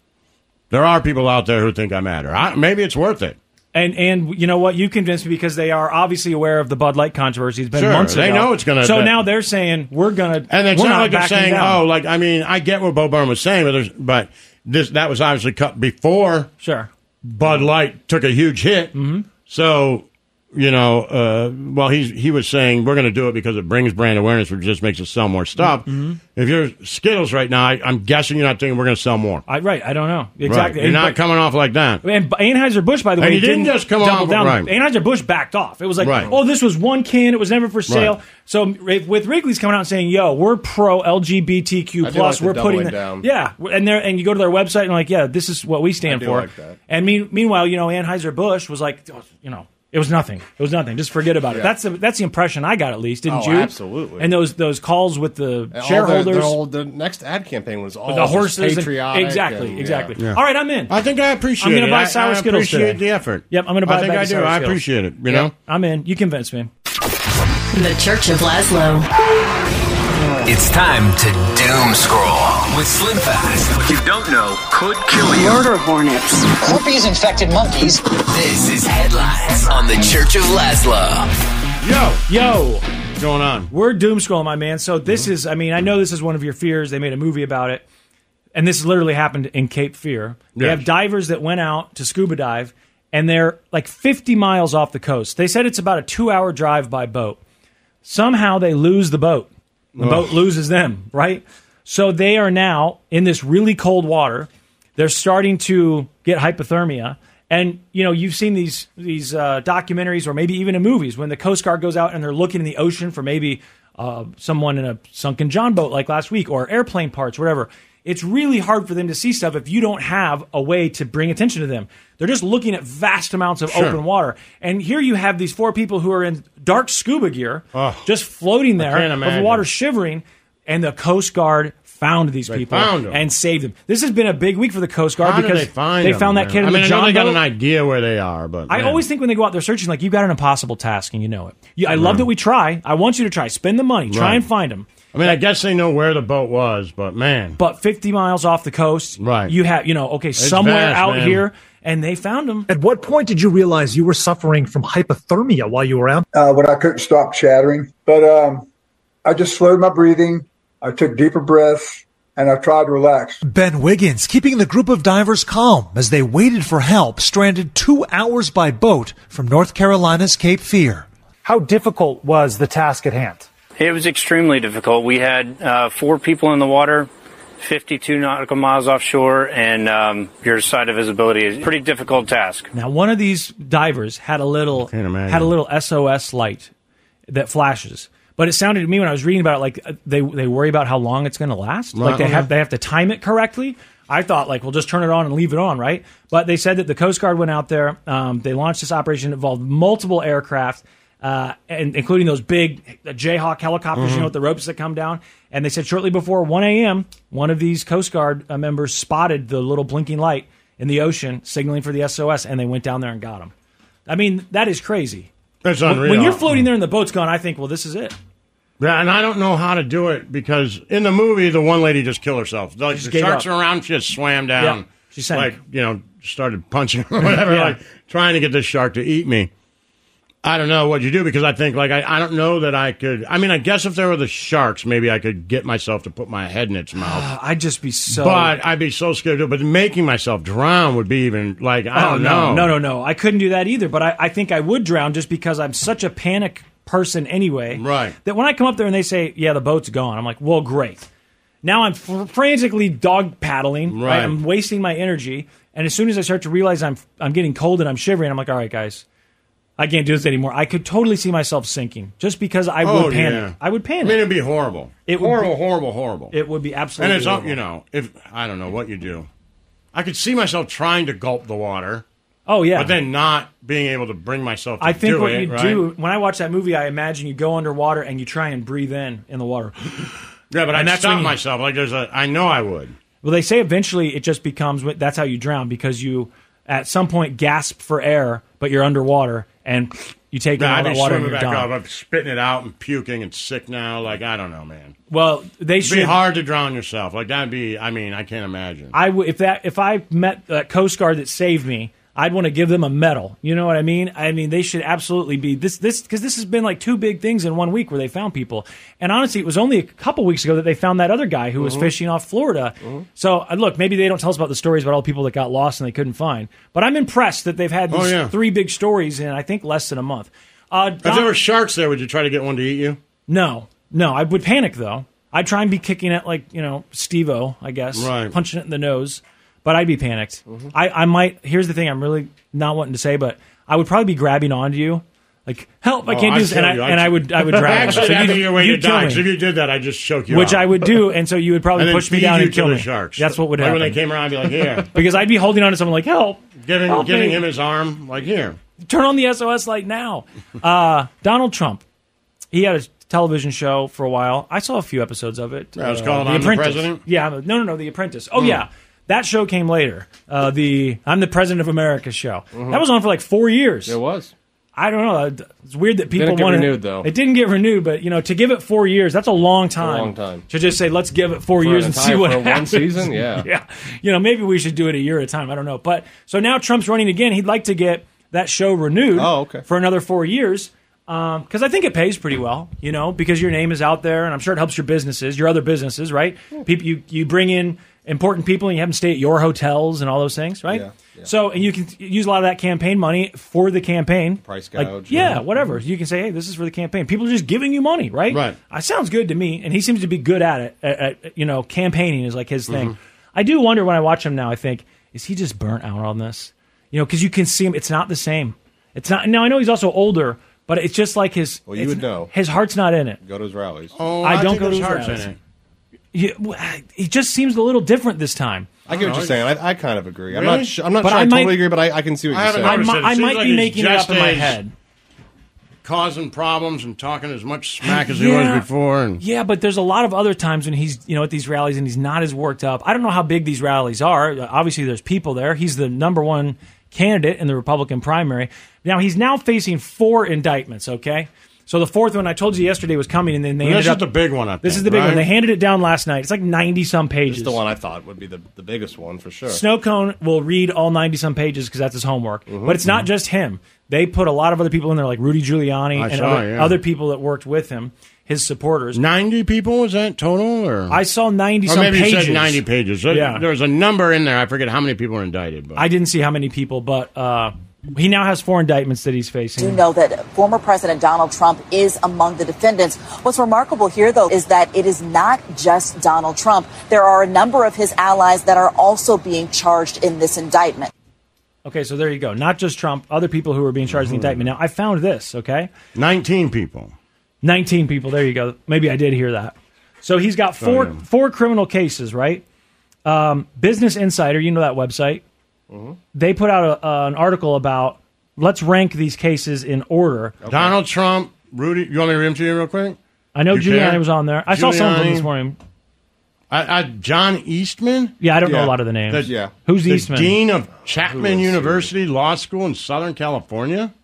Speaker 2: There are people out there who think I matter. I, maybe it's worth it.
Speaker 1: And and you know what? You convinced me because they are obviously aware of the Bud Light controversy. It's been
Speaker 2: Sure,
Speaker 1: months
Speaker 2: they
Speaker 1: ago.
Speaker 2: know it's gonna-
Speaker 1: So now they're saying we're gonna.
Speaker 2: And it's
Speaker 1: we're
Speaker 2: not like they're
Speaker 1: backing
Speaker 2: saying,
Speaker 1: down.
Speaker 2: oh, like I mean, I get what Bo Burnham was saying, but there's, but this that was obviously cut before
Speaker 1: sure.
Speaker 2: Bud Light took a huge hit. Mm-hmm. So, you know, uh, well, he's, he was saying we're going to do it because it brings brand awareness, which just makes us sell more stuff.
Speaker 1: Mm-hmm.
Speaker 2: If you're Skittles right now, I, I'm guessing you're not thinking we're going to sell more.
Speaker 1: I, right. I don't know
Speaker 2: Right.
Speaker 1: exactly.
Speaker 2: You're not
Speaker 1: But-
Speaker 2: coming off like that.
Speaker 1: And Anheuser Busch, by the way,
Speaker 2: And he didn't just come
Speaker 1: double
Speaker 2: off-
Speaker 1: down.
Speaker 2: right.
Speaker 1: Anheuser Busch backed off. It was like,
Speaker 2: Right.
Speaker 1: oh, this was one can. It was never for sale.
Speaker 2: Right.
Speaker 1: So if- with Wrigley's coming out and saying, yo, we're pro LGBTQ
Speaker 3: I do
Speaker 1: plus,
Speaker 3: like the
Speaker 1: we're putting
Speaker 3: doubling
Speaker 1: the-
Speaker 3: down.
Speaker 1: yeah, and there and you go to their website and like, yeah, this is what we stand
Speaker 3: do
Speaker 1: for.
Speaker 3: like that.
Speaker 1: And mean, meanwhile, you know, Anheuser Busch was like, you know, It was nothing. It was nothing. Just forget about it. That's the that's the impression I got at least, didn't
Speaker 3: Oh,
Speaker 1: you?
Speaker 3: absolutely.
Speaker 1: And those those calls with the
Speaker 3: And all their-
Speaker 1: shareholders,
Speaker 3: Their, whole- their next ad campaign was all
Speaker 1: the
Speaker 3: just
Speaker 1: horses, and-
Speaker 3: patriotic.
Speaker 1: exactly,
Speaker 3: and-
Speaker 1: exactly.
Speaker 3: yeah.
Speaker 1: All right, I'm in.
Speaker 2: I think I appreciate
Speaker 1: I'm
Speaker 2: it.
Speaker 1: gonna buy
Speaker 2: I-
Speaker 1: sour
Speaker 2: I
Speaker 1: Skittles
Speaker 2: appreciate
Speaker 1: today.
Speaker 2: the effort.
Speaker 1: Yep, I'm gonna buy
Speaker 2: I
Speaker 1: a
Speaker 2: think
Speaker 1: bag
Speaker 2: I
Speaker 1: of
Speaker 2: do.
Speaker 1: sour
Speaker 2: I
Speaker 1: Skittles.
Speaker 2: appreciate it. You
Speaker 1: Yeah,
Speaker 2: know.
Speaker 1: I'm in. You convinced me.
Speaker 7: The Church of Laszlo.
Speaker 8: It's time to doom scroll with Slim Fast. What you don't know could kill you. Murder hornets. Corpies infected monkeys. This is Headlines on the Church of Laszlo.
Speaker 2: Yo,
Speaker 1: yo,
Speaker 2: what's going on?
Speaker 1: We're doom scrolling, my man. So this is, I mean, I know this is one of your fears. They made a movie about it, and this literally happened in Cape Fear. They
Speaker 2: Yes.
Speaker 1: have divers that went out to scuba dive, and they're like 50 miles off the coast. They said it's about a two-hour drive by boat. Somehow they lose the boat. The
Speaker 2: Ugh.
Speaker 1: boat loses them, right? So they are now in this really cold water. They're starting to get hypothermia. And you know you've seen these these uh, documentaries or maybe even in movies when the Coast Guard goes out and they're looking in the ocean for maybe uh, someone in a sunken John boat like last week or airplane parts, whatever. It's really hard for them to see stuff if you don't have a way to bring attention to them. They're just looking at vast amounts of
Speaker 2: Sure.
Speaker 1: open water, and here you have these four people who are in dark scuba gear, just floating there
Speaker 2: can't
Speaker 1: of
Speaker 2: imagine.
Speaker 1: water shivering, and the Coast Guard found these people
Speaker 2: found 'em.
Speaker 1: and saved them. This has been a big week for the Coast Guard
Speaker 2: How do they
Speaker 1: because
Speaker 2: find them,
Speaker 1: found that
Speaker 2: man?
Speaker 1: kid in
Speaker 2: I mean,
Speaker 1: the
Speaker 2: I
Speaker 1: John
Speaker 2: know they got
Speaker 1: boat.
Speaker 2: an idea where they are, but
Speaker 1: I
Speaker 2: man.
Speaker 1: always think when they go out there searching, like you've got an impossible task, and you know it. You, I love that we try. I want you to try. Spend the money. Try
Speaker 2: Right.
Speaker 1: and find them.
Speaker 2: I mean, I guess they know where the boat was, but man,
Speaker 1: But 50 miles off the coast,
Speaker 2: Right.
Speaker 1: You have, you know, okay, somewhere
Speaker 2: vast,
Speaker 1: out
Speaker 2: man.
Speaker 1: here, and they found them.
Speaker 9: At what point did you realize you were suffering from hypothermia while you were out?
Speaker 10: uh, when I couldn't stop chattering. But um, I just slowed my breathing. I took deeper breaths and I tried to relax.
Speaker 9: Ben Wiggins keeping the group of divers calm as they waited for help, stranded two hours by boat from North Carolina's Cape Fear. How difficult was the task at hand?
Speaker 11: It was extremely difficult. We had uh, four people in the water, 52 nautical miles offshore, and um, your side of visibility is a pretty difficult task.
Speaker 1: Now, one of these divers had a little had a little SOS light that flashes. But it sounded to me when I was reading about it like uh, they they worry about how long it's going to last.
Speaker 2: Right,
Speaker 1: Like they
Speaker 2: okay.
Speaker 1: have they have to time it correctly. I thought like we'll just turn it on and leave it on, right? But they said that the Coast Guard went out there. Um, they launched this operation. It involved multiple aircraft, uh, and including those big uh, Jayhawk helicopters, you
Speaker 12: Mhm.
Speaker 1: know, with the ropes that come down. And they said shortly before 1 a.m., one of these Coast Guard uh, members spotted the little blinking light in the ocean, signaling for the SOS, and they went down there and got him. I mean, that is crazy.
Speaker 2: That's
Speaker 1: When-
Speaker 2: unreal.
Speaker 1: When you're floating there and the boat's gone, I think, well, this is it.
Speaker 2: Yeah, and I don't know how to do it because in the movie, the one lady just killed herself. Like,
Speaker 1: just
Speaker 2: the
Speaker 1: gave
Speaker 2: sharks
Speaker 1: up.
Speaker 2: were around, she just swam down.
Speaker 1: Yeah, she sank.
Speaker 2: Like, you know, started punching or whatever,
Speaker 1: Yeah.
Speaker 2: like trying to get this shark to eat me. I don't know what you do because I think, like, I, I don't know that I could. I mean, I guess if there were the sharks, maybe I could get myself to put my head in its mouth.
Speaker 1: Uh, I'd just be so.
Speaker 2: But I'd be so scared to do it. But making myself drown would be even, like, I
Speaker 1: oh,
Speaker 2: don't
Speaker 1: no,
Speaker 2: know.
Speaker 1: no, no, no. I couldn't do that either. But I, I think I would drown just because I'm such a panic person anyway. Right. That when I come up there and they say, "Yeah, the boat's gone," I'm like, "Well, great." Now I'm fr- frantically dog paddling.
Speaker 2: Right.
Speaker 1: I'm wasting my energy. And as soon as I start to realize I'm I'm getting cold and I'm shivering, I'm like, "All right, guys." I can't do this anymore. I could totally see myself sinking just because I
Speaker 2: Oh,
Speaker 1: would panic.
Speaker 2: yeah.
Speaker 1: I would panic. I
Speaker 2: mean, it'd be horrible.
Speaker 1: It would
Speaker 2: Horrible,
Speaker 1: be,
Speaker 2: horrible, horrible.
Speaker 1: It would be absolutely.
Speaker 2: And it's all
Speaker 1: horrible.
Speaker 2: you know, if I don't know what you do. I could see myself trying to gulp the water.
Speaker 1: Oh yeah.
Speaker 2: But then not being able to bring myself to
Speaker 1: I think
Speaker 2: do
Speaker 1: what
Speaker 2: it,
Speaker 1: you
Speaker 2: right?
Speaker 1: do when I watch that movie, I imagine you go underwater and you try and breathe in in the water.
Speaker 2: Yeah, but
Speaker 1: And
Speaker 2: I
Speaker 1: that's when
Speaker 2: stop
Speaker 1: you-
Speaker 2: myself. Like there's a I know I would.
Speaker 1: Well, they say eventually it just becomes that's how you drown because you at some point gasp for air, but you're underwater and you take in
Speaker 2: Yeah,
Speaker 1: all
Speaker 2: I'd
Speaker 1: that
Speaker 2: be
Speaker 1: water and
Speaker 2: swimming
Speaker 1: you're
Speaker 2: back up.
Speaker 1: done.
Speaker 2: I'm spitting it out and puking and sick now. Like I don't know, man.
Speaker 1: Well, they
Speaker 2: It'd
Speaker 1: should
Speaker 2: be hard to drown yourself. Like that'd be I mean, I can't imagine.
Speaker 1: I w- if that if I met that Coast Guard that saved me, I'd want to give them a medal. You know what I mean? I mean they should absolutely be this this because this has been like two big things in one week where they found people. And honestly, it was only a couple weeks ago that they found that other guy who was
Speaker 2: Mm-hmm.
Speaker 12: Mhm.
Speaker 1: fishing off Florida. So uh, look, maybe they don't tell us about the stories about all the people that got lost and they couldn't find. But I'm impressed that they've had these
Speaker 2: Oh, yeah.
Speaker 1: three big stories in I think less than a month. Uh,
Speaker 2: If there
Speaker 1: Don-
Speaker 2: were sharks there, would you try to get one to eat you?
Speaker 1: no, no, I would panic though. I'd try and be kicking it like you know Steve-O, I guess,
Speaker 2: Right. Mm-hmm.
Speaker 1: punching it in the nose. But I'd be panicked. I, I might. Here's the thing: I'm really not wanting to say, but I would probably be grabbing onto you, like help!
Speaker 2: Oh,
Speaker 1: I can't
Speaker 2: I'd
Speaker 1: do this, and
Speaker 2: kill
Speaker 1: I,
Speaker 2: you.
Speaker 1: and I would I would drown.
Speaker 2: Actually,
Speaker 1: So
Speaker 2: that'd
Speaker 1: you'd-
Speaker 2: be your way to
Speaker 1: you'd kill
Speaker 2: die. 'cause
Speaker 1: me.
Speaker 2: If you did that, I'd just choke you.
Speaker 1: Which
Speaker 2: out.
Speaker 1: I would do, and so you would probably
Speaker 2: And then
Speaker 1: push me
Speaker 2: feed
Speaker 1: down
Speaker 2: you
Speaker 1: and kill
Speaker 2: to the
Speaker 1: me.
Speaker 2: sharks.
Speaker 1: That's what would
Speaker 2: Like
Speaker 1: happen.
Speaker 2: when they came around, I'd be like, "Here."
Speaker 1: because I'd be holding on to someone like help,
Speaker 2: giving
Speaker 1: help
Speaker 2: giving
Speaker 1: me.
Speaker 2: him his arm, like here.
Speaker 1: Turn on the SOS light now. Uh, Donald Trump. He had a television show for a while. I saw a few episodes of it.
Speaker 2: That was
Speaker 1: Uh,
Speaker 2: called I'm the
Speaker 1: Apprentice.
Speaker 2: President?
Speaker 1: Yeah. No, no, no. The Apprentice. Oh,
Speaker 2: Mm.
Speaker 1: yeah. That show came later. Uh, the I'm the President of America show.
Speaker 2: Mm-hmm.
Speaker 12: Mhm.
Speaker 1: That was on for like four years.
Speaker 12: It was.
Speaker 1: I don't know. It's weird that people
Speaker 12: Didn't get
Speaker 1: wanted
Speaker 12: renewed, though.
Speaker 1: It didn't get renewed, but you know, to give it four years, that's a long time.
Speaker 12: long time.
Speaker 1: to just say let's give it four
Speaker 12: For
Speaker 1: years
Speaker 12: an
Speaker 1: and see
Speaker 12: entire-
Speaker 1: what
Speaker 12: for one
Speaker 1: happens.
Speaker 12: season? Yeah.
Speaker 1: yeah. You know, maybe we should do it a year at a time. I don't know, but so now Trump's running again. He'd like to get that show renewed. Oh, okay. For another four years. Because I think it pays pretty well, you know, because your name is out there, and I'm sure it helps your businesses, your other businesses, right? People, you you bring in important people, and you have them stay at your hotels and all those things, right? So, and you can use a lot of that campaign money for the campaign,
Speaker 3: Price
Speaker 1: Like,
Speaker 3: gouge. Mm-hmm.
Speaker 1: yeah, whatever. You can say, hey, this is for the campaign. People are just giving you money, right? Right. That sounds good to me, and he seems to be good at it. At, at, you know, campaigning is like his thing.
Speaker 12: Mhm.
Speaker 3: Mm-hmm.
Speaker 1: I do wonder when I watch him now. I think is he just burnt out on this? You know, because you can see him. It's not the same. It's not. Now I know he's also older, but it's just like his.
Speaker 3: Well, you
Speaker 1: it's-
Speaker 3: would know.
Speaker 1: His heart's not in it.
Speaker 3: Go to his rallies.
Speaker 2: Oh,
Speaker 1: I,
Speaker 2: I
Speaker 1: don't
Speaker 2: think
Speaker 1: go to
Speaker 2: his
Speaker 1: his
Speaker 2: heart's in
Speaker 1: rallies.
Speaker 2: it.
Speaker 1: Yeah, w- I- he just seems a little different this time.
Speaker 3: I get what you're saying. I, I kind of agree. I'm
Speaker 1: Really?
Speaker 3: not. Sh- I'm not
Speaker 1: But
Speaker 3: sure
Speaker 1: I
Speaker 3: I,
Speaker 1: might-
Speaker 3: totally agree, but I, I can see what
Speaker 2: I
Speaker 3: you're
Speaker 2: haven't
Speaker 3: saying.
Speaker 2: noticed it. It
Speaker 1: I
Speaker 2: seems
Speaker 1: might
Speaker 2: like
Speaker 1: be
Speaker 2: he's
Speaker 1: making it up
Speaker 2: just
Speaker 1: in my
Speaker 2: as
Speaker 1: head.
Speaker 2: Causing problems and talking as much smack as he was before. And
Speaker 1: yeah, but there's a lot of other times when he's you know at these rallies and he's not as worked up. I don't know how big these rallies are. Uh, Obviously, there's people there. He's the number one candidate in the Republican primary. Now he's now facing four indictments. Okay, so the fourth one I told you yesterday was coming, and then they
Speaker 2: Well, this
Speaker 1: ended
Speaker 2: is
Speaker 1: up
Speaker 2: the big one. I
Speaker 1: This
Speaker 2: think,
Speaker 1: is the big
Speaker 2: right?
Speaker 1: one. They handed it down last night. It's like ninety some pages.
Speaker 3: It's the one I thought would be the, the biggest one for sure.
Speaker 1: Snow Cone will read all 90 some pages because that's his homework.
Speaker 2: Mm-hmm,
Speaker 1: But it's not just him. They put a lot of other people in there, like Rudy Giuliani
Speaker 2: I
Speaker 1: and
Speaker 2: saw,
Speaker 1: other,
Speaker 2: yeah.
Speaker 1: other people that worked with him, his supporters.
Speaker 2: 90 people, was that total? Or
Speaker 1: I saw 90
Speaker 2: or
Speaker 1: some
Speaker 2: maybe
Speaker 1: pages.
Speaker 2: you said 90 pages. There,
Speaker 1: Yeah.
Speaker 2: there was a number in there. I forget how many people were indicted. But
Speaker 1: I didn't see how many people, but uh, he now has four indictments that he's
Speaker 13: do
Speaker 1: facing.
Speaker 13: know that former President Donald Trump is among the defendants. What's remarkable here, though, is that it is not just Donald Trump. There are a number of his allies that are also being charged in this indictment.
Speaker 1: Okay, so there you go. Not just Trump, other people who are being charged in the indictment. Now, I found this, okay?
Speaker 2: 19 people.
Speaker 1: 19 people. There you go. Maybe I did hear that. So he's got
Speaker 2: Oh,
Speaker 1: four
Speaker 2: yeah.
Speaker 1: four criminal cases, right? Um, Business Insider, you know that website.
Speaker 2: Mm-hmm.
Speaker 1: They put out a, uh, an article about let's rank these cases in order.
Speaker 2: Donald Trump, Rudy. You want me to read them to you real quick?
Speaker 1: I know
Speaker 2: You
Speaker 1: Giuliani
Speaker 2: care?
Speaker 1: was on there. I saw some of them
Speaker 2: Giuliani.
Speaker 1: this morning.
Speaker 2: I, I, John Eastman.
Speaker 1: Yeah, I don't know a lot of the names.
Speaker 2: yeah,
Speaker 1: Who's
Speaker 2: the
Speaker 1: Eastman?
Speaker 2: Dean of Chapman
Speaker 3: Who is
Speaker 2: University Law School in Southern California.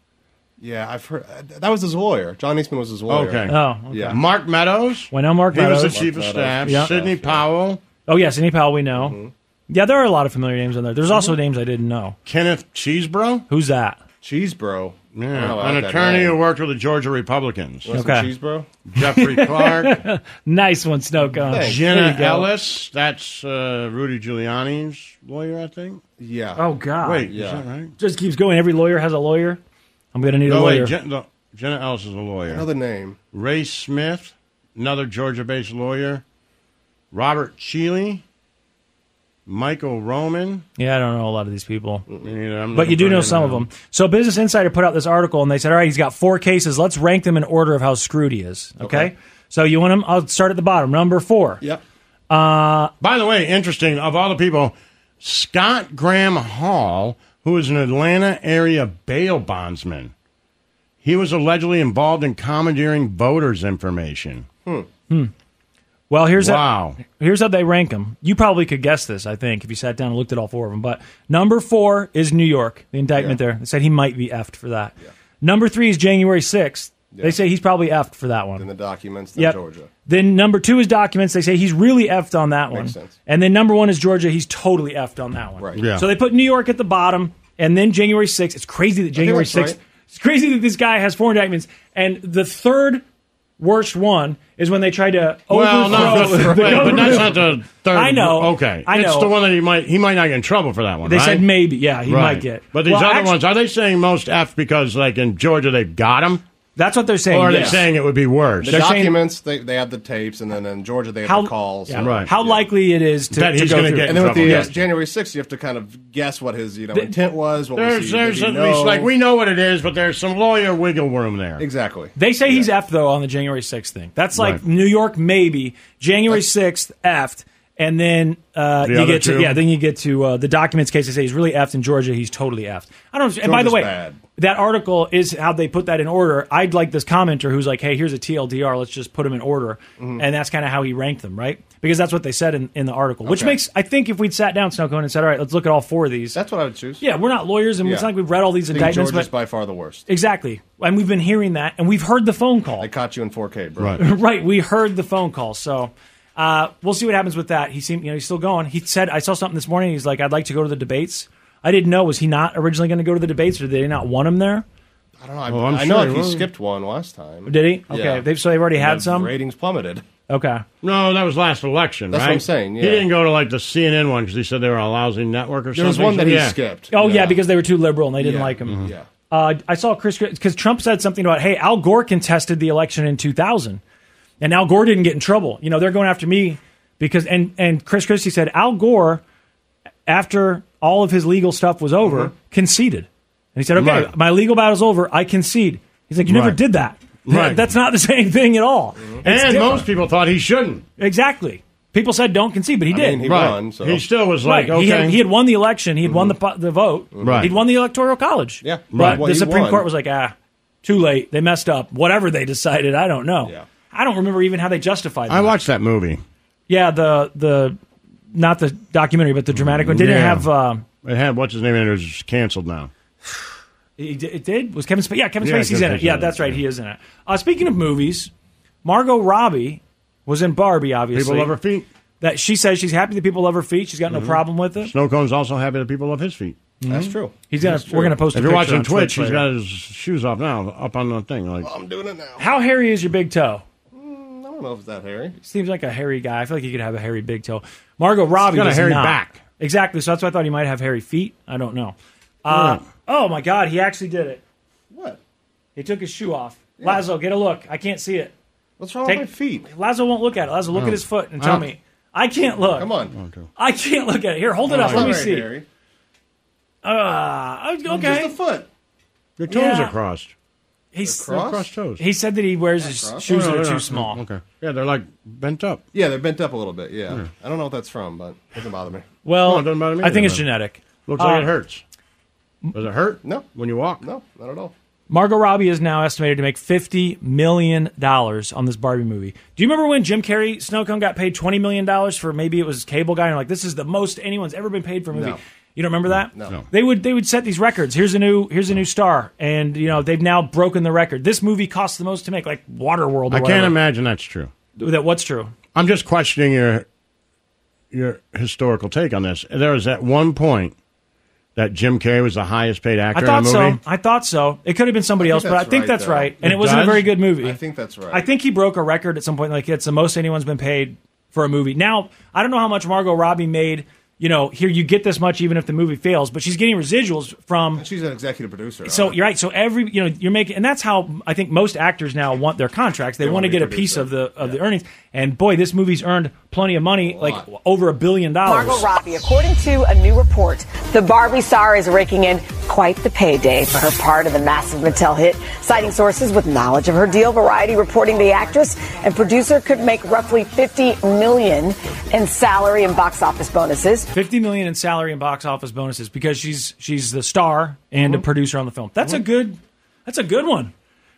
Speaker 3: Yeah, I've heard uh, that was his lawyer. John Eastman was his lawyer.
Speaker 2: Okay.
Speaker 3: yeah.
Speaker 2: Mark Meadows.
Speaker 1: Well, now Mark
Speaker 2: He was
Speaker 1: Meadows.
Speaker 2: the chief of
Speaker 1: Oh, Mark
Speaker 2: staff.
Speaker 1: Meadows. Yeah.
Speaker 2: Sidney Powell.
Speaker 1: Oh, yes, Sidney Powell, we know.
Speaker 2: Mm-hmm.
Speaker 1: Yeah, there are a lot of familiar names on there. There's also names I didn't know.
Speaker 2: Kenneth Cheesebro.
Speaker 1: Who's that?
Speaker 3: Cheesebro.
Speaker 2: Yeah, an attorney who worked with the Georgia Republicans.
Speaker 1: Listen, Okay. Cheesebro?
Speaker 2: Jeffrey Clark.
Speaker 1: nice one, Oh, Snow Cone. There
Speaker 2: Jenna
Speaker 1: you go.
Speaker 2: Ellis. That's uh, Rudy Giuliani's lawyer, I think.
Speaker 3: Yeah.
Speaker 1: Oh, God.
Speaker 2: Wait, is that right?
Speaker 1: Just keeps going. Every lawyer has a lawyer. I'm going to need a
Speaker 2: No,
Speaker 1: lawyer.
Speaker 2: wait. Jen, no, Jenna Ellis is a lawyer.
Speaker 3: Another name.
Speaker 2: Ray Smith, another Georgia-based lawyer. Robert Cheeley. Michael Roman.
Speaker 1: yeah, I don't know a lot of these people.
Speaker 2: Me neither. I'm
Speaker 1: But you
Speaker 2: looking
Speaker 1: do
Speaker 2: for
Speaker 1: know
Speaker 2: him
Speaker 1: some of
Speaker 2: now.
Speaker 1: them. So Business Insider put out this article and they said, all right, he's got four cases. Let's rank them in order of how screwed he is. Okay.
Speaker 2: Okay.
Speaker 1: So you want him? I'll start at the bottom. Number four.
Speaker 3: Yep.
Speaker 1: Uh,
Speaker 2: By the way, interesting. Of all the people, Scott Graham Hall, who is an Atlanta area bail bondsman, he was allegedly involved in commandeering voters' information.
Speaker 1: Hmm. Well, here's
Speaker 2: Wow.
Speaker 1: How, here's how they rank them. You probably could guess this, I think, if you sat down and looked at all four of them. But number four is New York. The indictment there they said he might be effed for that. Number three is January sixth. They say he's probably effed for that one.
Speaker 3: In the documents in
Speaker 1: Yep.
Speaker 3: Georgia.
Speaker 1: Then number two is documents. They say he's really effed on that
Speaker 3: Makes
Speaker 1: one.
Speaker 3: sense.
Speaker 1: And then number one is Georgia. He's totally effed on that one. Right.
Speaker 3: Yeah.
Speaker 1: So they put New York at the bottom, and then January 6th. It's crazy that January
Speaker 3: that's right.
Speaker 1: 6th. It's crazy that this guy has four indictments. And the third worst one is when they tried to
Speaker 2: Well,
Speaker 1: overthrow
Speaker 2: no,
Speaker 1: the
Speaker 2: but, wait, but that's
Speaker 1: government.
Speaker 2: not the third.
Speaker 1: I know.
Speaker 2: Okay,
Speaker 1: I
Speaker 2: It's
Speaker 1: know.
Speaker 2: the one that he might he might not get in trouble for that one.
Speaker 1: They
Speaker 2: right?
Speaker 1: said maybe. Yeah, he
Speaker 2: Right.
Speaker 1: might get.
Speaker 2: But these
Speaker 1: Well,
Speaker 2: other
Speaker 1: actu-
Speaker 2: ones, are they saying most F because like in Georgia they've got him?
Speaker 1: That's what they're saying,
Speaker 2: Or are
Speaker 1: yes.
Speaker 2: they saying it would be worse?
Speaker 3: The documents, they, they had the tapes, and then in Georgia they had
Speaker 1: How-
Speaker 3: the calls.
Speaker 1: yeah. Right. How likely it is to- That to he's go gonna through. get in
Speaker 3: And then with the
Speaker 1: trouble,
Speaker 3: uh,
Speaker 1: yes.
Speaker 3: January 6th, you have to kind of guess what his you know
Speaker 2: The-
Speaker 3: intent was. What
Speaker 2: There's
Speaker 3: was he,
Speaker 2: there's
Speaker 3: did
Speaker 2: at
Speaker 3: he know?
Speaker 2: least like we know what it is, but there's some lawyer wiggle room there.
Speaker 3: Exactly.
Speaker 1: They say he's effed though on the January 6th thing. That's like
Speaker 2: Right.
Speaker 1: New York maybe January 6th effed, and then uh,
Speaker 2: The
Speaker 1: you
Speaker 2: other
Speaker 1: get to
Speaker 2: two?
Speaker 1: yeah, then you get to uh, the documents case. They say he's really effed in Georgia. He's totally effed. I don't. and by the
Speaker 3: Georgia's
Speaker 1: way,
Speaker 3: bad.
Speaker 1: that article is how they put that in order. I'd like this commenter who's like, "Hey, here's a TLDR. Let's just put them in order,"
Speaker 12: Mhm.
Speaker 1: and that's kind of how he ranked them, right? Because that's what they said in, in the article, which
Speaker 12: Okay.
Speaker 1: makes I think if we'd sat down, Snowcone, and said, "All right, let's look at all four of these," that's
Speaker 3: what I would choose.
Speaker 1: Yeah, we're not lawyers, and it's not like we've read all these
Speaker 3: I think
Speaker 1: indictments,
Speaker 3: Georgia's
Speaker 1: but
Speaker 3: by far the worst.
Speaker 1: exactly, and we've been hearing that, and we've heard the phone call. I
Speaker 3: caught you in 4K, bro.
Speaker 1: Right. We heard the phone call. So uh, we'll see what happens with that. He seemed, you know, he's still going. He said, I saw something this morning. He's like, I'd like to go to the debates. I didn't know. Was he not originally going to go to the debates or did they not want him there?
Speaker 3: I don't know. I,
Speaker 1: Well, I'm
Speaker 3: I know
Speaker 1: sure
Speaker 3: he
Speaker 1: he will.
Speaker 3: skipped one last time.
Speaker 1: Did he? Okay. They've- so they've already
Speaker 3: And
Speaker 1: had
Speaker 3: the
Speaker 1: some?
Speaker 3: Ratings plummeted.
Speaker 1: Okay.
Speaker 2: No, that was last election,
Speaker 3: That's
Speaker 2: right?
Speaker 3: what I'm saying,
Speaker 2: He
Speaker 3: yeah.
Speaker 2: didn't go to like the CNN one because he said they were a lousy network or
Speaker 3: There
Speaker 2: something.
Speaker 3: was one that he
Speaker 2: Yeah.
Speaker 3: skipped.
Speaker 1: Oh, yeah, because they were too liberal and they didn't
Speaker 2: Yeah.
Speaker 1: like him.
Speaker 2: Mhm.
Speaker 3: Yeah.
Speaker 1: Uh, I saw Chris because Trump said something about, hey, Al Gore contested the election in 2000, and Al Gore didn't get in trouble. You know, they're going after me because and and Chris Christie said Al Gore, after all of his legal stuff was over, conceded, and he said, okay,
Speaker 2: Mm-hmm. Right.
Speaker 1: my legal battle's over, I concede. He's like, you never
Speaker 2: Right.
Speaker 1: did that.
Speaker 2: Right. Mm-hmm.
Speaker 1: That's not the same thing at all. It's
Speaker 2: And
Speaker 1: different.
Speaker 2: most people thought he shouldn't.
Speaker 1: Exactly. People said don't concede, but he
Speaker 2: I
Speaker 1: did.
Speaker 2: mean, he Right. won, so- He still was like,
Speaker 1: Right. He, had,
Speaker 2: okay. Mm-hmm.
Speaker 1: he had won the election. He had won the po- the vote.
Speaker 2: Right.
Speaker 1: He'd won the electoral college.
Speaker 2: Yeah.
Speaker 1: But
Speaker 2: Right. Well,
Speaker 1: the
Speaker 2: he
Speaker 1: Supreme
Speaker 2: won.
Speaker 1: Court was like, ah, too late. They messed up. Whatever they decided, I don't know. Yeah. I don't remember even how they justified.
Speaker 2: I
Speaker 1: That.
Speaker 2: watched that movie.
Speaker 1: yeah. The the not the documentary, but the dramatic one. Didn't it
Speaker 2: Yeah.
Speaker 1: have. Um,
Speaker 2: It had what's his name in it. It was canceled now.
Speaker 1: It it did. Was Kevin Spacey? Yeah, Kevin
Speaker 2: Yeah,
Speaker 1: Spacey's
Speaker 2: Kevin
Speaker 1: in it.
Speaker 2: Spacey's
Speaker 1: Yeah,
Speaker 2: in it,
Speaker 1: that's right. He is in it. Uh, speaking of movies, Margot Robbie was in Barbie. Obviously,
Speaker 2: People love her feet.
Speaker 1: That she says she's happy that people love her feet. She's got no
Speaker 2: Mhm.
Speaker 1: problem with it.
Speaker 2: Snow Cone's also happy that people love his feet.
Speaker 1: That's Mhm. true. He's gonna- That's we're true. gonna post a
Speaker 2: If you're
Speaker 1: picture
Speaker 2: watching
Speaker 1: on
Speaker 2: Twitch,
Speaker 1: Twitch
Speaker 2: he's
Speaker 1: later.
Speaker 2: got his shoes off now, up on the thing. Like
Speaker 3: I'm doing it now.
Speaker 1: How hairy is your big toe?
Speaker 3: I don't know if it's that hairy.
Speaker 1: Seems like a hairy guy. I feel like he could have a hairy big toe. Margot Robbie
Speaker 2: He's got a
Speaker 1: does
Speaker 2: hairy
Speaker 1: not.
Speaker 2: back.
Speaker 1: Exactly. So that's why I thought he might have hairy feet. I don't know. Uh,
Speaker 2: Yeah.
Speaker 1: Oh my God, he actually did it. What? He took his shoe off. Lazo, get a look. I can't see it.
Speaker 3: What's wrong
Speaker 1: Take-
Speaker 3: with my feet?
Speaker 1: Lazo won't look at it. Lazo, look
Speaker 3: Oh.
Speaker 1: at his foot and tell
Speaker 3: Oh.
Speaker 1: me. I can't look.
Speaker 3: Come on.
Speaker 1: I can't look at it. Here, hold
Speaker 2: Oh
Speaker 1: it up. Let me
Speaker 3: Sorry,
Speaker 1: see.
Speaker 3: Harry.
Speaker 1: Ah, okay.
Speaker 3: Just a foot.
Speaker 2: Your toes
Speaker 1: Yeah.
Speaker 2: are crossed.
Speaker 1: He's
Speaker 2: They're crossed? They're crossed toes.
Speaker 1: He said that he wears his
Speaker 3: crossed.
Speaker 1: shoes
Speaker 3: Oh, no,
Speaker 1: that are
Speaker 3: they're
Speaker 1: too
Speaker 3: not.
Speaker 1: small.
Speaker 2: Okay. Yeah, they're like bent up.
Speaker 3: Yeah, they're bent up a little bit. Yeah. I don't know what that's from, but it doesn't bother me.
Speaker 1: Well,
Speaker 2: No, it doesn't bother me
Speaker 1: I think
Speaker 2: either,
Speaker 1: it's
Speaker 2: man.
Speaker 1: genetic.
Speaker 2: Looks like
Speaker 1: Uh,
Speaker 2: it hurts. Does it hurt? No. When you walk?
Speaker 3: No, not at all.
Speaker 1: Margot Robbie is now estimated to make fifty million dollars on this Barbie movie. Do you remember when Jim Carrey Snowcone got paid twenty million dollars for maybe it was Cable Guy? And like this is the most anyone's ever been paid for a movie.
Speaker 3: No.
Speaker 1: You don't remember that?
Speaker 3: No. No.
Speaker 1: They would they would set these records. Here's a new here's a new star, and you know they've now broken the record. This movie costs the most to make, like Waterworld. Or
Speaker 2: I
Speaker 1: whatever.
Speaker 2: can't imagine that's true.
Speaker 1: that what's true.
Speaker 2: I'm just questioning your your historical take on this. There was at one point that Jim Carrey was the highest paid actor
Speaker 1: I thought
Speaker 2: in a movie.
Speaker 1: so. I thought so. It could have been somebody
Speaker 2: I think
Speaker 1: else, but I
Speaker 2: that's
Speaker 1: think
Speaker 2: right,
Speaker 1: that's
Speaker 2: though.
Speaker 1: right. And it,
Speaker 2: It
Speaker 1: wasn't a
Speaker 2: does?
Speaker 1: very good movie.
Speaker 3: I think that's right.
Speaker 1: I think he broke a record at some point. Like it's the most anyone's been paid for a movie. Now I don't know how much Margot Robbie made. You know, here you get this much even if the movie fails, but she's getting residuals from.
Speaker 3: She's an executive producer.
Speaker 1: So you're right. So every you know you're making, and that's how I think most actors now want their contracts. They, want to
Speaker 3: be
Speaker 1: get a
Speaker 3: produced,
Speaker 1: piece of the of the earnings. And boy, this movie's earned plenty of money, like over a billion dollars.
Speaker 14: Margot Robbie, according to a new report, the Barbie star is raking in quite the payday for her part of the massive Mattel hit. Citing sources with knowledge of her deal, Variety reporting the actress and producer could make roughly 50 million in salary and box office bonuses.
Speaker 1: 50 million in salary and box office bonuses because she's she's the star and
Speaker 2: Mm-hmm.
Speaker 1: a producer on the film. That's a good that's a good one.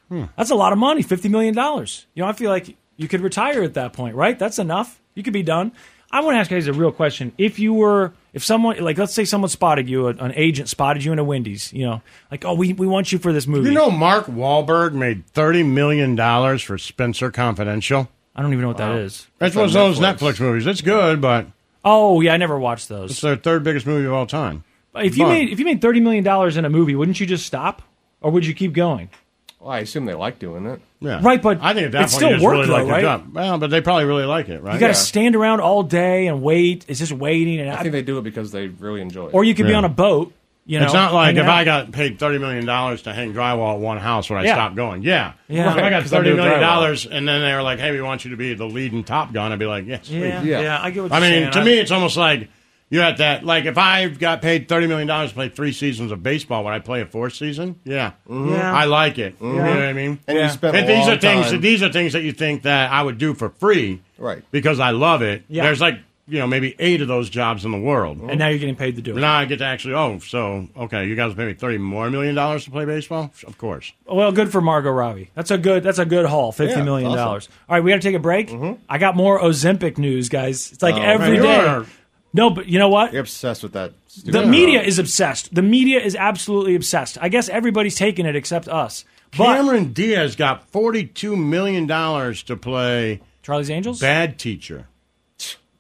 Speaker 2: Hmm.
Speaker 1: That's a lot of money, 50 million dollars. You know, I feel like you could retire at that point, right? That's enough. You could be done. I want to ask you guys a real question. If you were if someone like let's say someone spotted you, an- an agent spotted you in a Wendy's, you know, like oh we we want you for this movie.
Speaker 2: You know, Mark Wahlberg made thirty million dollars for Spencer Confidential.
Speaker 1: I don't even know what that is.
Speaker 2: That's
Speaker 1: That's
Speaker 2: one
Speaker 1: on
Speaker 2: of those
Speaker 1: Netflix.
Speaker 2: Netflix movies. It's good, but
Speaker 1: oh yeah, I never watched those.
Speaker 2: It's their third biggest movie of all time.
Speaker 1: if you
Speaker 2: Bum.
Speaker 1: made if you made 30 million dollars in a movie, wouldn't you just stop or would you keep going?
Speaker 3: Well, I assume they like doing it.
Speaker 2: yeah.
Speaker 1: Right, but
Speaker 2: I think at that
Speaker 1: it's
Speaker 2: point
Speaker 1: still
Speaker 2: you just
Speaker 1: work,
Speaker 2: really
Speaker 1: though,
Speaker 2: like the
Speaker 1: right?
Speaker 2: job. Well, but they probably really like it, right?
Speaker 1: You got to stand around all day and wait. It's just waiting, and
Speaker 3: I think they do it because they really enjoy it.
Speaker 1: or you could be on a boat. You know,
Speaker 2: it's not like
Speaker 1: hanging
Speaker 2: if
Speaker 1: out.
Speaker 2: I got paid thirty million dollars to hang drywall at one house when I
Speaker 1: Yeah.
Speaker 2: stopped going. Yeah,
Speaker 1: Yeah.
Speaker 2: If I got
Speaker 1: 'Cause I'm
Speaker 2: thirty
Speaker 1: doing
Speaker 2: million dollars,
Speaker 1: drywall.
Speaker 2: and then they were like, "Hey, we want you to be the lead in Top Gun," I'd be like, "Yes,
Speaker 1: Yeah,
Speaker 2: please."
Speaker 1: yeah, Yeah. I get what
Speaker 2: I
Speaker 1: you're
Speaker 2: mean,
Speaker 1: saying.
Speaker 2: to
Speaker 1: I-
Speaker 2: me, it's almost like you're at that. Like if I got paid thirty million dollars to play three seasons of baseball, would I play a fourth season? Yeah,
Speaker 1: Mm-hmm.
Speaker 3: Yeah.
Speaker 2: I like it. You
Speaker 3: Yeah.
Speaker 2: know what I mean?
Speaker 3: And you Yeah. spent a
Speaker 2: And these
Speaker 3: long
Speaker 2: are things.
Speaker 3: time-
Speaker 2: These are things that you think that I would do for free,
Speaker 3: Right.
Speaker 2: Because I love it.
Speaker 3: Yeah.
Speaker 2: There's like you know, maybe eight of those jobs in the world.
Speaker 1: And now you're getting paid to do it.
Speaker 2: Now I get to actually, oh, so, okay, you guys pay me 30 more million dollars to play baseball? Of course.
Speaker 1: Well, good for Margot Robbie. That's a good. That's a good haul. Fifty
Speaker 2: Yeah,
Speaker 1: million
Speaker 2: awesome. Mm-hmm.
Speaker 1: dollars. All right, we got to take a break. I got more Ozempic news, guys. It's like
Speaker 3: Oh,
Speaker 1: every
Speaker 3: man, you
Speaker 1: day.
Speaker 3: are-
Speaker 1: No, but you know what?
Speaker 3: You're obsessed with that.
Speaker 1: The media is obsessed. The media is absolutely obsessed. I guess everybody's taking it except us. But
Speaker 2: Cameron Diaz got $42 million to play
Speaker 1: Charlie's Angels?
Speaker 2: Bad Teacher.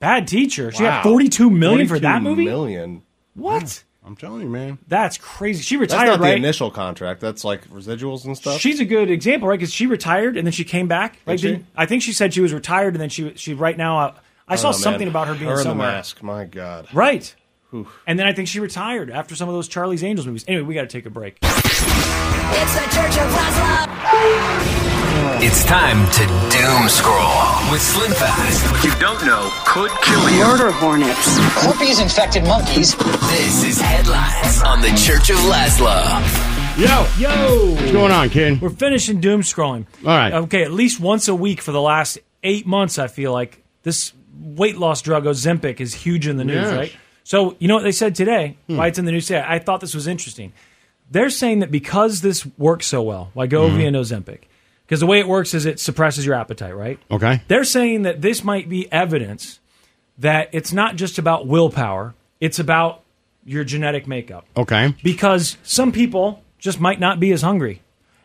Speaker 1: Bad Teacher? She got 42 million for that movie?
Speaker 3: Million.
Speaker 1: What?
Speaker 2: I'm telling you, man.
Speaker 1: That's crazy. She
Speaker 3: That's
Speaker 1: retired,
Speaker 3: not the
Speaker 1: right?
Speaker 3: initial contract. That's like residuals and stuff.
Speaker 1: She's a good example, right? Because she retired and then she came back. Right?
Speaker 3: Did she?
Speaker 1: Didn't- I think she said she was retired and then she she right now. Uh, I,
Speaker 3: don't
Speaker 1: saw
Speaker 3: know, man.
Speaker 1: something about her being
Speaker 3: in the
Speaker 1: somewhere.
Speaker 3: mask. My God.
Speaker 1: Right.
Speaker 3: Whew.
Speaker 1: And then I think she retired after some of those Charlie's Angels movies. Anyway, we got to take a break.
Speaker 5: It's the Church of Laszlo.
Speaker 8: It's time to doom scroll with Slim Fast. What you don't know could kill you. Murder hornets. Herpes infected monkeys. This is Headlines on the Church of Laszlo.
Speaker 2: Yo,
Speaker 1: yo, what's
Speaker 2: going on, kid?
Speaker 1: We're finishing doom scrolling.
Speaker 2: All right.
Speaker 1: okay. At least once a week for the last eight months, I feel like this weight loss drug Ozempic is huge in the news,
Speaker 2: Yes.
Speaker 1: right? So you know what they said today? Why it's in the news today? I thought this was interesting. They're saying that because this works so well,
Speaker 2: Mm-hmm.
Speaker 1: Wegovy and Ozempic, because the way it works is it suppresses your appetite, right?
Speaker 2: Okay.
Speaker 1: They're saying that this might be evidence that it's not just about willpower; it's about your genetic makeup
Speaker 2: Okay.
Speaker 1: because some people just might not be as hungry,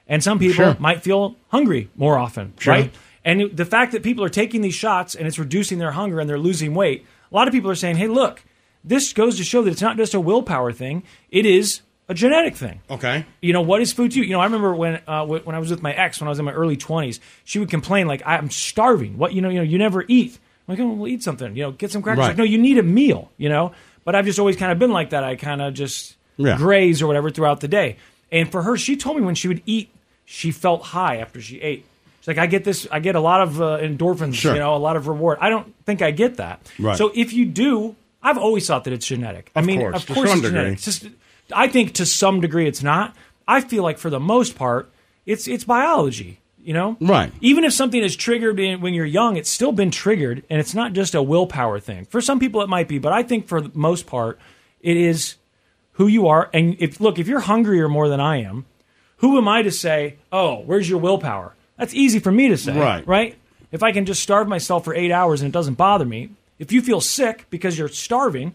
Speaker 1: and some people
Speaker 2: Sure.
Speaker 1: might feel hungry more often,
Speaker 2: Sure.
Speaker 1: right? And the fact that people are taking these shots and it's reducing their hunger and they're losing weight, a lot of people are saying, "Hey, look, this goes to show that it's not just a willpower thing; it is a genetic thing."
Speaker 2: Okay.
Speaker 1: You know what is food to you? You know, I remember when uh, w- when I was with my ex when I was in my early twenties, she would complain like, "I'm starving." What you know, you know, you never eat. I'm like, oh, "We'll eat something." You know, get some crackers.
Speaker 2: Right.
Speaker 1: Like, no, you need a meal. You know, but I've just always kind of been like that. I kind of just
Speaker 2: Yeah.
Speaker 1: graze or whatever throughout the day. And for her, she told me when she would eat, she felt high after she ate. She's like, I get this, I get a lot of uh, endorphins,
Speaker 2: Sure.
Speaker 1: you know, a lot of reward. I don't think I get that.
Speaker 2: Right.
Speaker 1: So if you do, I've always thought that it's genetic. I
Speaker 2: Of
Speaker 1: mean,
Speaker 2: course,
Speaker 1: of
Speaker 2: to
Speaker 1: course,
Speaker 2: some
Speaker 1: it's genetic.
Speaker 2: degree.
Speaker 1: It's just, I think to some degree it's not. I feel like for the most part, it's it's biology. You know,
Speaker 2: Right.
Speaker 1: Even if something is triggered in, when you're young, it's still been triggered, and it's not just a willpower thing. For some people, it might be, but I think for the most part, it is who you are. And if look, if you're hungrier more than I am, who am I to say, oh, where's your willpower? That's easy for me to say,
Speaker 2: Right.
Speaker 1: Right? If I can just starve myself for eight hours and it doesn't bother me. If you feel sick because you're starving,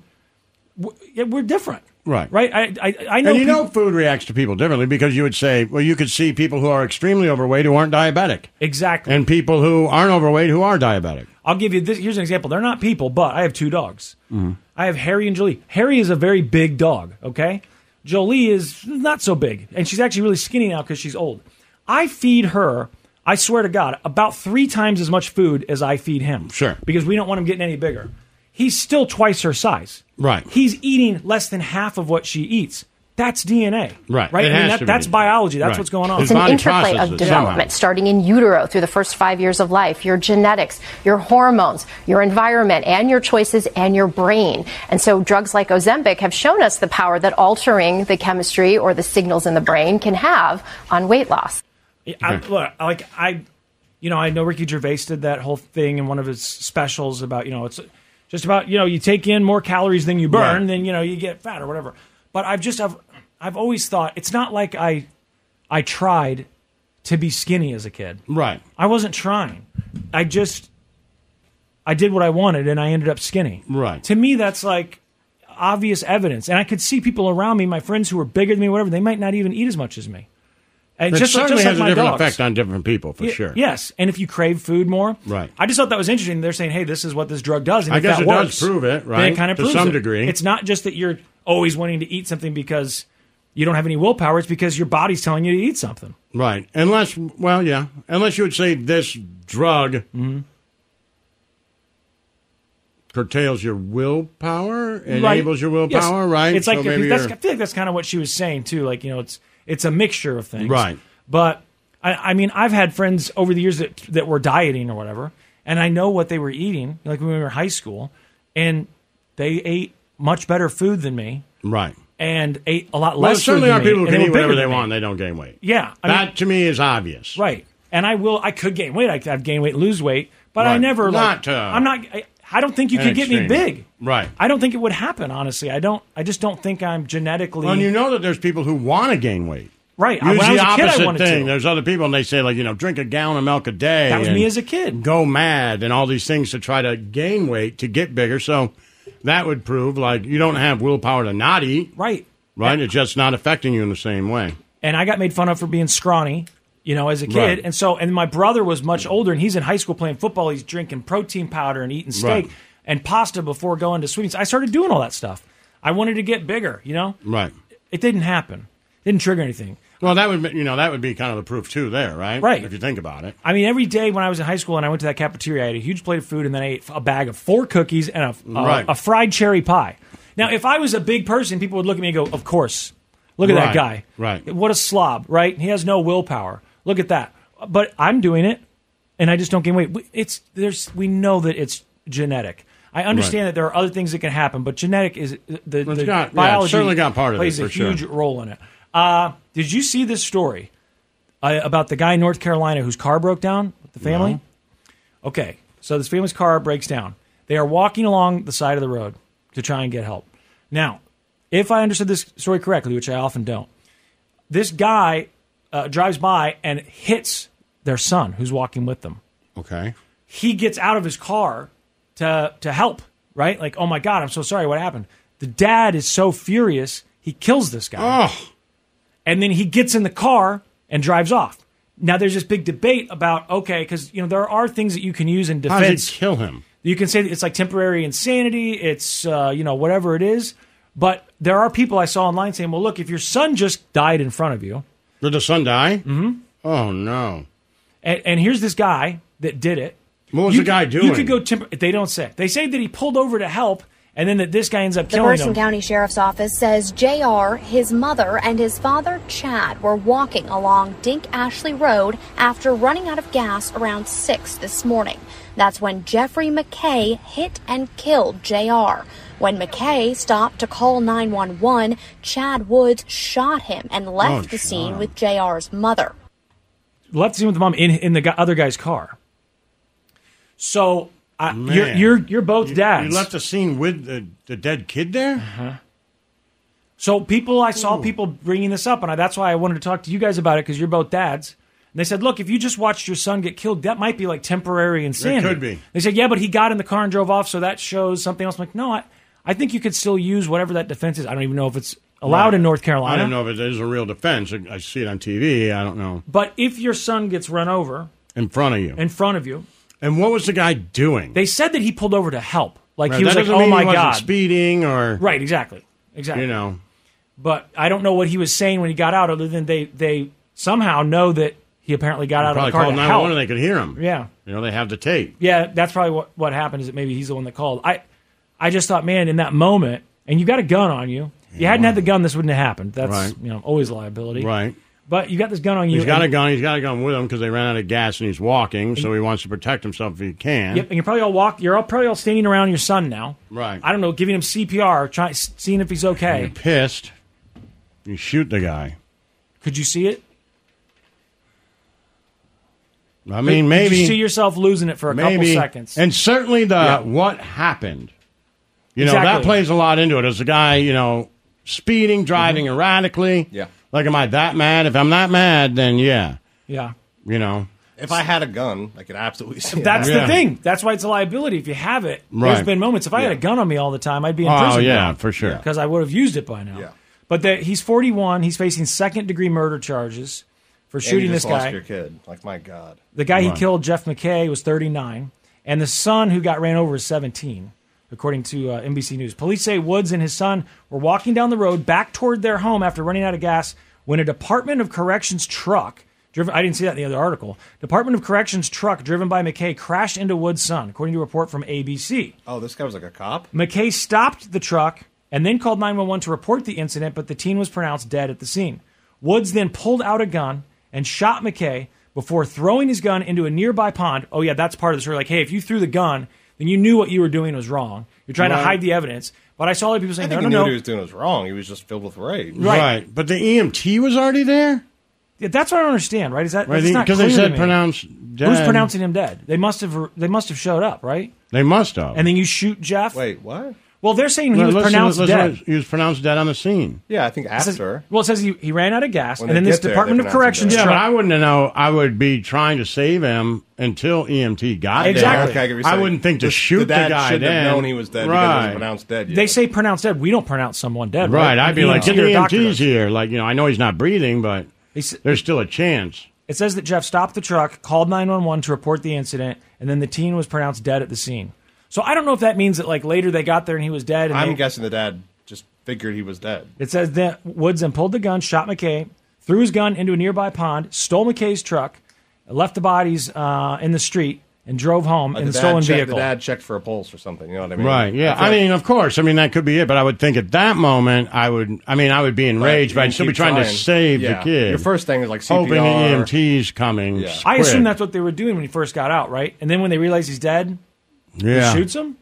Speaker 1: w- yeah, we're different,
Speaker 2: Right.
Speaker 1: right? I I, I know
Speaker 2: and you
Speaker 1: people-
Speaker 2: know food reacts to people differently because you would say, well, you could see people who are extremely overweight who aren't diabetic.
Speaker 1: exactly.
Speaker 2: And people who aren't overweight who are diabetic.
Speaker 1: I'll give you this. Here's an example. They're not people, but I have two dogs.
Speaker 2: Mm-hmm.
Speaker 1: I have Harry and Jolie. Harry is a very big dog, okay? Jolie is not so big, and she's actually really skinny now because she's old. I feed her, I swear to God, about three times as much food as I feed him. Sure. Because we don't want him getting any bigger. He's still twice her size.
Speaker 2: Right.
Speaker 1: He's eating less than half of what she eats. That's DNA.
Speaker 2: Right.
Speaker 1: Right?
Speaker 2: It
Speaker 1: I mean,
Speaker 2: has
Speaker 1: that-
Speaker 2: to be.
Speaker 1: that's biology. That's
Speaker 2: Right.
Speaker 1: what's going on.
Speaker 12: It's an interplay of development, starting in utero through the first five years of life, your genetics, your hormones, your environment, and your choices and your brain. And so drugs like Ozempic have shown us the power that altering the chemistry or the signals in the brain can have on weight loss.
Speaker 1: Yeah, I, look, I- like I, you know, I know Ricky Gervais did that whole thing in one of his specials about you know it's just about you know you take in more calories than you burn,
Speaker 2: Right.
Speaker 1: then you know you get fat or whatever. But I've just I've I've always thought it's not like I I tried to be skinny as a kid.
Speaker 2: Right.
Speaker 1: I wasn't trying. I just I did what I wanted and I ended up skinny.
Speaker 2: Right.
Speaker 1: To me, that's like obvious evidence. And I could see people around me, my friends who were bigger than me, whatever, they might not even eat as much as me. And
Speaker 2: it
Speaker 1: just, like-
Speaker 2: certainly
Speaker 1: just
Speaker 2: has
Speaker 1: like my
Speaker 2: a different
Speaker 1: dogs.
Speaker 2: effect on different people, for
Speaker 1: Ye-
Speaker 2: sure.
Speaker 1: Yes, and if you crave food more,
Speaker 2: Right.
Speaker 1: I just thought that was interesting. They're saying, "Hey, this is what this drug does." And
Speaker 2: I
Speaker 1: if
Speaker 2: guess
Speaker 1: that
Speaker 2: it does
Speaker 1: works,
Speaker 2: prove it,
Speaker 1: then
Speaker 2: right,
Speaker 1: It kind of
Speaker 2: to
Speaker 1: proves
Speaker 2: some
Speaker 1: it.
Speaker 2: degree.
Speaker 1: It's not just that you're always wanting to eat something because you don't have any willpower. It's because your body's telling you to eat something.
Speaker 2: Right. Unless, well, yeah. Unless you would say this drug
Speaker 1: Mm-hmm.
Speaker 2: curtails your willpower, enables your
Speaker 1: Yes.
Speaker 2: willpower, right?
Speaker 1: It's like
Speaker 2: So
Speaker 1: if
Speaker 2: maybe
Speaker 1: that's, I
Speaker 2: you're-
Speaker 1: feel like that's kind of what she was saying too. Like you know, it's it's a mixture of things,
Speaker 2: Right.
Speaker 1: But I, I mean, I've had friends over the years that that were dieting or whatever, and I know what they were eating. Like when we were in high school, and they ate much better food than me,
Speaker 2: right.
Speaker 1: and ate a lot
Speaker 2: Well, there
Speaker 1: less.
Speaker 2: certainly
Speaker 1: food
Speaker 2: are
Speaker 1: than me,
Speaker 2: people who
Speaker 1: and
Speaker 2: can
Speaker 1: were
Speaker 2: eat
Speaker 1: bigger
Speaker 2: whatever
Speaker 1: than
Speaker 2: they
Speaker 1: me.
Speaker 2: want and they don't gain weight.
Speaker 1: Yeah, I
Speaker 2: that
Speaker 1: mean-
Speaker 2: to me is obvious.
Speaker 1: Right. And I will. I could gain weight. I, I've gained weight, lose weight, but I
Speaker 2: Right.
Speaker 1: never.
Speaker 2: Not,
Speaker 1: like,
Speaker 2: uh,
Speaker 1: I'm not. I, I don't think you
Speaker 2: An
Speaker 1: could get me
Speaker 2: extreme.
Speaker 1: big.
Speaker 2: Right.
Speaker 1: I don't think it would happen. Honestly, I don't. I just don't think I'm genetically.
Speaker 2: Well, and you know that there's people who want to gain weight.
Speaker 1: Right.
Speaker 2: Use
Speaker 1: when I
Speaker 2: the
Speaker 1: was a kid,
Speaker 2: opposite
Speaker 1: I wanted
Speaker 2: thing.
Speaker 1: to.
Speaker 2: There's other people, and they say like, you know, drink a gallon of milk a day.
Speaker 1: That was
Speaker 2: and
Speaker 1: me as a kid.
Speaker 2: Go mad and all these things to try to gain weight to get bigger. So that would prove like you don't have willpower to not eat.
Speaker 1: Right.
Speaker 2: Right. It's just not affecting you in the same way.
Speaker 1: and I got made fun of for being scrawny, you know, as a kid.
Speaker 2: Right.
Speaker 1: And so, and my brother was much older, and he's in high school playing football. He's drinking protein powder and eating steak
Speaker 2: Right.
Speaker 1: and pasta before going to swimming. So I started doing all that stuff. I wanted to get bigger, you know.
Speaker 2: Right.
Speaker 1: It didn't happen. didn't trigger anything.
Speaker 2: Well, that would be, you know that would be kind of the proof too. There, right?
Speaker 1: Right.
Speaker 2: If you think about it.
Speaker 1: I mean, every day when I was in high school and I went to that cafeteria, I had a huge plate of food and then I ate a bag of four cookies and a, a,
Speaker 2: Right.
Speaker 1: a fried cherry pie. Now, if I was a big person, people would look at me and go, "Of course, look at
Speaker 2: Right.
Speaker 1: that guy.
Speaker 2: Right.
Speaker 1: What a slob, right? He has no willpower. Look at that." But I'm doing it, and I just don't gain weight. We- It's there's we know that it's genetic. I understand that there are other things that can happen, but genetic is the, the
Speaker 2: It's got- yeah,
Speaker 1: biology
Speaker 2: it's certainly got part of it,
Speaker 1: plays a
Speaker 2: for sure.
Speaker 1: huge role in it. Uh, did you see this story uh, about the guy in North Carolina whose car broke down with the family?
Speaker 2: No.
Speaker 1: Okay, so this family's car breaks down. They are walking along the side of the road to try and get help. Now, if I understood this story correctly, which I often don't, this guy uh, drives by and hits their son who's walking with them
Speaker 2: Okay.
Speaker 1: he gets out of his car to to help, right? Like, oh my god, I'm so sorry, what happened? The dad is so furious, he kills this guy.
Speaker 2: Oh,
Speaker 1: And then he gets in the car and drives off. Now there's this big debate about okay, because you know there are things that you can use in
Speaker 2: How did it
Speaker 1: defense.
Speaker 2: kill him?
Speaker 1: You can say that it's like temporary insanity. It's uh, you know whatever it is. But there are people I saw online saying, well, look, if your son just died in front of you,
Speaker 2: Did the son die? Mm-hmm. Oh no.
Speaker 1: and, and here's this guy that did it. What
Speaker 2: was the guy
Speaker 1: You
Speaker 2: doing?
Speaker 1: could go. Temp- they don't say. They say that he pulled over to help, and then that this guy ends up
Speaker 15: The
Speaker 1: killing
Speaker 15: Morrison
Speaker 1: him.
Speaker 15: County Sheriff's Office says JR, his mother, and his father, Chad, were walking along Dink Ashley Road after running out of gas around 6 this morning. That's when Jeffrey McKay hit and killed JR. When McKay stopped to call 911, Chad Woods shot him and left
Speaker 1: Oh,
Speaker 15: the scene
Speaker 1: Chad.
Speaker 15: with JR's mother.
Speaker 1: Left him with the mom in in the guy, other guy's car. So I, you're,
Speaker 2: Man.
Speaker 1: you're you're both dads.
Speaker 2: You left the scene with the, the dead kid there.
Speaker 1: So people, I saw people bringing this up, and I, that's why I wanted to talk to you guys about it because you're both dads. And they said, look, if you just watched your son get killed, that might be like temporary insanity.
Speaker 2: could be.
Speaker 1: They said, yeah, but he got in the car and drove off, so that shows something else. I'm like, no, I, I think you could still use whatever that defense is. I don't even know if it's allowed
Speaker 2: Right.
Speaker 1: in North
Speaker 2: I
Speaker 1: Carolina.
Speaker 2: don't know if it is a real defense. I I see it on TV. I don't know.
Speaker 1: But if your son gets run over
Speaker 2: In front of you.
Speaker 1: in front of you,
Speaker 2: And what was the guy doing?
Speaker 1: they said that he pulled over to help. Like
Speaker 2: Right,
Speaker 1: he was
Speaker 2: that
Speaker 1: like,
Speaker 2: doesn't
Speaker 1: oh
Speaker 2: mean he
Speaker 1: my
Speaker 2: wasn't
Speaker 1: god,
Speaker 2: speeding or
Speaker 1: right, exactly, exactly.
Speaker 2: you know.
Speaker 1: but I don't know what he was saying when he got out, other than they they somehow know that he apparently got out of
Speaker 2: Probably
Speaker 1: the car
Speaker 2: called
Speaker 1: to
Speaker 2: 911
Speaker 1: help.
Speaker 2: and they could hear him.
Speaker 1: Yeah,
Speaker 2: You know, they have the tape.
Speaker 1: yeah, that's probably what what happened. Is that maybe he's the one that called? I I just thought, man, in that moment, and you got a gun on you. If you hadn't had the gun, this wouldn't have happened. That's
Speaker 2: Right.
Speaker 1: you know always liability.
Speaker 2: Right.
Speaker 1: But you got this gun on you.
Speaker 2: He's got
Speaker 1: and-
Speaker 2: a gun. He's got a gun with him because they ran out of gas and he's walking, so he wants to protect himself if he can.
Speaker 1: Yep, and you're probably all walk. You're all probably all standing around your son now.
Speaker 2: Right.
Speaker 1: I don't know, giving him CPR, trying seeing if he's okay.
Speaker 2: Pissed. You shoot the guy.
Speaker 1: Could you see it?
Speaker 2: I mean,
Speaker 1: Could-
Speaker 2: maybe
Speaker 1: could you see yourself losing it for a
Speaker 2: maybe,
Speaker 1: couple seconds.
Speaker 2: and certainly the
Speaker 1: Yeah.
Speaker 2: what happened. You know that
Speaker 1: Exactly.
Speaker 2: plays a lot into it. As a guy, you know, speeding, driving
Speaker 1: Mm-hmm.
Speaker 2: erratically.
Speaker 3: Yeah.
Speaker 2: Like, am I that mad? If I'm not mad, then yeah,
Speaker 1: yeah.
Speaker 2: you know.
Speaker 3: If I had a gun, I could absolutely. See
Speaker 1: That's
Speaker 3: it.
Speaker 1: the thing. That's why it's a liability if you have it. There's
Speaker 2: Right.
Speaker 1: been moments. If I had a gun on me all the time, I'd be in
Speaker 2: Oh,
Speaker 1: prison.
Speaker 2: yeah, for sure. Yeah.
Speaker 1: Because I would have used it by now. But the, he's 41. He's facing second degree murder charges for
Speaker 3: And you
Speaker 1: shooting
Speaker 3: just
Speaker 1: this
Speaker 3: lost
Speaker 1: guy.
Speaker 3: Your kid, like my god.
Speaker 1: The guy
Speaker 3: Right.
Speaker 1: he killed, Jeff McKay, was 39, and the son who got ran over is 17, according to uh, NBC News. Police say Woods and his son were walking down the road back toward their home after running out of gas when a Department of Corrections truck. Driven, I didn't see that in the other article. Department of Corrections truck driven by McKay crashed into Woods' son, according to a report from ABC.
Speaker 3: Oh, this guy was like a cop.
Speaker 1: McKay stopped the truck and then called 911 to report the incident, but the teen was pronounced dead at the scene. Woods then pulled out a gun and shot McKay before throwing his gun into a nearby pond. Oh, yeah, that's part of the story. Like, hey, if you threw the gun, then you knew what you were doing was wrong. You're trying to
Speaker 3: Right.
Speaker 1: hide the evidence. But I saw other people
Speaker 3: I
Speaker 1: saying,
Speaker 3: think
Speaker 1: no,
Speaker 3: he
Speaker 1: no,
Speaker 2: E
Speaker 1: no.
Speaker 3: knew what he was doing was wrong. He was just filled with rage.
Speaker 1: Right.
Speaker 2: But the EMT was already there.
Speaker 1: Yeah, That's what I don't understand, right? Is that
Speaker 2: Right,
Speaker 1: that's not
Speaker 2: because they
Speaker 1: clear to
Speaker 2: said
Speaker 1: me.
Speaker 2: pronounce
Speaker 1: Who's
Speaker 2: dead.
Speaker 1: pronouncing him dead? They must have. They must have showed up, right?
Speaker 2: They must have.
Speaker 1: And then you shoot Jeff.
Speaker 3: Wait, what?
Speaker 1: Well, they're saying he
Speaker 2: Well,
Speaker 1: was
Speaker 2: listen-
Speaker 1: pronounced
Speaker 2: listen-
Speaker 1: dead.
Speaker 2: He was pronounced dead on the scene.
Speaker 3: Yeah, I think
Speaker 1: It says-
Speaker 3: after.
Speaker 1: well, it says he, he ran out of gas,
Speaker 3: When
Speaker 1: and
Speaker 3: they
Speaker 1: then this
Speaker 3: get there, they
Speaker 1: Department of
Speaker 3: pronounce him
Speaker 1: Corrections.
Speaker 2: Yeah,
Speaker 1: truck-
Speaker 2: but I wouldn't know. I would be trying to save him until EMT got
Speaker 1: Exactly.
Speaker 2: there.
Speaker 1: Okay, I get what you're
Speaker 2: I,
Speaker 1: saying.
Speaker 2: wouldn't think to
Speaker 1: The-
Speaker 2: shoot
Speaker 1: the
Speaker 2: the,
Speaker 1: dad
Speaker 2: guy.
Speaker 1: shouldn't have
Speaker 2: then.
Speaker 1: known he was dead because it was
Speaker 2: right.
Speaker 3: pronounced dead.
Speaker 1: They say pronounced dead. We don't pronounce someone dead, right?
Speaker 2: Right. I'd be like,
Speaker 1: EMT
Speaker 2: get the
Speaker 1: or doctor
Speaker 2: EMTs
Speaker 1: does.
Speaker 2: here. Like, you know, I know he's not breathing, but there's still a chance.
Speaker 1: It says that Jeff stopped the truck, called 911 to report the incident, and then the teen was pronounced dead at the scene. So I don't know if that means that like later they got there and he was dead. And
Speaker 3: I'm
Speaker 1: they-
Speaker 3: guessing the dad just figured he was dead.
Speaker 1: It says that Woods then pulled the gun, shot McKay, threw his gun into a nearby pond, stole McKay's truck, left the bodies uh, in the street, and drove home
Speaker 3: Like
Speaker 1: in
Speaker 3: the
Speaker 1: the
Speaker 3: dad
Speaker 1: stolen
Speaker 3: checked-
Speaker 1: vehicle.
Speaker 3: The dad checked for a pulse or something. You know what I mean?
Speaker 2: right. Yeah. I, mean, of course. I mean, that could be it. But I would think at that moment, I would. I mean, I would be enraged, but,
Speaker 3: you
Speaker 2: I'd still be
Speaker 3: keep
Speaker 2: trying, to
Speaker 3: trying.
Speaker 2: save
Speaker 3: Yeah.
Speaker 2: the kid.
Speaker 3: Your first thing is, like,
Speaker 2: hoping Oh, E the
Speaker 3: CPR.
Speaker 2: EMT's coming.
Speaker 1: I
Speaker 2: quick.
Speaker 1: assume that's what they were doing when he first got out, right? And then when they realize he's dead,
Speaker 2: Yeah.
Speaker 1: he shoots him.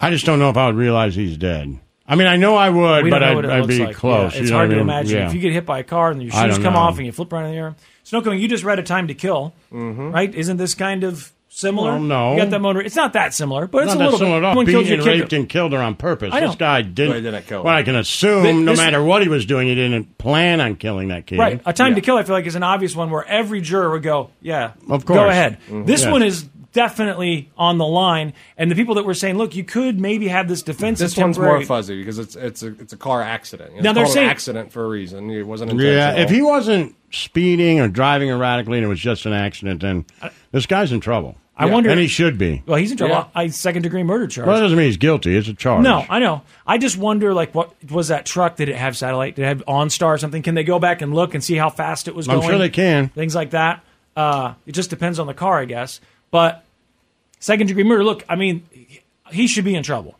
Speaker 2: I just don't know if I would realize he's dead. I mean, I know I would,
Speaker 1: we
Speaker 2: but
Speaker 1: don't know
Speaker 2: I'd,
Speaker 1: what it
Speaker 2: I'd
Speaker 1: looks
Speaker 2: be
Speaker 1: like.
Speaker 2: close.
Speaker 1: Yeah,
Speaker 2: you
Speaker 1: it's
Speaker 2: know
Speaker 1: hard
Speaker 2: what
Speaker 1: to
Speaker 2: I mean?
Speaker 1: imagine
Speaker 2: Yeah.
Speaker 1: if you get hit by a car and your
Speaker 2: I
Speaker 1: shoes
Speaker 2: don't
Speaker 1: come
Speaker 2: know.
Speaker 1: off and you flip around in the air. Snowcone, you just read a time to kill, right? Isn't this kind of similar?
Speaker 2: Mm-hmm. Well, no.
Speaker 1: you got that motor. It's not that similar, but it's
Speaker 2: Not
Speaker 1: a little
Speaker 2: that similar
Speaker 1: bit.
Speaker 2: at all.
Speaker 1: Someone
Speaker 2: Beat
Speaker 1: killed your
Speaker 2: and
Speaker 1: kid.
Speaker 2: raped and killed her on purpose.
Speaker 1: I know.
Speaker 2: This guy didn't.
Speaker 3: Well, he didn't kill
Speaker 2: well,
Speaker 3: her.
Speaker 2: I can assume,
Speaker 1: Th-
Speaker 2: no
Speaker 1: this-
Speaker 2: matter what he was doing, he didn't plan on killing that kid.
Speaker 1: Right. A time to kill, I feel like, is an obvious one where every juror would go, yeah,
Speaker 2: Of
Speaker 1: Go
Speaker 2: course.
Speaker 1: ahead.
Speaker 2: Mhm.
Speaker 1: This
Speaker 2: Yeah.
Speaker 1: one is definitely on the line. And the people that were saying, look, you could maybe have this defense
Speaker 3: This
Speaker 1: as
Speaker 3: one's more
Speaker 1: temporary-
Speaker 3: fuzzy because it's it's a it's a car accident. It's
Speaker 1: Now, they're
Speaker 3: called
Speaker 1: saying-
Speaker 3: an accident for a reason. It wasn't intentional.
Speaker 2: Yeah, if he wasn't speeding or driving erratically and it was just an accident, then this guy's in trouble.
Speaker 1: I wonder-
Speaker 2: And he should be.
Speaker 1: Well, he's in trouble.
Speaker 2: Yeah.
Speaker 1: I second degree murder charge.
Speaker 2: Well, that doesn't mean he's guilty. It's a charge.
Speaker 1: No, I know. I just wonder, like, what was that truck? Did it have satellite? Did it have OnStar or something? Can they go back and look and see how fast it was
Speaker 2: I'm
Speaker 1: going?
Speaker 2: sure they can.
Speaker 1: Things like that. Uh, it just depends on the car, I guess. But second degree murder. Look, I mean, he should be in trouble.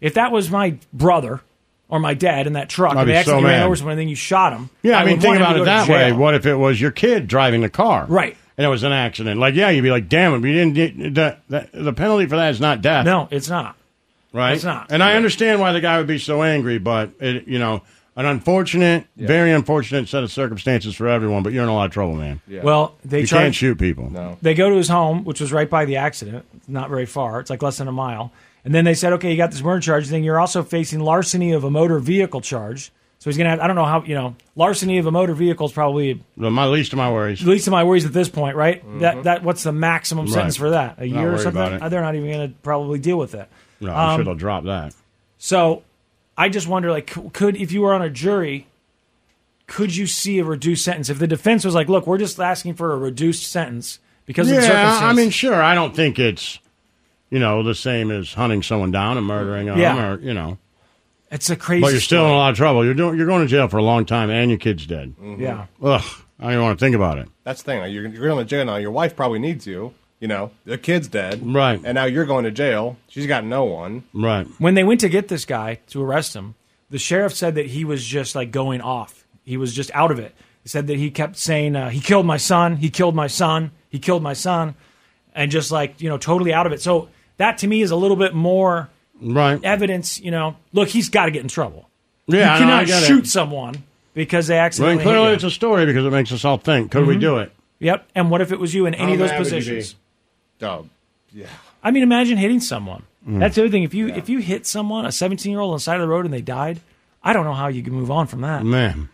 Speaker 1: If that was my brother or my dad in that truck,
Speaker 2: I'd
Speaker 1: and
Speaker 2: be
Speaker 1: they
Speaker 2: so
Speaker 1: accidentally ran
Speaker 2: mad.
Speaker 1: over someone, and then you shot him.
Speaker 2: Yeah, I, mean,
Speaker 1: would
Speaker 2: think
Speaker 1: want him
Speaker 2: about
Speaker 1: to
Speaker 2: it
Speaker 1: go to
Speaker 2: that way.
Speaker 1: jail.
Speaker 2: What if it was your kid driving the car?
Speaker 1: Right.
Speaker 2: And it was an accident. Like, yeah, you'd be like, damn it, we didn't. Get, the, the, the penalty for that is not death.
Speaker 1: No, it's not.
Speaker 2: Right?
Speaker 1: It's not.
Speaker 2: And I understand why the guy would be so angry, but, it, you know, an unfortunate, very unfortunate set of circumstances for everyone, but you're in a lot of trouble, man.
Speaker 1: Well, they
Speaker 2: you
Speaker 1: charge-
Speaker 2: can't shoot people. No.
Speaker 1: They go to his home, which was right by the accident, not very far. It's like less than a mile. And then they said, okay, you got this murder charge. Then you're also facing larceny of a motor vehicle charge. So he's going to have, I don't know how, you know, larceny of a motor vehicle is probably
Speaker 2: My least of my worries.
Speaker 1: least of my worries at this point, right? That, that What's the maximum
Speaker 2: Mm-hmm. Right.
Speaker 1: sentence for that?
Speaker 2: Not
Speaker 1: A year or
Speaker 2: worried
Speaker 1: something?
Speaker 2: about it.
Speaker 1: They're not even going to probably deal with it.
Speaker 2: No, I'm
Speaker 1: Um,
Speaker 2: sure they'll drop that.
Speaker 1: so I just wonder, like, c- could if you were on a jury, could you see a reduced sentence? If the defense was like, look, we're just asking for a reduced sentence because of the
Speaker 2: yeah,
Speaker 1: circumstances.
Speaker 2: I mean, sure. I don't think it's, you know, the same as hunting someone down and murdering them,
Speaker 1: Yeah.
Speaker 2: or you know.
Speaker 1: It's a crazy.
Speaker 2: But you're still in
Speaker 1: story.
Speaker 2: a lot of trouble. You're doing, you're going to jail for a long time, and your kid's dead.
Speaker 1: Yeah.
Speaker 2: Ugh, I don't even want to think about it.
Speaker 3: That's the thing. You're, you're going to jail now. Your wife probably needs you. You know, the kid's dead.
Speaker 2: Right.
Speaker 3: And now you're going to jail. She's got no one.
Speaker 2: Right.
Speaker 1: When they went to get this guy to arrest him, the sheriff said that he was just like going off. He was just out of it. He said that he kept saying, uh, he killed my son, he killed my son, he killed my son, and just like, you know, totally out of it. So that to me is a little bit more
Speaker 2: right.
Speaker 1: evidence, you know, look, he's got to get in trouble.
Speaker 2: Yeah,
Speaker 1: you
Speaker 2: no, I
Speaker 1: cannot
Speaker 2: get it.
Speaker 1: shoot someone because they
Speaker 2: Well,
Speaker 1: accidentally.
Speaker 2: and
Speaker 1: hit
Speaker 2: clearly,
Speaker 1: you.
Speaker 2: it's a story because it makes us all think. Could we
Speaker 1: Mhm.
Speaker 2: do it?
Speaker 1: Yep. And what if it was you in any
Speaker 2: How
Speaker 1: of those
Speaker 2: mad would you be?
Speaker 1: positions?
Speaker 3: Dog. Yeah.
Speaker 1: I mean, imagine hitting someone.
Speaker 2: Mm.
Speaker 1: That's the other thing. If you if you hit someone, a 17 year old on the side of the road, and they died, I don't know how you can move on from that.
Speaker 2: Man,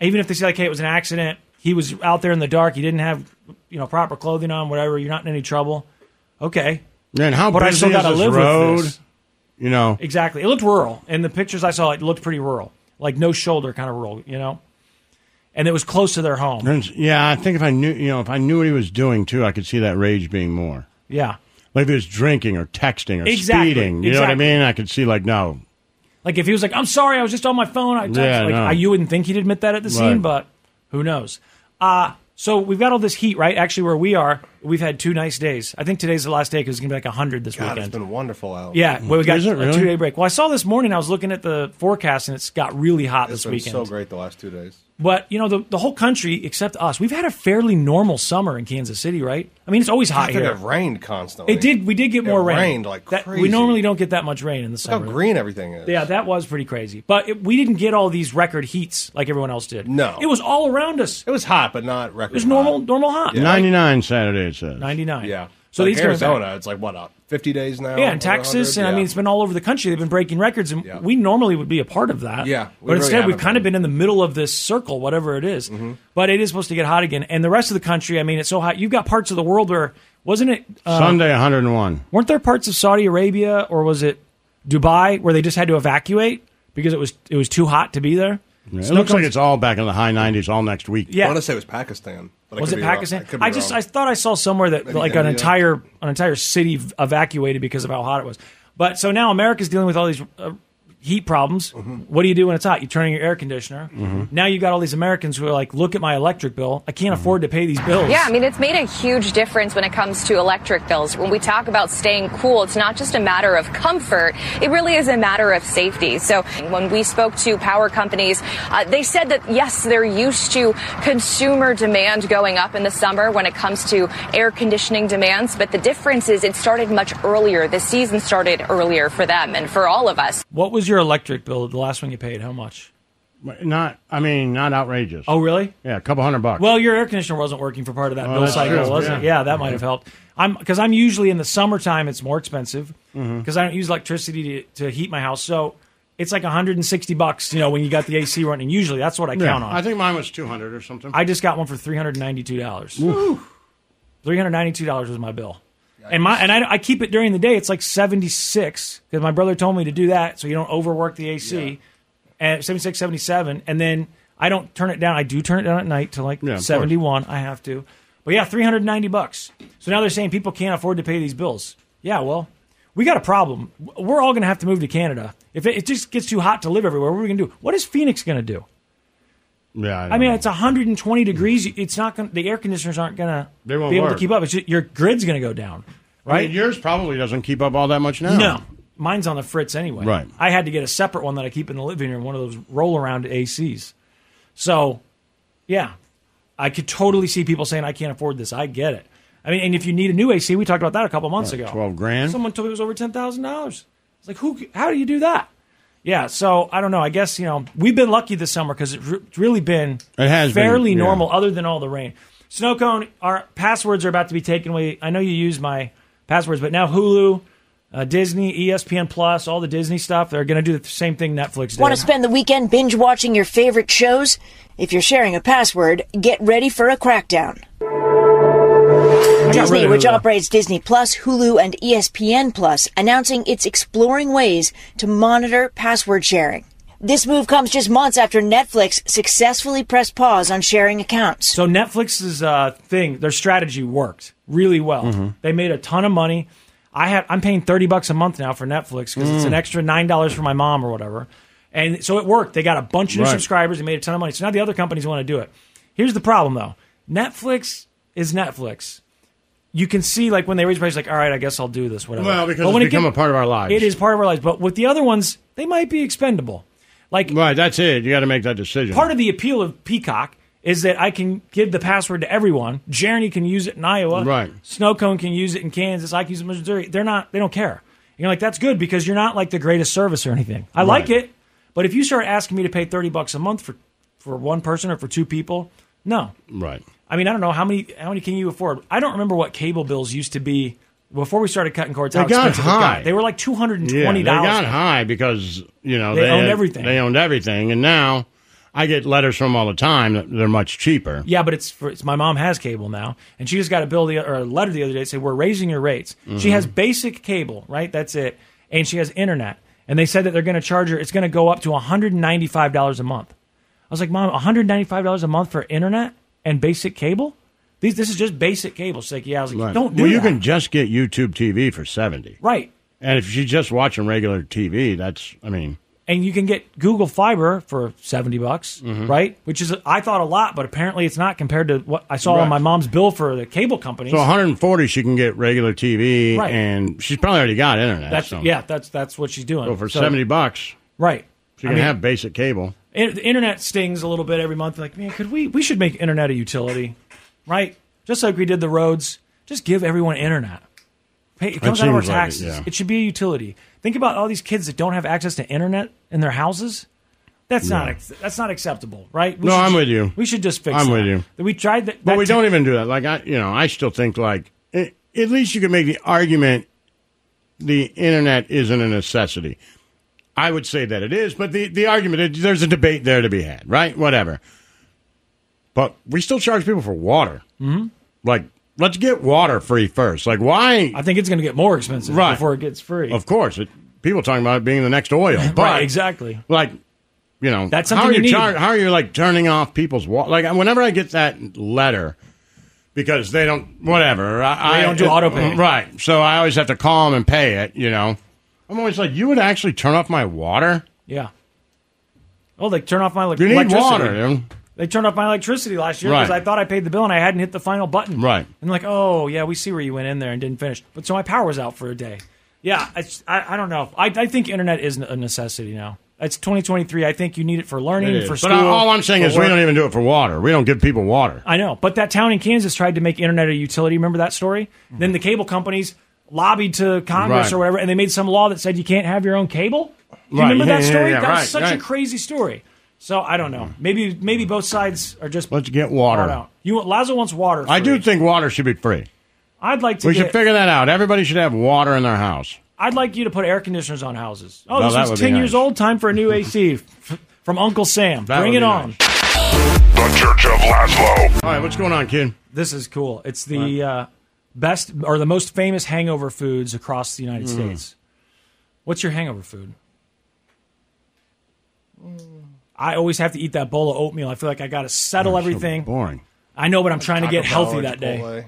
Speaker 1: Even if they say like, "Hey, it was an accident. He was out there in the dark. He didn't have you know proper clothing on. Whatever. You're not in any trouble. Okay.
Speaker 2: man, how
Speaker 1: But I
Speaker 2: busy
Speaker 1: still
Speaker 2: is
Speaker 1: gotta
Speaker 2: this
Speaker 1: live with
Speaker 2: road?
Speaker 1: this.
Speaker 2: You know,
Speaker 1: Exactly. It looked rural. And the pictures I saw, it looked pretty rural, like no shoulder kind of rural. You know. And it was close to their home.
Speaker 2: there's- yeah. I think if I knew, you know, if I knew what he was doing too, I could see that rage being more.
Speaker 1: Yeah.
Speaker 2: Like if he was drinking or texting or
Speaker 1: Exactly,
Speaker 2: speeding, you know what I
Speaker 1: exactly.
Speaker 2: mean? I could see like no,
Speaker 1: Like if he was like, "I'm sorry, I was just on my phone," I text.
Speaker 2: Yeah,
Speaker 1: like
Speaker 2: no.
Speaker 1: I, you wouldn't think he'd admit that at the
Speaker 2: Right.
Speaker 1: scene, but who knows? Uh so we've got all this heat, right? Actually, where we are, We've had two nice days. I think today's the last day because it's going to be like 100 this
Speaker 3: God, it's
Speaker 1: weekend.
Speaker 3: been wonderful out.
Speaker 1: Yeah, well, we got
Speaker 3: Mm. Is it really?
Speaker 1: a two day break. Well, I saw this morning, I was looking at the forecast, and it's got really hot this
Speaker 3: It's been
Speaker 1: weekend.
Speaker 3: so great the last two days.
Speaker 1: But you know the the whole country except us, we've had a fairly normal summer in Kansas City, right? I mean, it's always hot
Speaker 3: I think
Speaker 1: here.
Speaker 3: It rained constantly.
Speaker 1: It did. We did get
Speaker 3: It
Speaker 1: more rain.
Speaker 3: rained like
Speaker 1: That-
Speaker 3: crazy.
Speaker 1: we normally don't get that much rain in the
Speaker 3: Look how
Speaker 1: summer.
Speaker 3: green everything is.
Speaker 1: Yeah, that was pretty crazy. But it, we didn't get all these record heats like everyone else did.
Speaker 3: No,
Speaker 1: it was all around us.
Speaker 3: It was hot, but not record.
Speaker 1: It was normal, normal hot.
Speaker 2: Ninety nine Saturday it says.
Speaker 1: Ninety nine.
Speaker 3: Yeah.
Speaker 1: So
Speaker 3: like
Speaker 1: these guys are-
Speaker 3: Arizona, it's like what, uh, fifty days now?
Speaker 1: Yeah, in
Speaker 3: Or
Speaker 1: Texas,
Speaker 3: 100?
Speaker 1: and I
Speaker 3: Yeah.
Speaker 1: mean, it's been all over the country. They've been breaking records, and we normally would be a part of that.
Speaker 3: Yeah,
Speaker 1: but
Speaker 3: we really
Speaker 1: instead, we've
Speaker 3: haven't Mm-hmm.
Speaker 1: kind of been in the middle of this circle, whatever it is. But it is supposed to get hot again, and the rest of the country. I mean, it's so hot. You've got parts of the world where wasn't it uh,
Speaker 2: Sunday one hundred and one.
Speaker 1: Weren't there parts of Saudi Arabia or was it Dubai where they just had to evacuate because it was it was too hot to be there?
Speaker 2: It
Speaker 1: Snow
Speaker 2: looks like
Speaker 1: comes-
Speaker 2: it's all back in the high nineties all next week.
Speaker 1: Yeah. I wanna
Speaker 3: say it was Pakistan. but I
Speaker 1: was
Speaker 3: could
Speaker 1: it
Speaker 3: be wrong.
Speaker 1: Pakistan?
Speaker 3: I could be
Speaker 1: I, just
Speaker 3: wrong.
Speaker 1: I thought I saw somewhere that
Speaker 3: Maybe
Speaker 1: like an
Speaker 3: India.
Speaker 1: entire an entire city v- evacuated because of how hot it was. But so now America's dealing with all these uh, heat problems.
Speaker 3: Mm-hmm.
Speaker 1: What do you do when it's hot? You turn on your air conditioner.
Speaker 16: Mhm.
Speaker 1: Now you got all these Americans who are like, "Look at my electric bill. I
Speaker 3: Mm-hmm.
Speaker 1: can't afford to pay these bills."
Speaker 16: Yeah, I mean, it's made a huge difference when it comes to electric bills. When we talk about staying cool, it's not just a matter of comfort, it really is a matter of safety. So when we spoke to power companies, uh, they said that yes, they're used to consumer demand going up in the summer when it comes to air conditioning demands, but the difference is it started much earlier. The season started earlier for them and for all of us.
Speaker 1: What was your electric bill? The last one you paid? How much?
Speaker 2: Not, I mean, not outrageous.
Speaker 1: Oh, really?
Speaker 2: Yeah, a couple hundred bucks.
Speaker 1: Well, your air conditioner wasn't working for part of that
Speaker 2: Oh,
Speaker 1: bill
Speaker 2: that's
Speaker 1: cycle,
Speaker 2: true,
Speaker 1: was it?
Speaker 2: yeah.
Speaker 1: Yeah, that might have helped. I'm because I'm usually in the summertime. It's more expensive because
Speaker 2: Mhm.
Speaker 1: I don't use electricity to, to heat my house. So it's like 160 bucks. You know, when you got the AC running. Usually, that's what I
Speaker 2: Yeah.
Speaker 1: count on.
Speaker 2: I think mine was two hundred or something.
Speaker 1: I just got one for three hundred ninety-two dollars. Three hundred ninety-two dollars was my bill, and my and I, I keep it during the day. It's like seventy-six because my brother told me to do that so you don't overwork the AC. And 76, 77. and then I don't turn it down. I do turn it down at night to like
Speaker 2: of course.
Speaker 1: seventy-one. I have to, but yeah, three hundred ninety bucks. So now they're saying people can't afford to pay these bills. Yeah, well. We got a problem. We're all going to have to move to Canada. If it, it just gets too hot to live everywhere, what are we going to do? What is Phoenix going to do?
Speaker 2: yeah,
Speaker 1: I, mean, it's 120 degrees. It's not going. to The air conditioners aren't going to be
Speaker 2: They won't
Speaker 1: able to
Speaker 2: work.
Speaker 1: keep up. It's just, your grid's going to go down,
Speaker 2: right.
Speaker 1: right?
Speaker 2: yours probably doesn't keep up all that much now.
Speaker 1: No, mine's on the fritz anyway.
Speaker 2: Right.
Speaker 1: I had to get a separate one that I keep in the living room, one of those roll around ACs. So, yeah, I could totally see people saying I can't afford this. I get it. I mean, and if you need a new AC, we talked about that a couple months
Speaker 2: Right,
Speaker 1: ago.
Speaker 2: 12 grand.
Speaker 1: Someone told me it was over ten thousand dollars. It's like who? How do you do that? Yeah, so I don't know. I guess you know we've been lucky this summer because it's re- it's really been
Speaker 2: It has been,
Speaker 1: fairly
Speaker 2: yeah.
Speaker 1: normal, other than all the rain. Snow cone, our passwords are about to be taken away. I know you use my passwords, but now Hulu, uh, Disney, ESPN Plus, all the Disney stuff, they're going to do the same thing Netflix did.
Speaker 17: Want to spend the weekend binge watching your favorite shows? If you're sharing a password, get ready for a crackdown.
Speaker 1: rid
Speaker 17: Disney,
Speaker 1: of
Speaker 17: which
Speaker 1: Hulu.
Speaker 17: operates Disney Plus, Hulu, and E ESPN Plus, announcing it's exploring ways to monitor password sharing. This move comes just months after Netflix successfully pressed pause on sharing accounts.
Speaker 1: So Netflix's uh, thing, their strategy worked really well.
Speaker 2: Mm-hmm.
Speaker 17: Mhm.
Speaker 1: They made a ton of money. I have I'm paying thirty bucks a month now for Netflix because it's
Speaker 2: Mm.
Speaker 1: an extra nine dollars for my mom or whatever. And so it worked. They got a bunch of new
Speaker 2: Right.
Speaker 1: subscribers. They made a ton of money. So now the other companies want to do it. Here's the problem though: Netflix is Netflix. You can see like when they raise prices, like all right, I guess I'll do this, whatever.
Speaker 2: Well, because
Speaker 1: But
Speaker 2: it's
Speaker 1: when it
Speaker 2: become
Speaker 1: get-
Speaker 2: a part of our lives.
Speaker 1: It is part of our lives. But with the other ones, they might be expendable. Like
Speaker 2: right. That's it. You got to make that decision.
Speaker 1: Part of the appeal of Peacock is that I can give the password to everyone. Jeremy can use it in Iowa.
Speaker 2: Right.
Speaker 1: Snowcone can use it in Kansas. I can use it in Missouri. They're not. They don't care. You're like that's good because you're not like the greatest service or anything. I like it, but if you start asking me to pay thirty bucks a month for for one person or for two people, no.
Speaker 2: right.
Speaker 1: I mean, I don't know how many how many can you afford. I don't remember what cable bills used to be before we started cutting cords.
Speaker 2: They
Speaker 1: how
Speaker 2: got
Speaker 1: expensive it got.
Speaker 2: high.
Speaker 1: They were like two hundred and
Speaker 2: Yeah,
Speaker 1: twenty
Speaker 2: they
Speaker 1: dollars.
Speaker 2: got high because you know
Speaker 1: They owned
Speaker 2: had-
Speaker 1: everything.
Speaker 2: They owned everything, and now I get letters from 'em all the time that they're much cheaper.
Speaker 1: Yeah, but it's, for, it's my mom has cable now, and she just got a bill the, or a letter the other day that said we're raising your rates. She
Speaker 2: Mhm.
Speaker 1: has basic cable, right? That's it, and she has internet, and they said that they're going to charge her. It's going to go up to one hundred and ninety five dollars a month. I was like, Mom, one hundred ninety five dollars a month for internet and basic cable. These this is just basic cable. She's like, Yeah, I was like,
Speaker 2: Right.
Speaker 1: Don't do
Speaker 2: well, you
Speaker 1: that.
Speaker 2: can just get YouTube TV for seventy.
Speaker 1: right.
Speaker 2: And if you're just watching regular TV, that's I mean,
Speaker 1: and you can get Google Fiber for 70 bucks,
Speaker 2: Mm-hmm.
Speaker 1: right? Which is I thought a lot, but apparently it's not compared to what I saw
Speaker 2: Right.
Speaker 1: on my mom's bill for the cable company.
Speaker 2: So 140, she can get regular TV,
Speaker 1: Right.
Speaker 2: and she's probably already got internet.
Speaker 1: that's
Speaker 2: so.
Speaker 1: yeah, that's that's what she's doing.
Speaker 2: So Oh, for 70 bucks,
Speaker 1: right?
Speaker 2: she can
Speaker 1: I mean-
Speaker 2: have basic cable.
Speaker 1: In- the internet stings a little bit every month. Like, man, could we? We should make internet a utility, right? Just like we did the roads. Just give everyone internet. Hey, it
Speaker 2: It
Speaker 1: comes out of our
Speaker 2: seems like it,
Speaker 1: taxes.
Speaker 2: yeah.
Speaker 1: it should be a utility. Think about all these kids that don't have access to internet in their houses. That's not
Speaker 2: Yeah.
Speaker 1: ex- that's not acceptable, right?
Speaker 2: no,
Speaker 1: should
Speaker 2: I'm
Speaker 1: ju-
Speaker 2: with you.
Speaker 1: We should just fix.
Speaker 2: I'm
Speaker 1: that.
Speaker 2: with you.
Speaker 1: We tried that,
Speaker 2: But
Speaker 1: that
Speaker 2: we
Speaker 1: t-
Speaker 2: don't e-, even do that. Like I, you know, I still think like a- at least you can make the argument the internet isn't a necessity. I would say that it is, but the the argument there's a debate there to be had, right? Whatever. But we still charge people for water.
Speaker 1: Mhm.
Speaker 2: Like, let's get water free first. Like, why? I
Speaker 1: think it's going to get more expensive
Speaker 2: right.
Speaker 1: before it gets free.
Speaker 2: Of course, it, people talking about it being the next oil, but
Speaker 1: right, exactly.
Speaker 2: like you know
Speaker 1: That's
Speaker 2: how are
Speaker 1: something you
Speaker 2: you
Speaker 1: need.
Speaker 2: how are you like turning off people's wa- like whenever I get that letter because they don't whatever I,
Speaker 1: They
Speaker 2: I
Speaker 1: don't do auto pay.
Speaker 2: right so I always have to call them and pay it you know I'm always like you would actually turn off my water
Speaker 1: Yeah. Oh, they turn off my elec-
Speaker 2: you need
Speaker 1: electricity.
Speaker 2: water dude.
Speaker 1: They turned off my electricity last year because
Speaker 2: Right.
Speaker 1: I thought I paid the bill and I hadn't hit the final button.
Speaker 2: Right.
Speaker 1: And like, oh yeah, we see where you went in there and didn't finish. But so my power was out for a day. Yeah, it's, I, I don't know. I, I think internet is a necessity now. It's 2023. I think you need it for learning,
Speaker 2: It is.
Speaker 1: for
Speaker 2: but
Speaker 1: school.
Speaker 2: I- all I'm saying
Speaker 1: for
Speaker 2: is we
Speaker 1: work.
Speaker 2: don't even do it for water we don't give people water
Speaker 1: I know, but that town in Kansas tried to make internet a utility. Remember that story? Then the cable companies lobbied to Congress
Speaker 2: Mm-hmm. Right.
Speaker 1: or whatever, and they made some law that said you can't have your own cable. You
Speaker 2: Right.
Speaker 1: remember
Speaker 2: Yeah,
Speaker 1: that
Speaker 2: yeah,
Speaker 1: story?
Speaker 2: yeah,
Speaker 1: that was
Speaker 2: right,
Speaker 1: such a
Speaker 2: right.
Speaker 1: crazy story. So I don't know. Maybe maybe both sides are just
Speaker 2: let's get water
Speaker 1: bought out. You want Lazo wants water.
Speaker 2: I
Speaker 1: free.
Speaker 2: do think water should be free
Speaker 1: I'd like to.
Speaker 2: we
Speaker 1: get,
Speaker 2: should figure that out everybody should have water in their house
Speaker 1: I'd like you to put air conditioners on houses. Oh,
Speaker 2: No, that
Speaker 1: this
Speaker 2: would
Speaker 1: one's
Speaker 2: be
Speaker 1: ten
Speaker 2: nice.
Speaker 1: years old. Time for a new AC F- from Uncle Sam.
Speaker 2: That
Speaker 1: Bring
Speaker 2: would
Speaker 1: it
Speaker 2: be
Speaker 1: on.
Speaker 18: The Church of Laszlo.
Speaker 2: all right what's going on kid
Speaker 1: This is cool. It's the uh, best or the most famous hangover foods across the United
Speaker 2: Mm.
Speaker 1: States. What's your hangover food? I always have to eat that bowl of oatmeal. I feel like I got to settle
Speaker 2: Oh, it's so
Speaker 1: everything.
Speaker 2: boring
Speaker 1: I know, but I'm trying to
Speaker 3: Taco
Speaker 1: get healthy
Speaker 3: Bell or
Speaker 1: that day.
Speaker 3: Chipotle.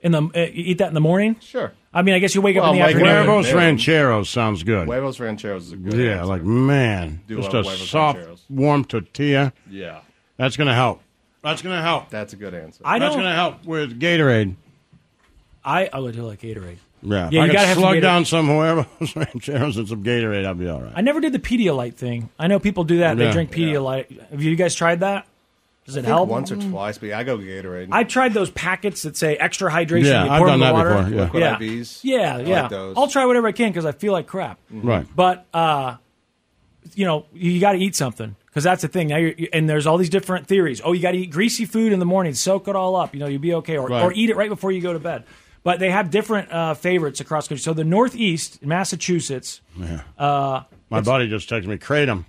Speaker 1: In the uh, you eat that in the morning. Sure. I mean, I guess you wake up
Speaker 3: Well,
Speaker 1: in the
Speaker 3: like
Speaker 1: afternoon.
Speaker 3: whenever-
Speaker 2: Huevos rancheros sounds good.
Speaker 3: Huevos Rancheros is a good
Speaker 2: yeah, like man,
Speaker 3: Do
Speaker 2: just
Speaker 3: love
Speaker 2: a
Speaker 3: huevos
Speaker 2: soft,
Speaker 3: rancheros.
Speaker 2: warm tortilla.
Speaker 3: Yeah.
Speaker 2: that's gonna help. That's gonna help.
Speaker 3: That's a good answer.
Speaker 1: I
Speaker 2: That's
Speaker 1: don't-
Speaker 2: gonna help with Gatorade.
Speaker 1: I I would do like Gatorade.
Speaker 2: Yeah,
Speaker 1: Yeah,
Speaker 2: if
Speaker 1: you
Speaker 2: I could
Speaker 1: gotta have some
Speaker 2: slug
Speaker 1: Gatorade.
Speaker 2: down some huevos rancheros and some Gatorade. I'll be all right.
Speaker 1: I never did the Pedialyte thing. I know people do that. They
Speaker 2: Yeah.
Speaker 1: drink Pedialyte. Have you guys tried that? Does
Speaker 3: I
Speaker 1: it
Speaker 3: think
Speaker 1: help?
Speaker 3: once or twice, but I go Gatorade.
Speaker 1: I tried those packets that say extra hydration.
Speaker 2: Yeah,
Speaker 1: you
Speaker 2: I've
Speaker 1: pour
Speaker 2: done
Speaker 1: in the
Speaker 2: that
Speaker 1: water.
Speaker 2: before, yeah. Liquid
Speaker 1: Yeah,
Speaker 3: IVs.
Speaker 1: yeah.
Speaker 3: I like
Speaker 1: yeah.
Speaker 3: those. Mm.
Speaker 1: I'll try whatever I can because I feel like crap.
Speaker 2: Right.
Speaker 1: But uh, you know, you got to eat something because that's the thing. Now you're, you- and there's all these different theories. Oh, you got to eat greasy food in the morning, soak it all up. You know, you'll be okay, or,
Speaker 2: Right.
Speaker 1: or eat it right before you go to bed. But they have different uh, favorites across the country. So the Northeast, Massachusetts.
Speaker 2: Yeah.
Speaker 1: Uh,
Speaker 2: My buddy just texted me, Kratom,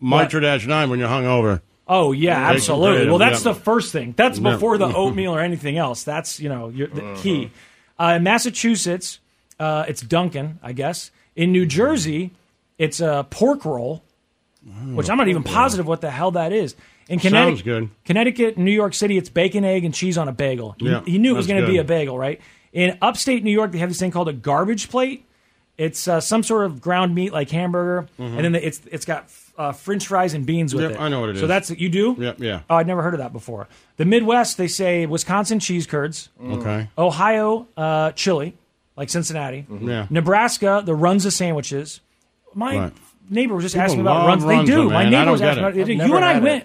Speaker 1: What?
Speaker 2: Mitra dash nine when you're hungover.
Speaker 1: Oh yeah,
Speaker 2: Take some
Speaker 1: absolutely.
Speaker 2: Kratom,
Speaker 1: Well, that's
Speaker 2: yeah.
Speaker 1: the first thing. That's
Speaker 2: Yeah.
Speaker 1: before the oatmeal or anything else. That's you know your, the key.
Speaker 2: Uh-huh.
Speaker 1: Uh, in Massachusetts, uh, it's Dunkin', I guess. In
Speaker 2: Mm-hmm.
Speaker 1: New Jersey, it's a pork roll, which I'm not even positive what the hell that is. In Connecticut,
Speaker 2: Oh, Sounds good.
Speaker 1: Connecticut, New York City, it's bacon, egg, and cheese on a bagel. You-
Speaker 2: Yeah,
Speaker 1: you knew it was
Speaker 2: that's
Speaker 1: going to be
Speaker 2: good.
Speaker 1: a bagel, right? In upstate New York, they have this thing called a garbage plate. It's uh, some sort of ground meat like hamburger,
Speaker 2: Mhm.
Speaker 1: and then it's it's got uh, French fries and beans with
Speaker 2: Yep,
Speaker 1: it.
Speaker 2: I know what it
Speaker 1: So
Speaker 2: is.
Speaker 1: that's you do.
Speaker 2: Yep, yeah.
Speaker 1: Oh, I'd never heard of that before. The Midwest, they say Wisconsin cheese curds.
Speaker 2: Okay.
Speaker 1: Ohio, uh, chili, like Cincinnati.
Speaker 2: Mm-hmm. Yeah.
Speaker 1: Nebraska, the runs of sandwiches. My
Speaker 2: Right.
Speaker 1: neighbor was just
Speaker 2: People
Speaker 1: asking about
Speaker 2: love
Speaker 1: runs.
Speaker 2: Runza,
Speaker 1: they do.
Speaker 2: man.
Speaker 1: My
Speaker 2: I
Speaker 1: neighbor
Speaker 2: don't
Speaker 1: was
Speaker 2: get
Speaker 1: asking
Speaker 2: it.
Speaker 1: about it.
Speaker 2: I've
Speaker 1: You
Speaker 3: never
Speaker 1: and I
Speaker 3: had
Speaker 1: went.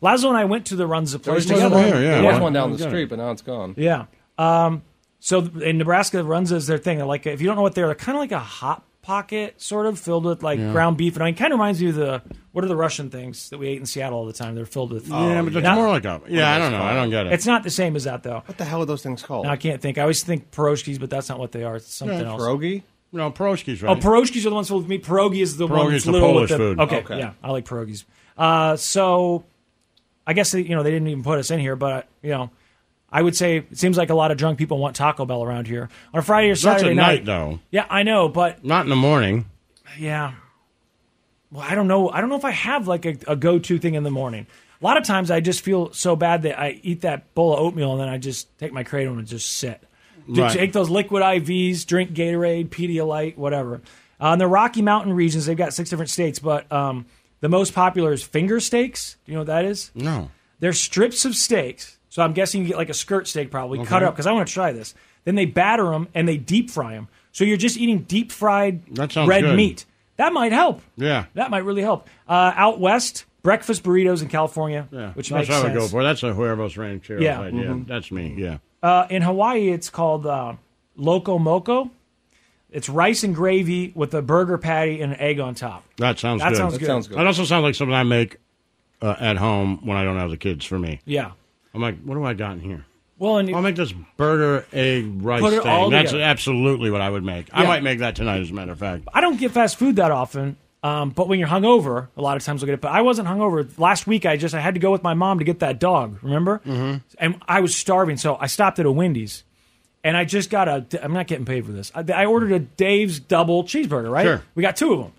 Speaker 1: Lazo and I went to the runs of
Speaker 3: There
Speaker 1: place
Speaker 3: was one
Speaker 1: together.
Speaker 3: down- There was one down the street, but now it's gone.
Speaker 1: Yeah. Um, so th- in Nebraska, runs is their thing. They're like if you don't know what they're, they're kind of like a hot pocket, sort of filled with like
Speaker 2: Yeah.
Speaker 1: ground beef, and I kind of reminds me of the what are the Russian things that we ate in Seattle all the time? They're filled with
Speaker 2: yeah, but it's
Speaker 1: Not-
Speaker 2: more like a. Yeah, I don't know. I don't get it.
Speaker 1: Oh, It's not the same as that though.
Speaker 3: What the hell are those things called?
Speaker 1: No, I can't think. I always think pierogies, but that's not what they are. It's something
Speaker 3: Yeah,
Speaker 1: else.
Speaker 3: pierogi?
Speaker 2: No, pierogies,
Speaker 1: Oh,
Speaker 2: right?
Speaker 1: pierogies are the ones filled with meat. Pierogi is the one
Speaker 2: Pierogi
Speaker 1: that's
Speaker 2: is the
Speaker 1: little
Speaker 2: Polish
Speaker 1: with the,
Speaker 2: food.
Speaker 1: Okay,
Speaker 2: Okay.
Speaker 1: yeah, I like pierogies. Uh, so, I guess they, you know they didn't even put us in here, but you know, I would say it seems like a lot of drunk people want Taco Bell around here on a Friday or
Speaker 2: That's at
Speaker 1: Saturday
Speaker 2: night, though.
Speaker 1: Yeah, I know, but
Speaker 2: Not in the morning.
Speaker 1: yeah. Well, I don't know. I don't know if I have like a, a go-to thing in the morning. A lot of times I just feel so bad that I eat that bowl of oatmeal and then I just take my kratom and just sit. Just
Speaker 2: Right.
Speaker 1: Take those liquid IVs, drink Gatorade, Pedialyte, whatever. Uh, in the Rocky Mountain regions, they've got six different states, but um, the most popular is finger steaks. Do you know what that is?
Speaker 2: No.
Speaker 1: They're strips of steaks. So I'm guessing you get like a skirt steak probably, cut
Speaker 2: Okay.
Speaker 1: up, because I want to try this. Then they batter them and they deep fry them. So you're just eating deep fried
Speaker 2: That sounds
Speaker 1: red
Speaker 2: good.
Speaker 1: meat. That might help.
Speaker 2: Yeah.
Speaker 1: That might really help. Uh, out west, breakfast burritos in California,
Speaker 2: Yeah.
Speaker 1: which
Speaker 2: that's
Speaker 1: makes
Speaker 2: what I
Speaker 1: sense.
Speaker 2: would go for. That's a huevos rancheros
Speaker 1: Yeah.
Speaker 2: idea.
Speaker 1: Mhm.
Speaker 2: That's me. Yeah.
Speaker 1: Uh, in Hawaii, it's called uh, loco moco. It's rice and gravy with a burger patty and an egg on top.
Speaker 2: That sounds
Speaker 1: That
Speaker 2: good.
Speaker 1: sounds That good. sounds good.
Speaker 2: That also sounds like something I make uh, at home when I don't have the kids for me.
Speaker 1: Yeah.
Speaker 2: I'm like, what do I got in here?
Speaker 1: Well, and
Speaker 2: I'll make this burger egg rice
Speaker 1: Put it
Speaker 2: thing.
Speaker 1: all
Speaker 2: That's
Speaker 1: together.
Speaker 2: absolutely what I would make. I
Speaker 1: Yeah.
Speaker 2: might make that tonight, as a matter of fact.
Speaker 1: I don't get fast food that often, um, but when you're hungover, a lot of times I'll get it. But I wasn't hungover last week. I just I had to go with my mom to get that dog. Remember? Mm-hmm. And I was starving, so I stopped at a Wendy's, and I just got a. I'm not getting paid for this. I, I ordered a Dave's double cheeseburger. Right?
Speaker 2: Sure.
Speaker 1: We got two of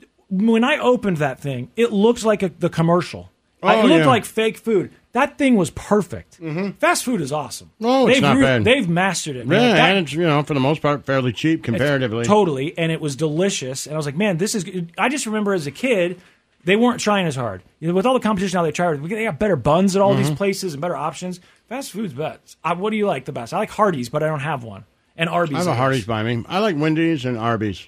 Speaker 1: them. When I opened that thing, it looked like a, the commercial.
Speaker 2: Oh,
Speaker 1: it looked
Speaker 2: yeah. Mm-hmm.
Speaker 1: like fake food. That thing was perfect. Fast food is awesome.
Speaker 2: No, it's
Speaker 1: they've
Speaker 2: not bad.
Speaker 1: They've mastered it.
Speaker 2: Yeah,
Speaker 1: man. That-
Speaker 2: and it's, you know, for the most part, fairly cheap comparatively.
Speaker 1: Totally, and it was delicious. And I was like, man, this is. good." I just remember as a kid, they weren't trying as hard. You know, with all the competition now, they try. They got better buns at all these
Speaker 2: Mhm.
Speaker 1: places and better options. Fast food's best. I, what do you like the best? I like Hardee's, but I don't have one. And Arby's.
Speaker 2: I have a
Speaker 1: guess.
Speaker 2: Hardee's by me. I like Wendy's and Arby's.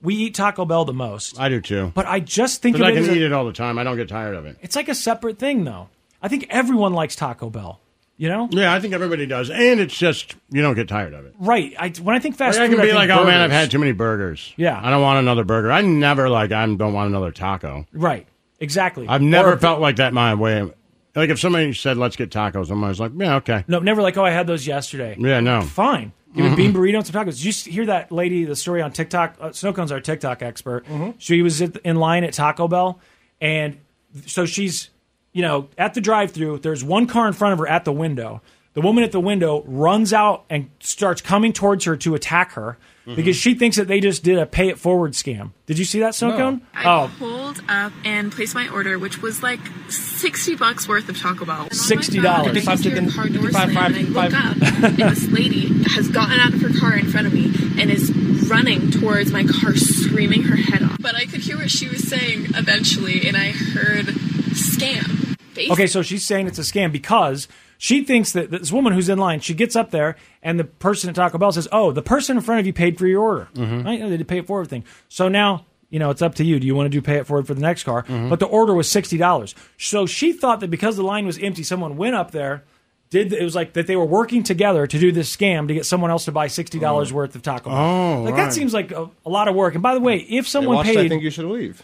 Speaker 1: We eat Taco Bell the most.
Speaker 2: I do too.
Speaker 1: But I just think of
Speaker 2: I
Speaker 1: it
Speaker 2: can
Speaker 1: as a-
Speaker 2: eat it all the time. I don't get tired of it.
Speaker 1: It's like a separate thing, though. I think everyone likes Taco Bell. You know?
Speaker 2: Yeah, I think everybody does, and it's just you don't get tired of it.
Speaker 1: Right. I, when I think fast
Speaker 2: Like, I
Speaker 1: food,
Speaker 2: can be
Speaker 1: think
Speaker 2: like, oh man, I've
Speaker 1: burgers."
Speaker 2: had too many burgers.
Speaker 1: Yeah.
Speaker 2: I don't want another burger. I never like I don't want another taco.
Speaker 1: Right. Exactly.
Speaker 2: I've
Speaker 1: Or
Speaker 2: never
Speaker 1: if-
Speaker 2: felt like that my way. Like if somebody said, "Let's get tacos," I'm always like, "Yeah, okay."
Speaker 1: No, never like, oh, I had those yesterday.
Speaker 2: Yeah, no.
Speaker 1: Fine. Give me
Speaker 2: Mhm.
Speaker 1: bean burrito and some tacos. Did you s- hear that lady, the story on TikTok? Uh, Snow Cone's our TikTok expert. She was at, in line at Taco Bell. And th- so she's, you know, at the drive through There's one car in front of her at the window. The woman at the window runs out and starts coming towards her to attack her
Speaker 19: Mhm.
Speaker 1: because she thinks that they just did a pay it forward scam. Did you see that, Snow Cone?
Speaker 19: I
Speaker 1: Oh,
Speaker 19: pulled up and placed my order, which was like sixty bucks worth of Taco Bell.
Speaker 1: Sixty dollars.
Speaker 19: Five chicken. Car door slam, and I look up, and this lady has gotten out of her car in front of me and is running towards my car, screaming her head off. But I could hear what she was saying eventually, and I heard scam. Basically.
Speaker 1: Okay, so she's saying it's a scam because she thinks that this woman who's in line, she gets up there and the person at Taco Bell says, "Oh, the person in front of you paid for your order.
Speaker 3: Mm-hmm.
Speaker 2: Mhm.
Speaker 1: Right? You know, They did pay it forward thing. So now." You know, it's up to you. Do you want to do pay it forward for the next car?
Speaker 3: Mm-hmm.
Speaker 1: But the order was sixty dollars. So she thought that because the line was empty, someone went up there, did the, it was like that they were working together to do this scam to get someone else to buy sixty dollars worth of Taco Bell.
Speaker 2: Oh,
Speaker 1: like that
Speaker 3: right.
Speaker 1: seems like a, a lot of work. And by the way, if someone
Speaker 3: watched
Speaker 1: paid,
Speaker 3: I think you should leave.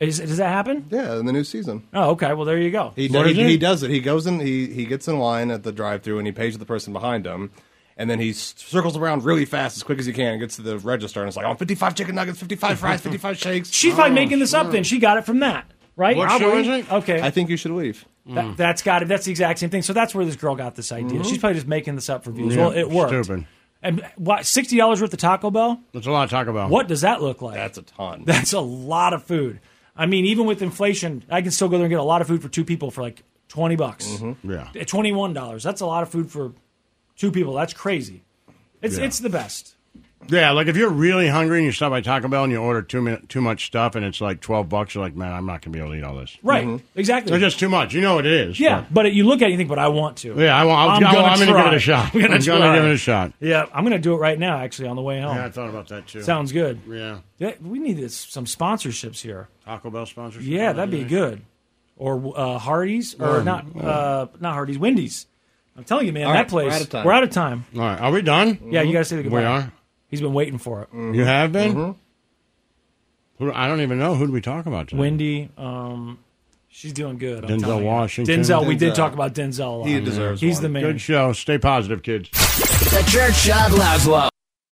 Speaker 1: Is, does that happen?
Speaker 3: Yeah, in the new season.
Speaker 1: oh, okay. Well, there you go.
Speaker 3: He,
Speaker 1: What
Speaker 3: he,
Speaker 1: is it?
Speaker 3: he does it. He goes in. He he gets in line at the drive-through and he pays the person behind him, and then he s- circles around really fast as quick as he can and gets to the register and it's like, "I'm 55 chicken nuggets, 55 fries, 55 shakes."
Speaker 1: She's probably making this up. Then she got it from that, right?
Speaker 3: What
Speaker 1: Probably.
Speaker 3: show is it?
Speaker 1: Okay,
Speaker 3: I think you should leave.
Speaker 1: That, That's got it. That's the exact same thing. So that's where this girl got this idea.
Speaker 3: Mhm.
Speaker 1: She's probably just making this up for views.
Speaker 2: Yeah,
Speaker 1: well, it worked.
Speaker 2: Stupid.
Speaker 1: And what? Sixty dollars worth of Taco Bell.
Speaker 2: That's a lot of Taco Bell.
Speaker 1: What does that look like?
Speaker 3: That's a ton.
Speaker 1: That's a lot of food. I mean, even with inflation, I can still go there and get a lot of food for two people for like twenty bucks.
Speaker 2: Yeah.
Speaker 1: Twenty one dollars. That's a lot of food for two people. That's crazy. It's
Speaker 2: Yeah.
Speaker 1: it's the best.
Speaker 2: Yeah, like if you're really hungry and you stop by Taco Bell and you order too min- too much stuff and it's like twelve bucks, you're like, man, I'm not gonna be able to eat all this.
Speaker 1: Right. Exactly.
Speaker 2: It's just too much. You know it is.
Speaker 1: Yeah, but, it, you look at it, you think, but I want to.
Speaker 2: but- yeah. I, will I'm,
Speaker 1: I'm gonna
Speaker 2: I'm gonna give
Speaker 1: try.
Speaker 2: it a shot.
Speaker 1: I'm gonna
Speaker 2: I'm
Speaker 1: try.
Speaker 2: give it a shot.
Speaker 1: Yeah, I'm going to do it right now, actually, on the way home.
Speaker 2: Yeah, I thought about that too.
Speaker 1: Sounds good.
Speaker 2: Yeah.
Speaker 1: Yeah, we need this- some sponsorships here.
Speaker 2: Taco Bell sponsors.
Speaker 1: Yeah, that'd be good. Or uh, Hardee's, or
Speaker 2: Yeah.
Speaker 1: not uh, not Hardee's, Wendy's. I'm telling you, man,
Speaker 2: All
Speaker 1: that
Speaker 2: right,
Speaker 1: place.
Speaker 2: we're out of time.
Speaker 1: time.
Speaker 2: All right, are we done?
Speaker 1: Yeah, you got to say the goodbye.
Speaker 2: We are. Mm-hmm.
Speaker 1: He's been waiting for it.
Speaker 2: You have been. Who, I don't even know who did we talk about today.
Speaker 1: Wendy, um, she's doing good. I'm
Speaker 2: Denzel
Speaker 1: telling you.
Speaker 2: Washington.
Speaker 1: Denzel, we did
Speaker 2: Denzel.
Speaker 1: talk about Denzel a lot. He's the man.
Speaker 2: Good show. Stay positive, kids.
Speaker 7: The Church of Laszlo.